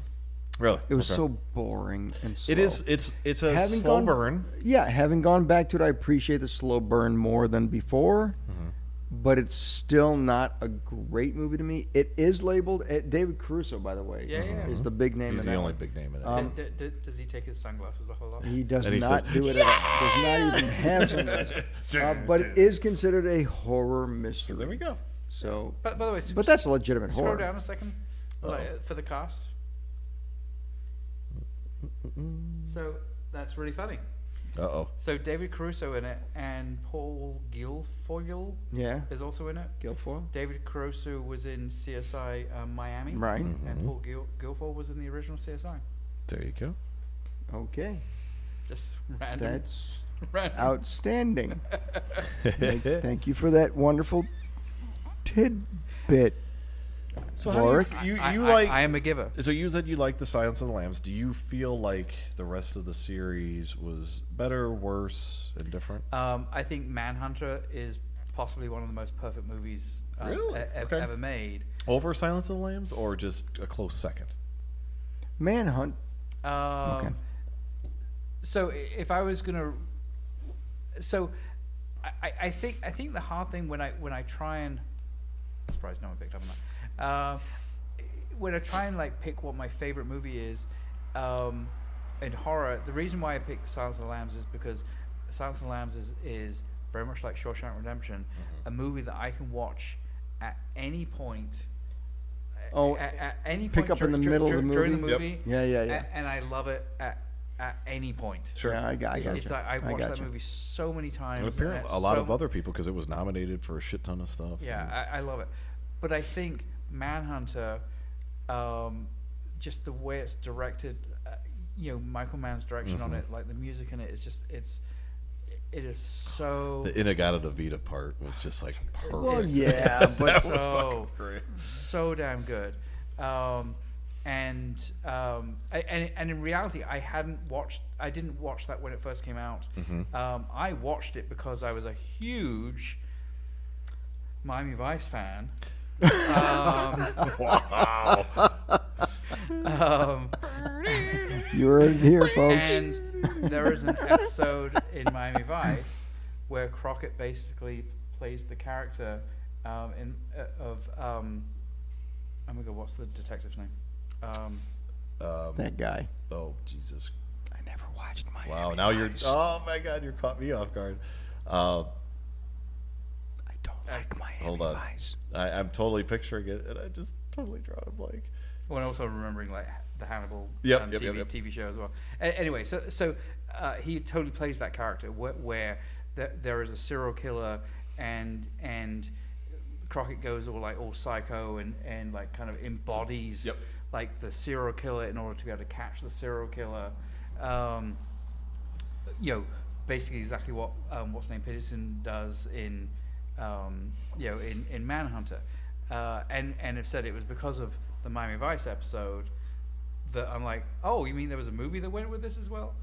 Speaker 3: really
Speaker 1: It was
Speaker 3: Okay.
Speaker 1: so boring and slow.
Speaker 3: It is. It's it's a slow
Speaker 1: gone,
Speaker 3: burn.
Speaker 1: Yeah, having gone back to it, I appreciate the slow burn more than before.
Speaker 3: Mm-hmm.
Speaker 1: But it's still not a great movie to me. It is labeled eh, David Caruso, by the way.
Speaker 2: Yeah, yeah.
Speaker 1: is the big name.
Speaker 3: He's
Speaker 1: in
Speaker 3: the
Speaker 1: that
Speaker 3: only
Speaker 1: one.
Speaker 3: big name in it.
Speaker 1: Um,
Speaker 2: D- d- d- does he take his sunglasses off a lot?
Speaker 1: He does
Speaker 3: And he
Speaker 1: not
Speaker 3: says,
Speaker 1: do it. At, does not even have sunglasses. uh, but it is considered a horror
Speaker 3: so
Speaker 1: mystery.
Speaker 3: there we go.
Speaker 1: So,
Speaker 2: But by the way, s-
Speaker 1: but that's a legitimate
Speaker 2: Scroll
Speaker 1: horror.
Speaker 2: down a second like, uh, for the cast. So that's really funny.
Speaker 3: Uh oh.
Speaker 2: So David Caruso in it, and Paul Guilfoyle
Speaker 1: Yeah,
Speaker 2: is also in it.
Speaker 1: Guilfoyle.
Speaker 2: David Caruso was in CSI uh, Miami,
Speaker 1: Right. Mm-hmm.
Speaker 2: And Paul Guil- Guilfoyle was in the original CSI.
Speaker 3: There you go. Hmm.
Speaker 1: Okay,
Speaker 2: Just random.
Speaker 1: that's
Speaker 2: random.
Speaker 1: outstanding. Thank- Thank you for that wonderful tidbit.
Speaker 3: So
Speaker 1: Warwick?
Speaker 3: how do you, you,
Speaker 2: I-
Speaker 3: you
Speaker 2: I-
Speaker 3: like?
Speaker 2: I am a giver.
Speaker 3: so you said you like the Silence of the Lambs. Do you feel like the rest of the series was better, worse, and different?
Speaker 2: Um, I think Manhunter is possibly one of the most perfect movies um,
Speaker 3: Really?
Speaker 2: e- e-
Speaker 3: Okay.
Speaker 2: ever made.
Speaker 3: Over Silence of the Lambs, or just a close second?
Speaker 1: Manhunt.
Speaker 2: Um, So i- if I was gonna, so I- I, I think I think the hard thing when I when I try and surprised no one picked up on that. Um, i- when I try and like pick what my favorite movie is um, in horror, the reason why I pick Silence of the Lambs is because Silence of the Lambs is is very much like Shawshank Redemption, a movie that I can watch at any point. a-
Speaker 1: Oh,
Speaker 2: a- at, any
Speaker 1: pick
Speaker 2: point
Speaker 1: up in the
Speaker 2: dur-
Speaker 1: middle of
Speaker 2: dur-
Speaker 1: the
Speaker 2: during the
Speaker 1: movie? Yep.
Speaker 2: movie.
Speaker 1: Yeah, yeah,
Speaker 2: a-
Speaker 1: yeah.
Speaker 2: And I love it at, at any point.
Speaker 1: Sure. Yeah, I, got I
Speaker 2: It's-
Speaker 1: gotcha.
Speaker 2: It's like I watched that
Speaker 1: gotcha.
Speaker 2: movie so many times.
Speaker 3: And
Speaker 2: and
Speaker 3: apparently,
Speaker 2: at
Speaker 3: a lot
Speaker 2: so
Speaker 3: of other people because it was nominated for a shit ton of stuff.
Speaker 2: yeah, I, I love it. But I think Manhunter, um, just the way it's directed, uh, you know, Michael Mann's direction on
Speaker 3: Mm-hmm.
Speaker 2: it, like the music in it, it's just it's it is so
Speaker 3: the Inagata DeVita part was just like perfect.
Speaker 1: Well, yeah, but
Speaker 3: that was fucking
Speaker 2: so-
Speaker 3: great.
Speaker 2: so damn good. Um, and um, I, and and in reality, I hadn't watched. I didn't watch that when it first came out.
Speaker 3: Mm-hmm.
Speaker 2: Um, I watched it because I was a huge Miami Vice fan. Um,
Speaker 1: You heard it here, folks.
Speaker 2: and there is an episode in Miami Vice where Crockett basically plays the character um, in uh, of um, oh my god, what's the detective's name? Um,
Speaker 3: Um,
Speaker 1: That guy.
Speaker 3: oh Jesus!
Speaker 1: I never watched my.
Speaker 3: Wow. Now you're. Oh my God! You caught me off guard. Uh,
Speaker 1: I don't
Speaker 2: Uh,
Speaker 1: like my
Speaker 3: hold on. I, I'm totally picturing it, and I just totally draw a blank.
Speaker 2: Well, and also remembering like the Hannibal
Speaker 3: Yep,
Speaker 2: um,
Speaker 3: yep,
Speaker 2: TV,
Speaker 3: yep, yep.
Speaker 2: TV show as well. A- anyway, so so uh, he totally plays that character where, where th- there is a serial killer and and Crockett goes all like all psycho and and like kind of embodies
Speaker 3: Yep.
Speaker 2: like the serial killer in order to be able to catch the serial killer. Um, you know, basically exactly what um, what's name Peterson does in um, you know in, in Manhunter, uh, and and have said it was because of the Miami Vice episode that I'm like, oh, you mean there was a movie that went with this as well,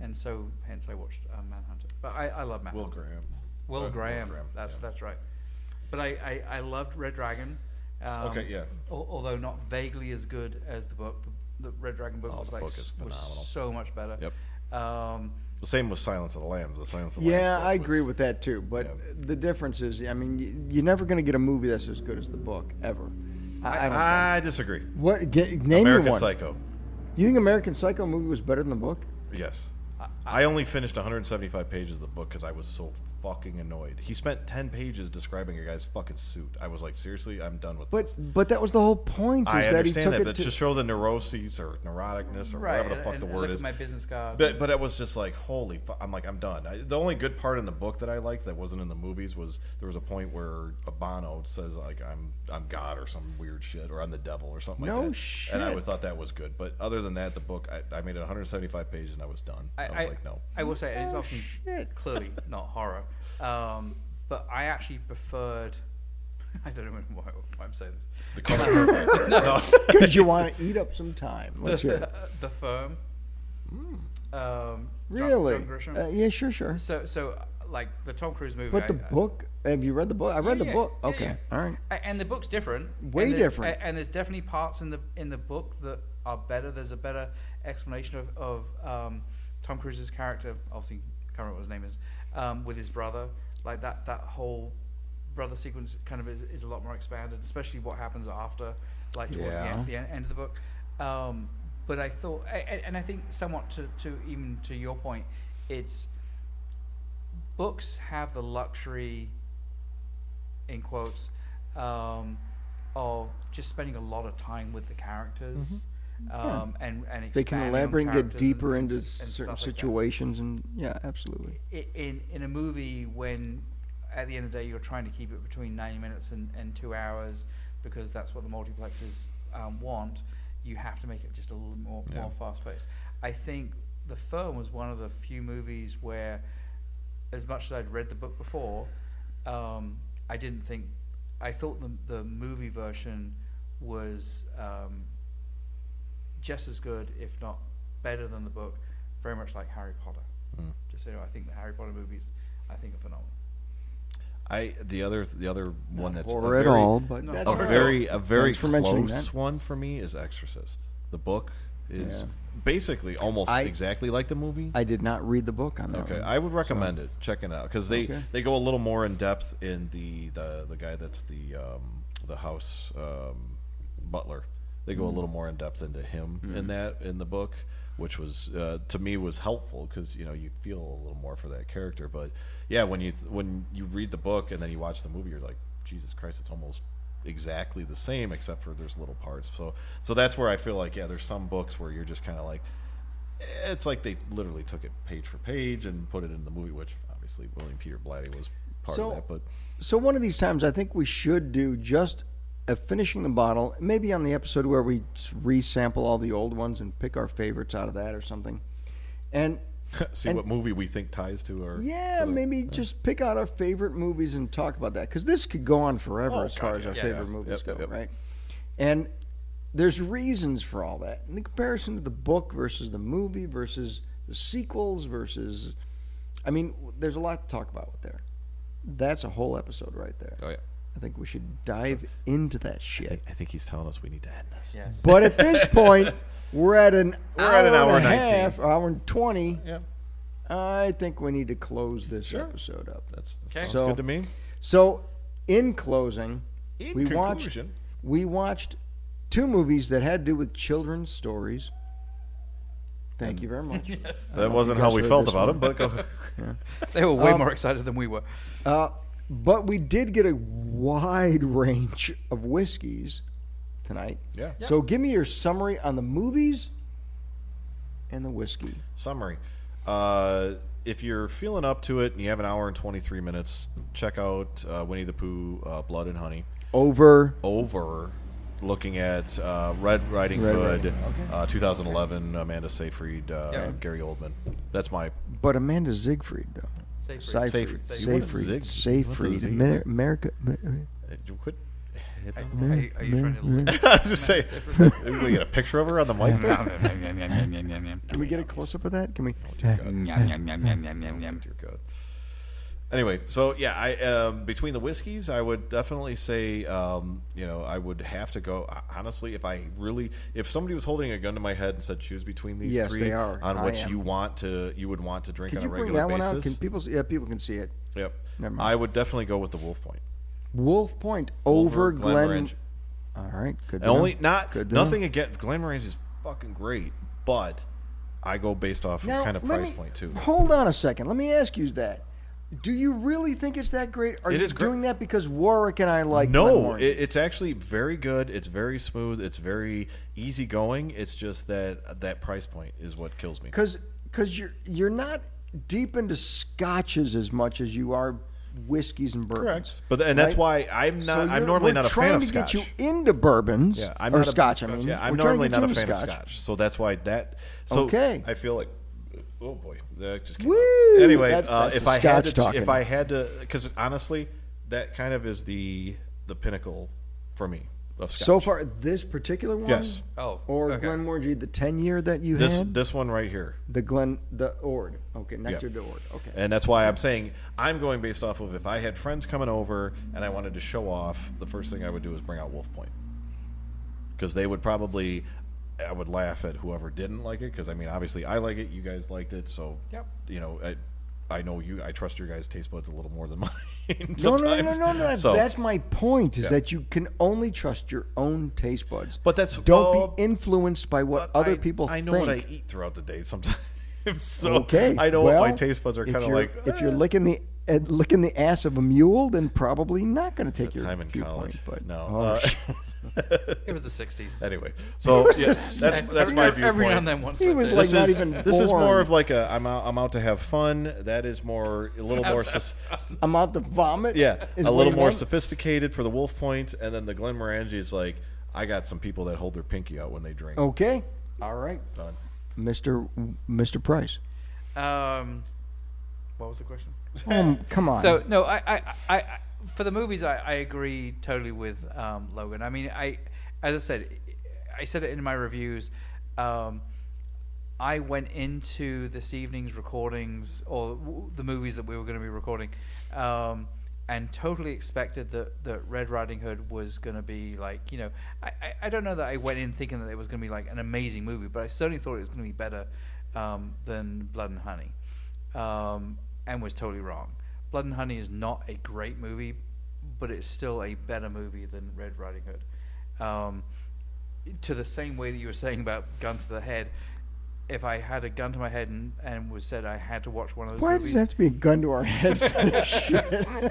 Speaker 2: and so hence I watched um, Manhunter. But I, I love
Speaker 3: Mm-hmm. Will
Speaker 2: Manhunter.
Speaker 3: Graham.
Speaker 2: Will
Speaker 3: Uh,
Speaker 2: Graham. That's
Speaker 3: yeah.
Speaker 2: that's right. But I, I, I loved Red Dragon. Um,
Speaker 3: Okay, yeah.
Speaker 2: al- although not vaguely as good as the book, the, the Red Dragon book
Speaker 3: Oh,
Speaker 2: was
Speaker 3: the
Speaker 2: like
Speaker 3: book is
Speaker 2: s- was
Speaker 3: phenomenal.
Speaker 2: so much better. Yep. Um,
Speaker 3: The same with Silence of the Lambs. The Silence of the Lambs.
Speaker 1: Yeah,
Speaker 3: book
Speaker 1: I
Speaker 3: was-
Speaker 1: agree with that too. But
Speaker 3: Yeah.
Speaker 1: the difference is, I mean, y- you're never going to get a movie that's as good as the book ever. I, I don't.
Speaker 3: I disagree.
Speaker 1: think. What? Get, name me
Speaker 3: American
Speaker 1: one.
Speaker 3: Psycho.
Speaker 1: You think American Psycho movie was better than the book?
Speaker 3: Yes. I only finished 175 pages of the book because I was so fucking annoyed. He spent 10 pages describing a guy's fucking suit. I was like, seriously, I'm done with
Speaker 1: But
Speaker 3: this.
Speaker 1: but that was the whole point. Is
Speaker 3: I
Speaker 1: that he
Speaker 3: understand
Speaker 1: took
Speaker 3: that,
Speaker 1: it
Speaker 3: but
Speaker 1: to,
Speaker 3: to show the neuroses or neuroticness or
Speaker 2: right.
Speaker 3: whatever the
Speaker 2: and-
Speaker 3: fuck
Speaker 2: and
Speaker 3: the
Speaker 2: I
Speaker 3: word
Speaker 2: look at
Speaker 3: is.
Speaker 2: my business card.
Speaker 3: But but it was just like holy. Fu- I'm like I'm done. I, the only good part in the book that I liked that wasn't in the movies was there was a point where Bono says like I'm I'm God or some weird shit or I'm the devil or something
Speaker 1: No
Speaker 3: like that. And I
Speaker 1: shit.
Speaker 3: would thought that was good. But other than that, the book I, I made it 175 pages and I was done. I, was like no. Oh,
Speaker 2: I will say and it's often
Speaker 1: shit.
Speaker 2: clearly not horror, um, but I actually preferred. I don't know why, why I'm saying this.
Speaker 3: The cover. no.
Speaker 1: because you want to eat up some time. Let's hear. it.
Speaker 2: the firm.
Speaker 3: Hmm.
Speaker 2: Um, John-
Speaker 1: Really?
Speaker 2: John Grisham.
Speaker 1: Uh, yeah, sure, sure.
Speaker 2: so so like the Tom Cruise movie.
Speaker 1: But
Speaker 2: I-
Speaker 1: the
Speaker 2: I-
Speaker 1: book? Have you read the book? I read
Speaker 2: Yeah,
Speaker 1: the
Speaker 2: yeah,
Speaker 1: book.
Speaker 2: yeah,
Speaker 1: Okay,
Speaker 2: yeah.
Speaker 1: all right.
Speaker 2: A- And the book's different. and
Speaker 1: Way
Speaker 2: there's-
Speaker 1: different.
Speaker 2: a- And there's definitely parts in the in the book that are better. There's a better explanation of of um, Tom Cruise's character. Obviously, can't remember what his name is. Um, with his brother, like that that whole brother sequence kind of is, is a lot more expanded, especially what happens after, like towards the,
Speaker 1: Yeah.
Speaker 2: end, the en- end of the book. Um, but I thought, a- a- and I think somewhat to, to even to your point, it's books have the luxury, in quotes, um, of just spending a lot of time with the characters. Um, and, and
Speaker 1: They can
Speaker 2: expanding on
Speaker 1: elaborate and get
Speaker 2: characters
Speaker 1: deeper
Speaker 2: and-
Speaker 1: into
Speaker 2: and s- and
Speaker 1: certain
Speaker 2: stuff like that
Speaker 1: situations, and yeah, absolutely.
Speaker 2: i- in in a movie when at the end of the day you're trying to keep it between 90 minutes and, and two hours because that's what the multiplexes um, want you have to make it just a little more,
Speaker 3: Yeah.
Speaker 2: more fast paced i think the firm was one of the few movies where as much as i'd read the book before um, i didn't think i thought the, the movie version was um, just as good if not better than the book very much like harry potter
Speaker 1: Hmm.
Speaker 2: just so you know, I think the Harry Potter movies, I think are phenomenal.
Speaker 3: I the other the other one that's
Speaker 1: horror
Speaker 3: a
Speaker 1: at
Speaker 3: very-
Speaker 1: all, but
Speaker 2: No.
Speaker 1: that's
Speaker 3: a
Speaker 2: horror.
Speaker 3: very a very
Speaker 1: Thanks for mentioning
Speaker 3: close
Speaker 1: that.
Speaker 3: one for me is Exorcist. The book is
Speaker 1: Yeah.
Speaker 3: basically almost
Speaker 1: I-
Speaker 3: exactly like the movie.
Speaker 1: I did not read the book on that.
Speaker 3: Okay,
Speaker 1: one.
Speaker 3: I would recommend it. Check it out because they,
Speaker 1: Okay.
Speaker 3: they go a little more in depth in the the, the guy that's the um, the house um, butler. They go a little more in depth into him in that in the book, which was uh, to me was helpful because you know you feel a little more for that character. But yeah, when you when you read the book and then you watch the movie, you're like, Jesus Christ, it's almost exactly the same except for there's little parts. So so that's where I feel like yeah, there's some books where you're just kind of like it's like they literally took it page for page and put it in the movie, which obviously William Peter Blatty was part
Speaker 1: So-
Speaker 3: of that. But
Speaker 1: So one of these times, I think we should do just a finishing the bottle, maybe on the episode where we s- resample all the old ones and pick our favorites out of that or something. And
Speaker 3: see
Speaker 1: And-
Speaker 3: what movie we think ties to our
Speaker 1: yeah,
Speaker 3: to the-
Speaker 1: maybe just pick out our favorite movies and talk about that because this could go on forever
Speaker 3: Oh,
Speaker 1: as far
Speaker 3: God,
Speaker 1: as
Speaker 3: yeah.
Speaker 1: our
Speaker 3: Yeah,
Speaker 1: favorite
Speaker 3: yeah.
Speaker 1: movies
Speaker 3: Yep,
Speaker 1: go,
Speaker 3: yep, yep.
Speaker 1: right? And there's reasons for all that. In the comparison to the book versus the movie versus the sequels versus, I mean, w- there's a lot to talk about there. That's a whole episode right there.
Speaker 3: Oh yeah,
Speaker 1: I think we should dive into that
Speaker 3: I,
Speaker 1: shit.
Speaker 3: I think he's telling us we need to end this.
Speaker 5: Yes.
Speaker 1: But at this point, we're at an
Speaker 4: We're
Speaker 1: hour
Speaker 4: at an hour
Speaker 1: and a
Speaker 4: 19.
Speaker 1: half, hour and twenty.
Speaker 3: Yeah.
Speaker 1: I think we need to close this episode up.
Speaker 3: That's that
Speaker 2: Okay.
Speaker 3: sounds
Speaker 1: So-
Speaker 3: good to me.
Speaker 1: So, in closing,
Speaker 3: In
Speaker 1: we
Speaker 3: conclusion.
Speaker 1: watched we watched two movies that had to do with children's stories. Thank you very much.
Speaker 3: That wasn't
Speaker 1: you
Speaker 3: how
Speaker 1: guys
Speaker 3: we
Speaker 1: heard
Speaker 3: felt
Speaker 1: this
Speaker 3: about
Speaker 1: one.
Speaker 3: him, but go.
Speaker 2: They were way
Speaker 1: Um,
Speaker 2: more excited than we were.
Speaker 1: Uh, but we did get a wide range of whiskeys tonight.
Speaker 3: Yeah.
Speaker 1: So give me your summary on the movies and the whiskey.
Speaker 3: summary. Uh, if you're feeling up to it and you have an hour and 23 minutes, check out uh, Winnie the Pooh, uh, Blood and Honey.
Speaker 1: Over.
Speaker 3: Over looking at uh, Red Riding
Speaker 1: Red
Speaker 3: Hood,
Speaker 1: Riding Hood, okay.
Speaker 3: uh, 2011, Amanda Seyfried, uh,
Speaker 2: Yeah.
Speaker 3: Gary Oldman. That's my.
Speaker 1: But Amanda Siegfried, though.
Speaker 2: Seyfried.
Speaker 1: Seyfried.
Speaker 2: Seyfried.
Speaker 3: You wanted
Speaker 1: Seyfried.
Speaker 3: Zig-
Speaker 1: Seyfried.
Speaker 3: you wanted Zig.
Speaker 1: Amer- America. Amer-
Speaker 3: Uh, you Quit.
Speaker 2: Are, are you- are you trying to
Speaker 1: Mm,
Speaker 2: look?
Speaker 3: I was just saying. we get a picture of her on the mic. there?
Speaker 1: Can we get a close up of that? Can we?
Speaker 3: Dear God. Anyway, so yeah, I um, between the whiskeys, I would definitely say, um, you know, I would have to go honestly. If I really, if somebody was holding a gun to my head and said, "Choose between these
Speaker 1: Yes,
Speaker 3: three
Speaker 1: they are.
Speaker 3: on
Speaker 1: I
Speaker 3: which
Speaker 1: am.
Speaker 3: you want to, you would want to drink
Speaker 1: Could
Speaker 3: on
Speaker 1: you
Speaker 3: a
Speaker 1: bring
Speaker 3: regular
Speaker 1: that one out? Can
Speaker 3: basis."
Speaker 1: people? Yeah, people can see it.
Speaker 3: yep,
Speaker 1: Never mind.
Speaker 3: I would definitely go with the Wolf Point
Speaker 1: Wolf Point over, Glen.
Speaker 3: Range.
Speaker 1: All right. Good. to
Speaker 3: And only
Speaker 1: know.
Speaker 3: not
Speaker 1: Good to know.
Speaker 3: nothing against Glen Range is fucking great, but I go based off of kind of
Speaker 1: let
Speaker 3: price
Speaker 1: me,
Speaker 3: point too.
Speaker 1: Hold on a second. Let me ask you that. Do you really think it's that great? Are
Speaker 3: It
Speaker 1: you
Speaker 3: is great.
Speaker 1: doing that because Warwick and I like
Speaker 3: no
Speaker 1: Glenmorangie?
Speaker 3: it, it's actually very good it's very smooth it's very easygoing it's just that that price point is what kills me
Speaker 1: because because you're you're not deep into scotches as much as you are whiskeys and bourbons.
Speaker 3: but and that's why i'm
Speaker 1: So
Speaker 3: not i'm
Speaker 1: you're-
Speaker 3: normally
Speaker 1: we're
Speaker 3: not a
Speaker 1: trying
Speaker 3: fan of
Speaker 1: to
Speaker 3: scotch
Speaker 1: get you into bourbons
Speaker 3: yeah i'm
Speaker 1: or
Speaker 3: not a-
Speaker 1: scotch. I mean,
Speaker 3: yeah i'm
Speaker 1: We're trying to
Speaker 3: normally
Speaker 1: get
Speaker 3: not a
Speaker 1: you
Speaker 3: fan
Speaker 1: into
Speaker 3: of scotch so that's why that so
Speaker 1: Okay.
Speaker 3: i feel like oh boy that just came
Speaker 1: Woo!
Speaker 3: out. anyway
Speaker 1: That's-
Speaker 3: uh,
Speaker 1: that's
Speaker 3: if
Speaker 1: the
Speaker 3: i had
Speaker 1: scotch
Speaker 3: to
Speaker 1: talking.
Speaker 3: if i had to because honestly that kind of is the the pinnacle for me of scotch
Speaker 1: So far, this particular one,
Speaker 3: Yes.
Speaker 2: Oh,
Speaker 1: or
Speaker 2: okay.
Speaker 1: Glenmorangie, the ten year that you
Speaker 3: this
Speaker 1: had,
Speaker 3: this one right here
Speaker 1: the Glen, the Ord, okay, Nectar
Speaker 3: Yeah.
Speaker 1: to Ord, okay.
Speaker 3: And that's why I'm saying I'm going based off of if I had friends coming over and I wanted to show off, the first thing I would do is bring out Wolf Point. Because they would probably, I would laugh at whoever didn't like it. Because I mean, obviously I like it, you guys liked it, so
Speaker 2: Yep.
Speaker 3: you know, I, I know you. I trust your guys' taste buds a little more than mine.
Speaker 1: No, no, no,
Speaker 3: sometimes.
Speaker 1: no, no. That's,
Speaker 3: So-
Speaker 1: that's my point. Is
Speaker 3: Yeah.
Speaker 1: that you can only trust your own taste buds.
Speaker 3: But that's-
Speaker 1: don't
Speaker 3: well,
Speaker 1: be influenced by what
Speaker 3: but
Speaker 1: other
Speaker 3: I-
Speaker 1: people
Speaker 3: I know
Speaker 1: think.
Speaker 3: what I eat throughout the day sometimes. so
Speaker 1: okay,
Speaker 3: I know
Speaker 1: well,
Speaker 3: my taste buds are
Speaker 1: if
Speaker 3: kind of
Speaker 1: you're-
Speaker 3: like
Speaker 1: if you're
Speaker 3: "Eh."
Speaker 1: licking the uh, licking the ass of a mule, then probably not going to take
Speaker 3: That
Speaker 1: your
Speaker 3: time in
Speaker 1: viewpoint,
Speaker 3: college,
Speaker 1: But
Speaker 3: no.
Speaker 1: oh,
Speaker 3: uh,
Speaker 1: shit.
Speaker 2: It was the 60s.
Speaker 3: anyway, so yeah, that's that's
Speaker 2: every,
Speaker 3: my
Speaker 2: every
Speaker 3: viewpoint.
Speaker 2: now and then once.
Speaker 1: He
Speaker 2: that
Speaker 1: was
Speaker 2: did.
Speaker 1: like
Speaker 3: this
Speaker 1: not
Speaker 3: is,
Speaker 1: even
Speaker 3: this is more
Speaker 1: born.
Speaker 3: of like a I'm out, I'm out to have fun. That is more a little more sus-
Speaker 1: I'm out to vomit.
Speaker 3: yeah
Speaker 1: is
Speaker 3: a
Speaker 1: what
Speaker 3: little
Speaker 1: you
Speaker 3: more
Speaker 1: want?
Speaker 3: sophisticated for the Wolf Point, and then the Glenmorangie is like I got some people that hold their pinky out when they drink.
Speaker 1: Okay, all right,
Speaker 3: Done.
Speaker 1: Mister Mister Price.
Speaker 2: Um, what was the question?
Speaker 1: Oh, come on.
Speaker 2: So no, I, I, I, I for the movies, I, I agree totally with um, Logan. I mean, I, as I said, I said it in my reviews. Um, I went into this evening's recordings or w- the movies that we were going to be recording, um, and totally expected that, that Red Riding Hood was going to be like you know I, I, I don't know that I went in thinking that it was going to be like an amazing movie, but I certainly thought it was going to be better um, than Blood and Honey, um, and was totally wrong. Blood and Honey is not a great movie, but it's still a better movie than Red Riding Hood. Um, to the same way that you were saying about gun to the head, if I had a gun to my head and, and was said I had to watch one of those
Speaker 1: why does
Speaker 2: movies,
Speaker 1: it have to be a gun to our head for this shit?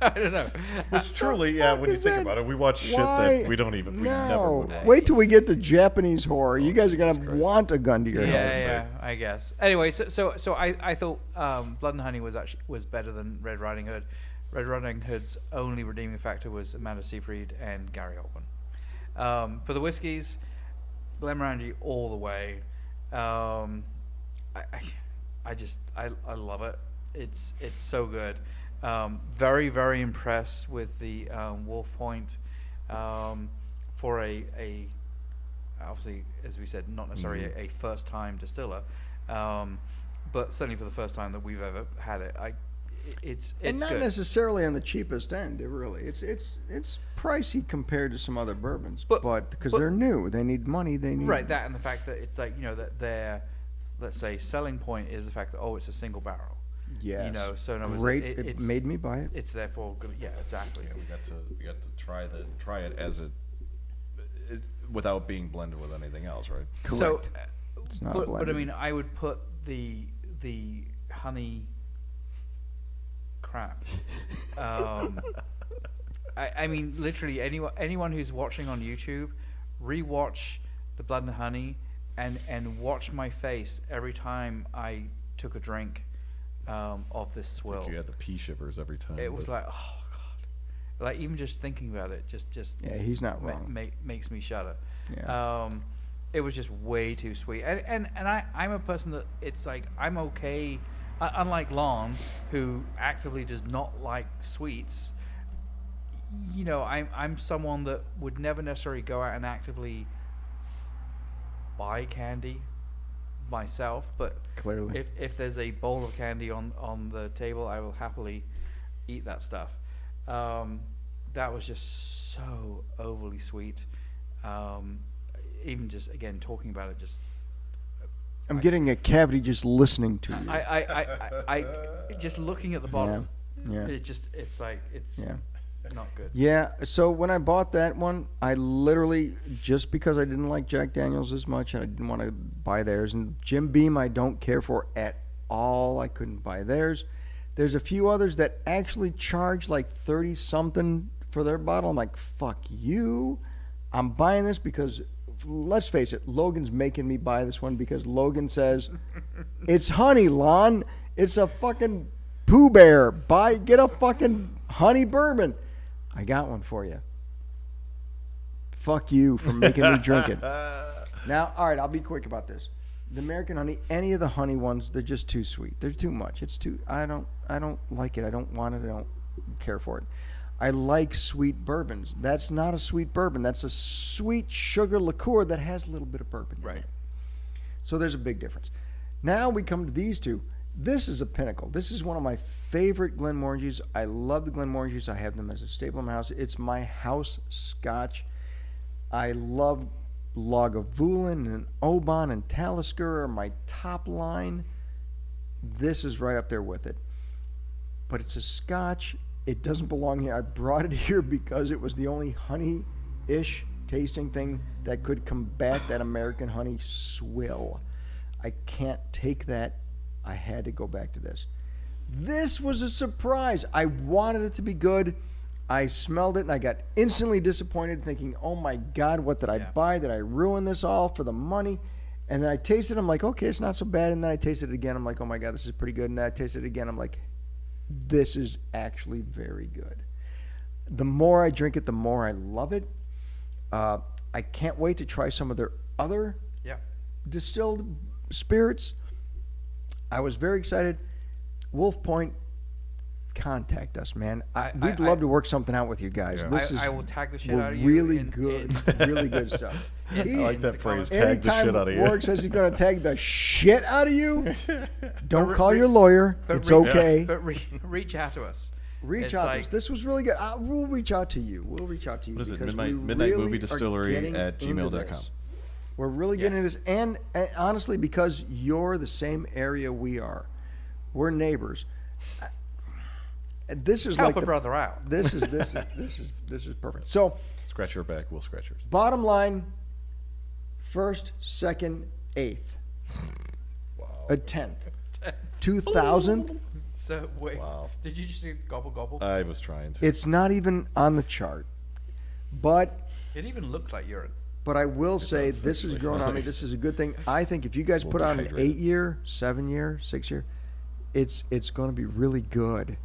Speaker 2: I don't know.
Speaker 3: Which truly, yeah, when you
Speaker 1: is
Speaker 3: think
Speaker 1: that?
Speaker 3: about it, we watch shit
Speaker 1: Why?
Speaker 3: that we don't even we never
Speaker 1: No.
Speaker 3: would. watch.
Speaker 1: Wait till we get to Japanese horror. you guys are
Speaker 3: Jesus
Speaker 1: gonna
Speaker 3: Christ.
Speaker 1: want a gun to your
Speaker 2: yeah,
Speaker 1: head.
Speaker 2: yeah, I guess. Anyway, so so so I, I thought um, Blood and Honey was actually was better than Red Riding Hood. Red Riding Hood's only redeeming factor was Amanda Seyfried and Gary Oldman. Um, for the whiskies, Glenmorangie all the way. Um, I, I, I just I, I love it. It's it's so good. Um, very very impressed with the um, Wolf Point um, for a a obviously as we said not necessarily a, a first time distiller, um, but certainly for the first time that we've ever had it. I i- it's
Speaker 1: and
Speaker 2: it's
Speaker 1: not
Speaker 2: good.
Speaker 1: necessarily on the cheapest end. It really, it's it's it's pricey compared to some other bourbons,
Speaker 2: But-
Speaker 1: but because
Speaker 2: but-
Speaker 1: they're new, they need money. They need
Speaker 2: Right, that and the fact that it's like you know that their, let's say, selling point is the fact that oh, it's a single barrel.
Speaker 1: Yes.
Speaker 2: You know, so in other words,
Speaker 1: great.
Speaker 2: it-
Speaker 1: it
Speaker 2: it's-
Speaker 1: made me buy it.
Speaker 2: It's therefore good. Yeah, exactly.
Speaker 3: Yeah, we got to we got to try the try it as a it, without being blended with anything else, right?
Speaker 2: So,
Speaker 1: Correct.
Speaker 2: uh,
Speaker 1: It's not a
Speaker 2: but, but I
Speaker 1: blended.
Speaker 2: mean, I would put the the honey crap. Um, I, I mean, literally anyone anyone who's watching on YouTube, rewatch the Blood and Honey, and and watch my face every time I took a drink um, of this
Speaker 3: I think
Speaker 2: swill.
Speaker 3: you had the pea shivers every time.
Speaker 2: It was
Speaker 3: but-
Speaker 2: like, oh god, like even just thinking about it, just just
Speaker 1: Yeah, he's not
Speaker 2: ma-
Speaker 1: wrong.
Speaker 2: ma- makes me shudder.
Speaker 1: Yeah.
Speaker 2: Um, it was just way too sweet, and and, and I I'm a person that it's like I'm okay, uh, unlike Lon, who actively does not like sweets. You know, I'm I'm someone that would never necessarily go out and actively buy candy myself, but
Speaker 1: Clearly.
Speaker 2: if if there's a bowl of candy on on the table, I will happily eat that stuff. Um, that was just so overly sweet. Um, even just again talking about it, just
Speaker 1: I'm getting a cavity just listening to you.
Speaker 2: I I, I, I, I just looking at the bottom.
Speaker 1: Yeah, yeah.
Speaker 2: It just it's like it's
Speaker 1: Yeah.
Speaker 2: not good.
Speaker 1: Yeah. So when I bought that one, I literally just because I didn't like Jack Daniels as much and I didn't want to buy theirs, and Jim Beam I don't care for at all. I couldn't buy theirs. There's a few others that actually charge like thirty something for their bottle. I'm like, fuck you. I'm buying this because let's face it, Logan's making me buy this one because Logan says it's honey, Lon. It's a fucking poo bear. Buy get a fucking honey bourbon. I got one for you. Fuck you for making me drink it. Now, all right, I'll be quick about this. The American honey, any of the honey ones, they're just too sweet. They're too much. It's too. I don't. I don't like it. I don't want it. I don't care for it. I like sweet bourbons. That's not a sweet bourbon. That's a sweet sugar liqueur that has a little bit of bourbon. in
Speaker 2: Right.
Speaker 1: it. So there's a big difference. Now we come to these two. This is a pinnacle. This is one of my favorite Glenmorangies. I love the Glenmorangies. I have them as a staple in my house. It's my house scotch. I love Lagavulin and Oban and Talisker are my top line. This is right up there with it. But it's a scotch. It doesn't belong here. I brought it here because it was the only honey ish tasting thing that could combat that American honey swill. I can't take that. I had to go back to this. This was a surprise. I wanted it to be good. I smelled it and I got instantly disappointed, thinking, oh my God, what did I
Speaker 2: Yeah.
Speaker 1: buy? Did I ruin this all for the money? And then I tasted it. I'm like, okay, it's not so bad. And then I tasted it again. I'm like, oh my God, this is pretty good. And then I tasted it again. I'm like, this is actually very good. The more I drink it, the more I love it. Uh, I can't wait to try some of their other
Speaker 2: Yeah.
Speaker 1: distilled spirits. I was very excited. Wolf Point, contact us, man. I,
Speaker 2: I-
Speaker 1: we'd
Speaker 2: I-
Speaker 1: love
Speaker 2: I-
Speaker 1: to work something out with you guys.
Speaker 3: Yeah.
Speaker 1: This
Speaker 2: I-
Speaker 1: is
Speaker 2: I will tag the shit
Speaker 1: we're
Speaker 2: out of you
Speaker 1: Really
Speaker 2: in-
Speaker 1: good,
Speaker 2: in-
Speaker 1: really good stuff.
Speaker 2: in-
Speaker 1: He-
Speaker 2: in
Speaker 3: like that
Speaker 2: the comments.
Speaker 3: phrase, tag the
Speaker 1: Anytime
Speaker 3: shit out of you.
Speaker 1: Warwick says he's going to tag the shit out of you, don't
Speaker 2: re-
Speaker 1: call
Speaker 2: re-
Speaker 1: your lawyer.
Speaker 2: But
Speaker 1: It's
Speaker 2: reach-
Speaker 1: okay.
Speaker 2: But re- reach out to us.
Speaker 1: Reach
Speaker 2: It's
Speaker 1: out to
Speaker 2: like-
Speaker 1: us. This was really good. I, we'll reach out to you. We'll reach out to you.
Speaker 3: What is it?
Speaker 1: because
Speaker 3: Midnight-
Speaker 1: we
Speaker 3: Midnight
Speaker 1: really
Speaker 3: Movie
Speaker 1: are
Speaker 3: Distillery
Speaker 1: getting
Speaker 3: at
Speaker 1: into
Speaker 3: gmail.com.
Speaker 1: this. We're really getting into this, and, and honestly, because you're the same area we are, we're neighbors. I- This is
Speaker 2: Help
Speaker 1: like
Speaker 2: a
Speaker 1: the-
Speaker 2: brother out.
Speaker 1: This is this is this is this is perfect. So,
Speaker 3: Scratch your back, we'll scratch yours.
Speaker 1: bottom line, first, second, eighth,
Speaker 3: Wow.
Speaker 1: a tenth, two thousandth.
Speaker 2: So wait,
Speaker 3: Wow.
Speaker 2: did you just do gobble gobble?
Speaker 3: I was trying to.
Speaker 1: It's not even on the chart, but
Speaker 2: it even looks like urine.
Speaker 1: But I will say
Speaker 3: does,
Speaker 1: this is
Speaker 3: actually.
Speaker 1: growing on me. This is a good thing. I think if you guys
Speaker 3: We'll
Speaker 1: put out an
Speaker 3: dehydrate it.
Speaker 1: eight year, seven year, six year, it's it's going to be really good.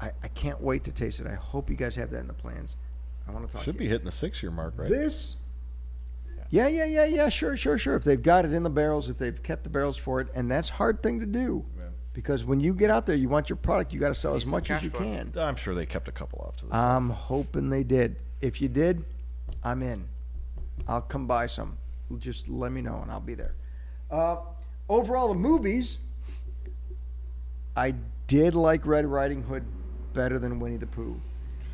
Speaker 1: I, I can't wait to taste it. I hope you guys have that in the plans. I want to talk.
Speaker 3: should
Speaker 1: to
Speaker 3: be
Speaker 1: you.
Speaker 3: hitting the six year mark, right?
Speaker 1: this. Yeah, yeah, yeah, yeah. Sure, sure, sure. If they've got it in the barrels, if they've kept the barrels for it, and that's a hard thing to do,
Speaker 3: Yeah.
Speaker 1: because when you get out there, you want your product. You got to sell as
Speaker 2: Need some
Speaker 1: much as
Speaker 2: cash
Speaker 1: you
Speaker 2: flow.
Speaker 1: can.
Speaker 3: I'm sure they kept a couple off to the side.
Speaker 1: I'm hoping they did. If you did, I'm in. I'll come buy some. Just let me know and I'll be there. Uh, overall, the movies, I did like Red Riding Hood better than Winnie the Pooh.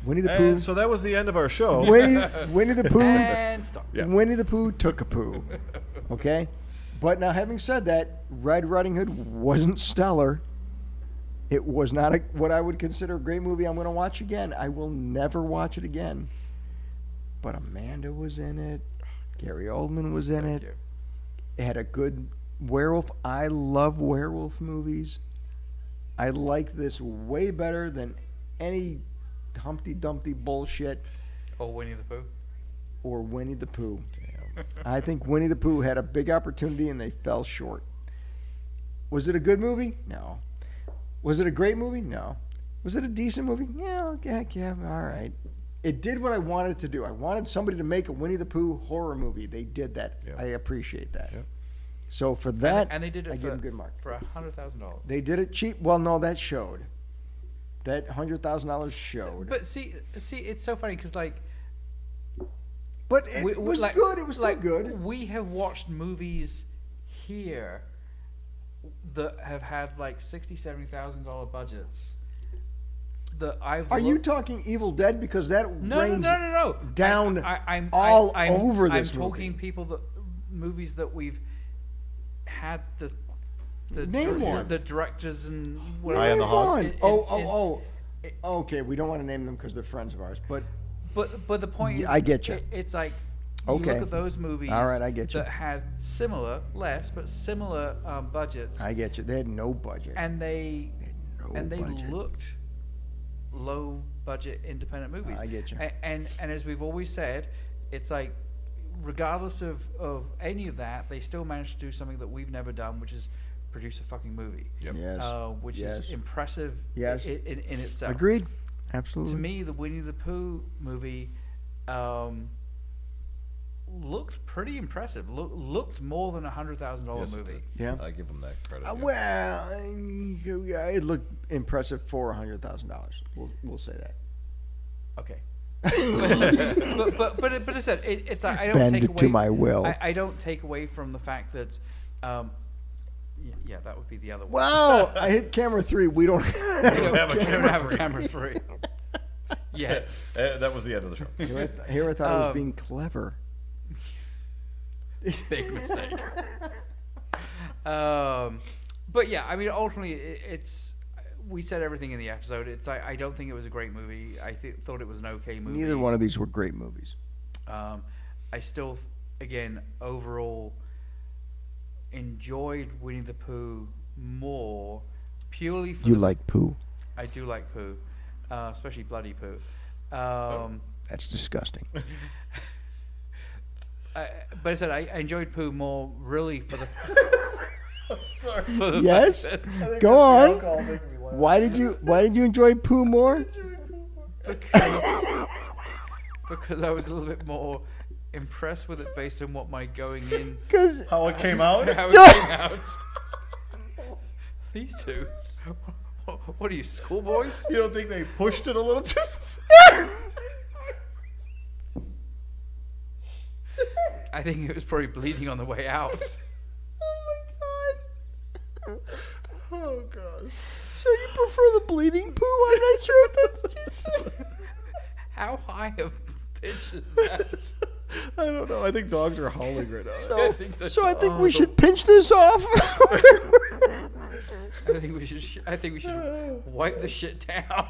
Speaker 1: Winnie the Pooh.
Speaker 3: And so that was the end of our show.
Speaker 1: Winnie, Winnie the Pooh.
Speaker 2: And stop.
Speaker 3: Yeah.
Speaker 1: Winnie the Pooh took a poo. Okay? But now, having said that, Red Riding Hood wasn't stellar. It was not a, what I would consider a great movie I'm going to watch again. I will never watch it again. But Amanda was in it. Gary Oldman was in it.
Speaker 2: you.
Speaker 1: It had a good werewolf. I love werewolf movies. I like this way better than any Humpty Dumpty bullshit
Speaker 2: Or Oh, Winnie the Pooh.
Speaker 1: or Winnie the Pooh. I think Winnie the Pooh had a big opportunity and they fell short. Was it a good movie? No. Was it a great movie? No. Was it a decent movie? Yeah, okay, yeah, all right. It did what I wanted it to do. I wanted somebody to make a Winnie the Pooh horror movie. They did that.
Speaker 3: Yeah.
Speaker 1: I appreciate that.
Speaker 3: Yeah.
Speaker 1: So for that,
Speaker 2: and they did it
Speaker 1: I
Speaker 2: for,
Speaker 1: give them good mark.
Speaker 2: for a hundred thousand dollars.
Speaker 1: They did it cheap. Well, no, that showed. That hundred thousand dollars showed. But,
Speaker 2: But see, see, it's so funny because like
Speaker 1: it
Speaker 2: we- we-
Speaker 1: was
Speaker 2: like-
Speaker 1: good. It was
Speaker 2: like,
Speaker 1: still good.
Speaker 2: We have watched movies here that have had like sixty, seventy thousand dollar budgets. That I've
Speaker 1: Are you
Speaker 2: looked-
Speaker 1: talking Evil Dead because that
Speaker 2: no, no,
Speaker 1: reigns
Speaker 2: no, no, no.
Speaker 1: down
Speaker 2: I, I, I'm
Speaker 1: all
Speaker 2: I, I'm,
Speaker 1: over
Speaker 2: I'm
Speaker 1: this
Speaker 2: talking
Speaker 1: movie.
Speaker 2: people that movies that we've had the the
Speaker 1: Name
Speaker 2: dir-
Speaker 1: one.
Speaker 2: the directors and whatever.
Speaker 3: Eye of the
Speaker 1: Name
Speaker 3: Hog.
Speaker 1: one.
Speaker 2: It- it-
Speaker 1: oh,
Speaker 2: it-
Speaker 1: oh, oh. okay, we don't want to name them because they're friends of ours, but
Speaker 2: But but the point
Speaker 1: Yeah,
Speaker 2: is,
Speaker 1: I get you.
Speaker 2: it- it's like you
Speaker 1: Okay.
Speaker 2: look at those movies.
Speaker 1: All right, I get you.
Speaker 2: That had similar, less but similar um, budgets,
Speaker 1: I get you. They had no budget.
Speaker 2: and they
Speaker 1: No
Speaker 2: and they
Speaker 1: budget.
Speaker 2: looked low budget independent movies.
Speaker 1: I get you.
Speaker 2: A- And, and as we've always said, it's like regardless of of any of that, they still managed to do something that we've never done, which is produce a fucking movie.
Speaker 3: Yep.
Speaker 1: Yes.
Speaker 2: Uh, which
Speaker 1: Yes.
Speaker 2: is impressive.
Speaker 1: Yes.
Speaker 2: i- In, in, itself.
Speaker 1: Agreed. Absolutely.
Speaker 2: uh, To me, the Winnie the Pooh movie um, looked pretty impressive. Look, looked more than a hundred thousand dollar
Speaker 3: Yes, it
Speaker 2: movie.
Speaker 3: did.
Speaker 1: Yeah.
Speaker 3: I give them that credit.
Speaker 1: Uh,
Speaker 3: yeah.
Speaker 1: well, I- yeah, it looked impressive for hundred thousand dollars. We'll we'll say that.
Speaker 2: Okay. but, but but but but I said it, it's like I don't
Speaker 1: Bend
Speaker 2: take away
Speaker 1: to my will.
Speaker 2: I, I don't take away from the fact that. Um, y- yeah, that would be the other one.
Speaker 1: Wow! I hit camera three. We don't.
Speaker 2: we don't,
Speaker 3: have a
Speaker 2: we don't
Speaker 3: camera
Speaker 2: have
Speaker 3: free.
Speaker 2: a camera free. Yet.
Speaker 3: Uh, that was the end of the show.
Speaker 1: here, I th- here I thought I was
Speaker 2: Um,
Speaker 1: being clever.
Speaker 2: big mistake. um, but yeah, I mean, ultimately, i it's we said everything in the episode. It's I, I don't think it was a great movie. I th- thought it was an okay movie.
Speaker 1: Neither one of these were great movies.
Speaker 2: Um, I still, again, overall enjoyed Winnie the Pooh more purely for
Speaker 1: You
Speaker 2: the-
Speaker 1: like poo?
Speaker 2: I do like Pooh, uh, especially bloody Pooh. Um,
Speaker 1: That's disgusting.
Speaker 2: I, but I said I, I enjoyed Pooh more, really, for the
Speaker 4: Sorry.
Speaker 2: for the
Speaker 1: yes.
Speaker 2: fact that-
Speaker 1: Go on.
Speaker 4: Why?
Speaker 1: Why did you Why did you enjoy poo more?
Speaker 2: because I was a little bit more impressed with it based on what my going in
Speaker 1: Because
Speaker 4: How it came out?
Speaker 2: how it came out. These two, Wh- what are you schoolboys?
Speaker 3: You don't think they pushed it a little too?
Speaker 2: I think it was probably bleeding on the way out.
Speaker 3: oh gosh.
Speaker 1: So you prefer the bleeding poo? I'm not sure if that's what you said.
Speaker 2: How high of a pitch is that?
Speaker 3: I don't know. I think dogs are howling right now.
Speaker 2: I think
Speaker 1: So,
Speaker 2: that's
Speaker 1: so I think we
Speaker 2: awful.
Speaker 1: should pinch this off.
Speaker 2: I think we should. Sh- I think we should wipe the shit down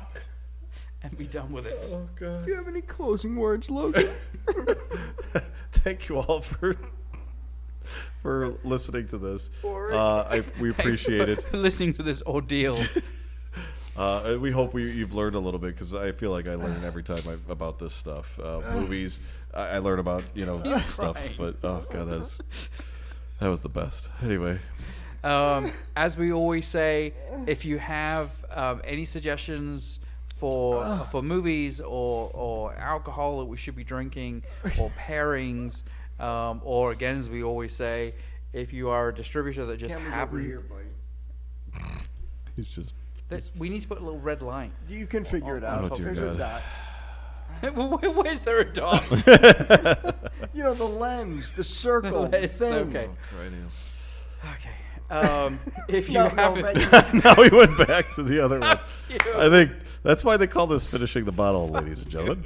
Speaker 2: and be done with it.
Speaker 3: oh god.
Speaker 1: Do you have any closing words, Logan?
Speaker 3: Thank you all for for listening to this.
Speaker 1: For it.
Speaker 3: Uh, I, we appreciate it.
Speaker 2: Thank you for Listening to this ordeal.
Speaker 3: Uh, we hope we, you've learned a little bit because I feel like I learn every time I, about this stuff. Uh, movies, I, I learn about you know stuff,
Speaker 2: crying.
Speaker 3: but oh god, that's that was the best. Anyway,
Speaker 2: um, as we always say, if you have um, any suggestions for for movies or or alcohol that we should be drinking or pairings, um, or again as we always say, if you are a distributor that just happens,
Speaker 1: buddy.
Speaker 3: he's just
Speaker 2: that we need to put a little red line.
Speaker 1: You can figure it
Speaker 3: Oh,
Speaker 1: out.
Speaker 3: dear
Speaker 1: There's a
Speaker 3: God.
Speaker 1: dot.
Speaker 2: Where- Where's there a dot?
Speaker 1: You know the lens, the circle, the
Speaker 2: It's
Speaker 1: thing.
Speaker 2: okay.
Speaker 3: right now.
Speaker 2: Okay. Um, if you
Speaker 1: No, no,
Speaker 2: haven't,
Speaker 1: but-
Speaker 3: now we went back to the other one.
Speaker 2: You.
Speaker 3: I think that's why they call this finishing the bottle, ladies and gentlemen.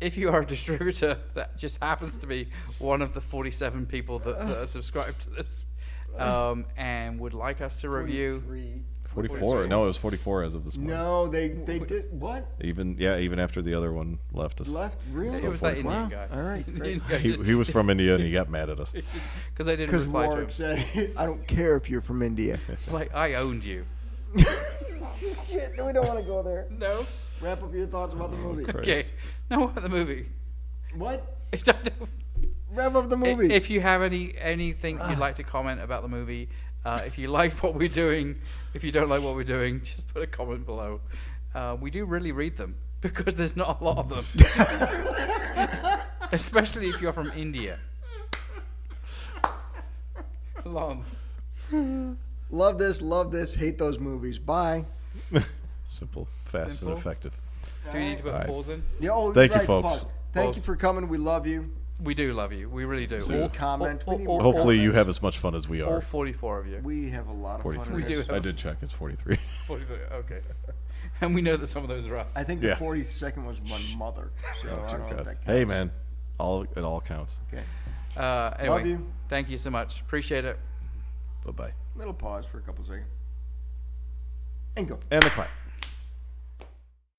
Speaker 2: if you are a distributor that just happens to be one of the 47 people that, that are subscribed to this um, and would like us to review,
Speaker 1: Three.
Speaker 3: 44. No, it was 44 as of this morning.
Speaker 1: No, they they did what?
Speaker 3: Even yeah, even after the other one left us.
Speaker 1: Left? Really?
Speaker 2: it was that Indian
Speaker 1: Wow.
Speaker 2: guy.
Speaker 1: All right. Great.
Speaker 3: He, he was from India and he got mad at us.
Speaker 2: because I didn't
Speaker 1: Because
Speaker 2: reply to him.
Speaker 1: Warwick said, "I don't care if you're from India."
Speaker 2: Like I owned you.
Speaker 1: Shit, we don't want to go there.
Speaker 2: No.
Speaker 1: Wrap up your thoughts about the movie.
Speaker 2: Okay. No, what the movie.
Speaker 1: What?
Speaker 2: I don't-
Speaker 1: Wrap up the
Speaker 2: I-
Speaker 1: movie. Ah.
Speaker 2: If you have any anything you'd like to comment about the movie, uh, if you like what we're doing, if you don't like what we're doing, just put a comment below. Uh, we do really read them because there's not a lot of them, especially if you're from India. Long.
Speaker 1: love this, love this, hate those movies. Bye.
Speaker 3: Simple, fast,
Speaker 2: Simple.
Speaker 3: and effective.
Speaker 2: Do we need to put
Speaker 3: Right.
Speaker 2: pause in?
Speaker 1: Yeah, oh,
Speaker 3: Thank you,
Speaker 1: right,
Speaker 3: folks.
Speaker 1: pause. Thank you
Speaker 2: Pause.
Speaker 1: for coming. We love you.
Speaker 2: We do love you. We really do.
Speaker 1: Please comment. We need more
Speaker 3: Hopefully, you have as much fun as we
Speaker 2: all
Speaker 3: are.
Speaker 2: 44 of you.
Speaker 1: We have a lot of fun.
Speaker 3: 43.
Speaker 1: in
Speaker 2: We do
Speaker 1: this.
Speaker 2: have-
Speaker 3: I did check. It's 43.
Speaker 2: 43, okay. And we know that some of those are us.
Speaker 1: I think the
Speaker 3: Yeah.
Speaker 1: 42nd was my mother. So I don't know if
Speaker 3: God.
Speaker 1: that counts.
Speaker 3: Hey, man. All It all counts.
Speaker 1: Okay.
Speaker 2: Uh, anyway,
Speaker 1: Love you.
Speaker 2: thank you so much. Appreciate it.
Speaker 3: Bye bye.
Speaker 1: Little pause for a couple seconds. And go.
Speaker 3: And the clap.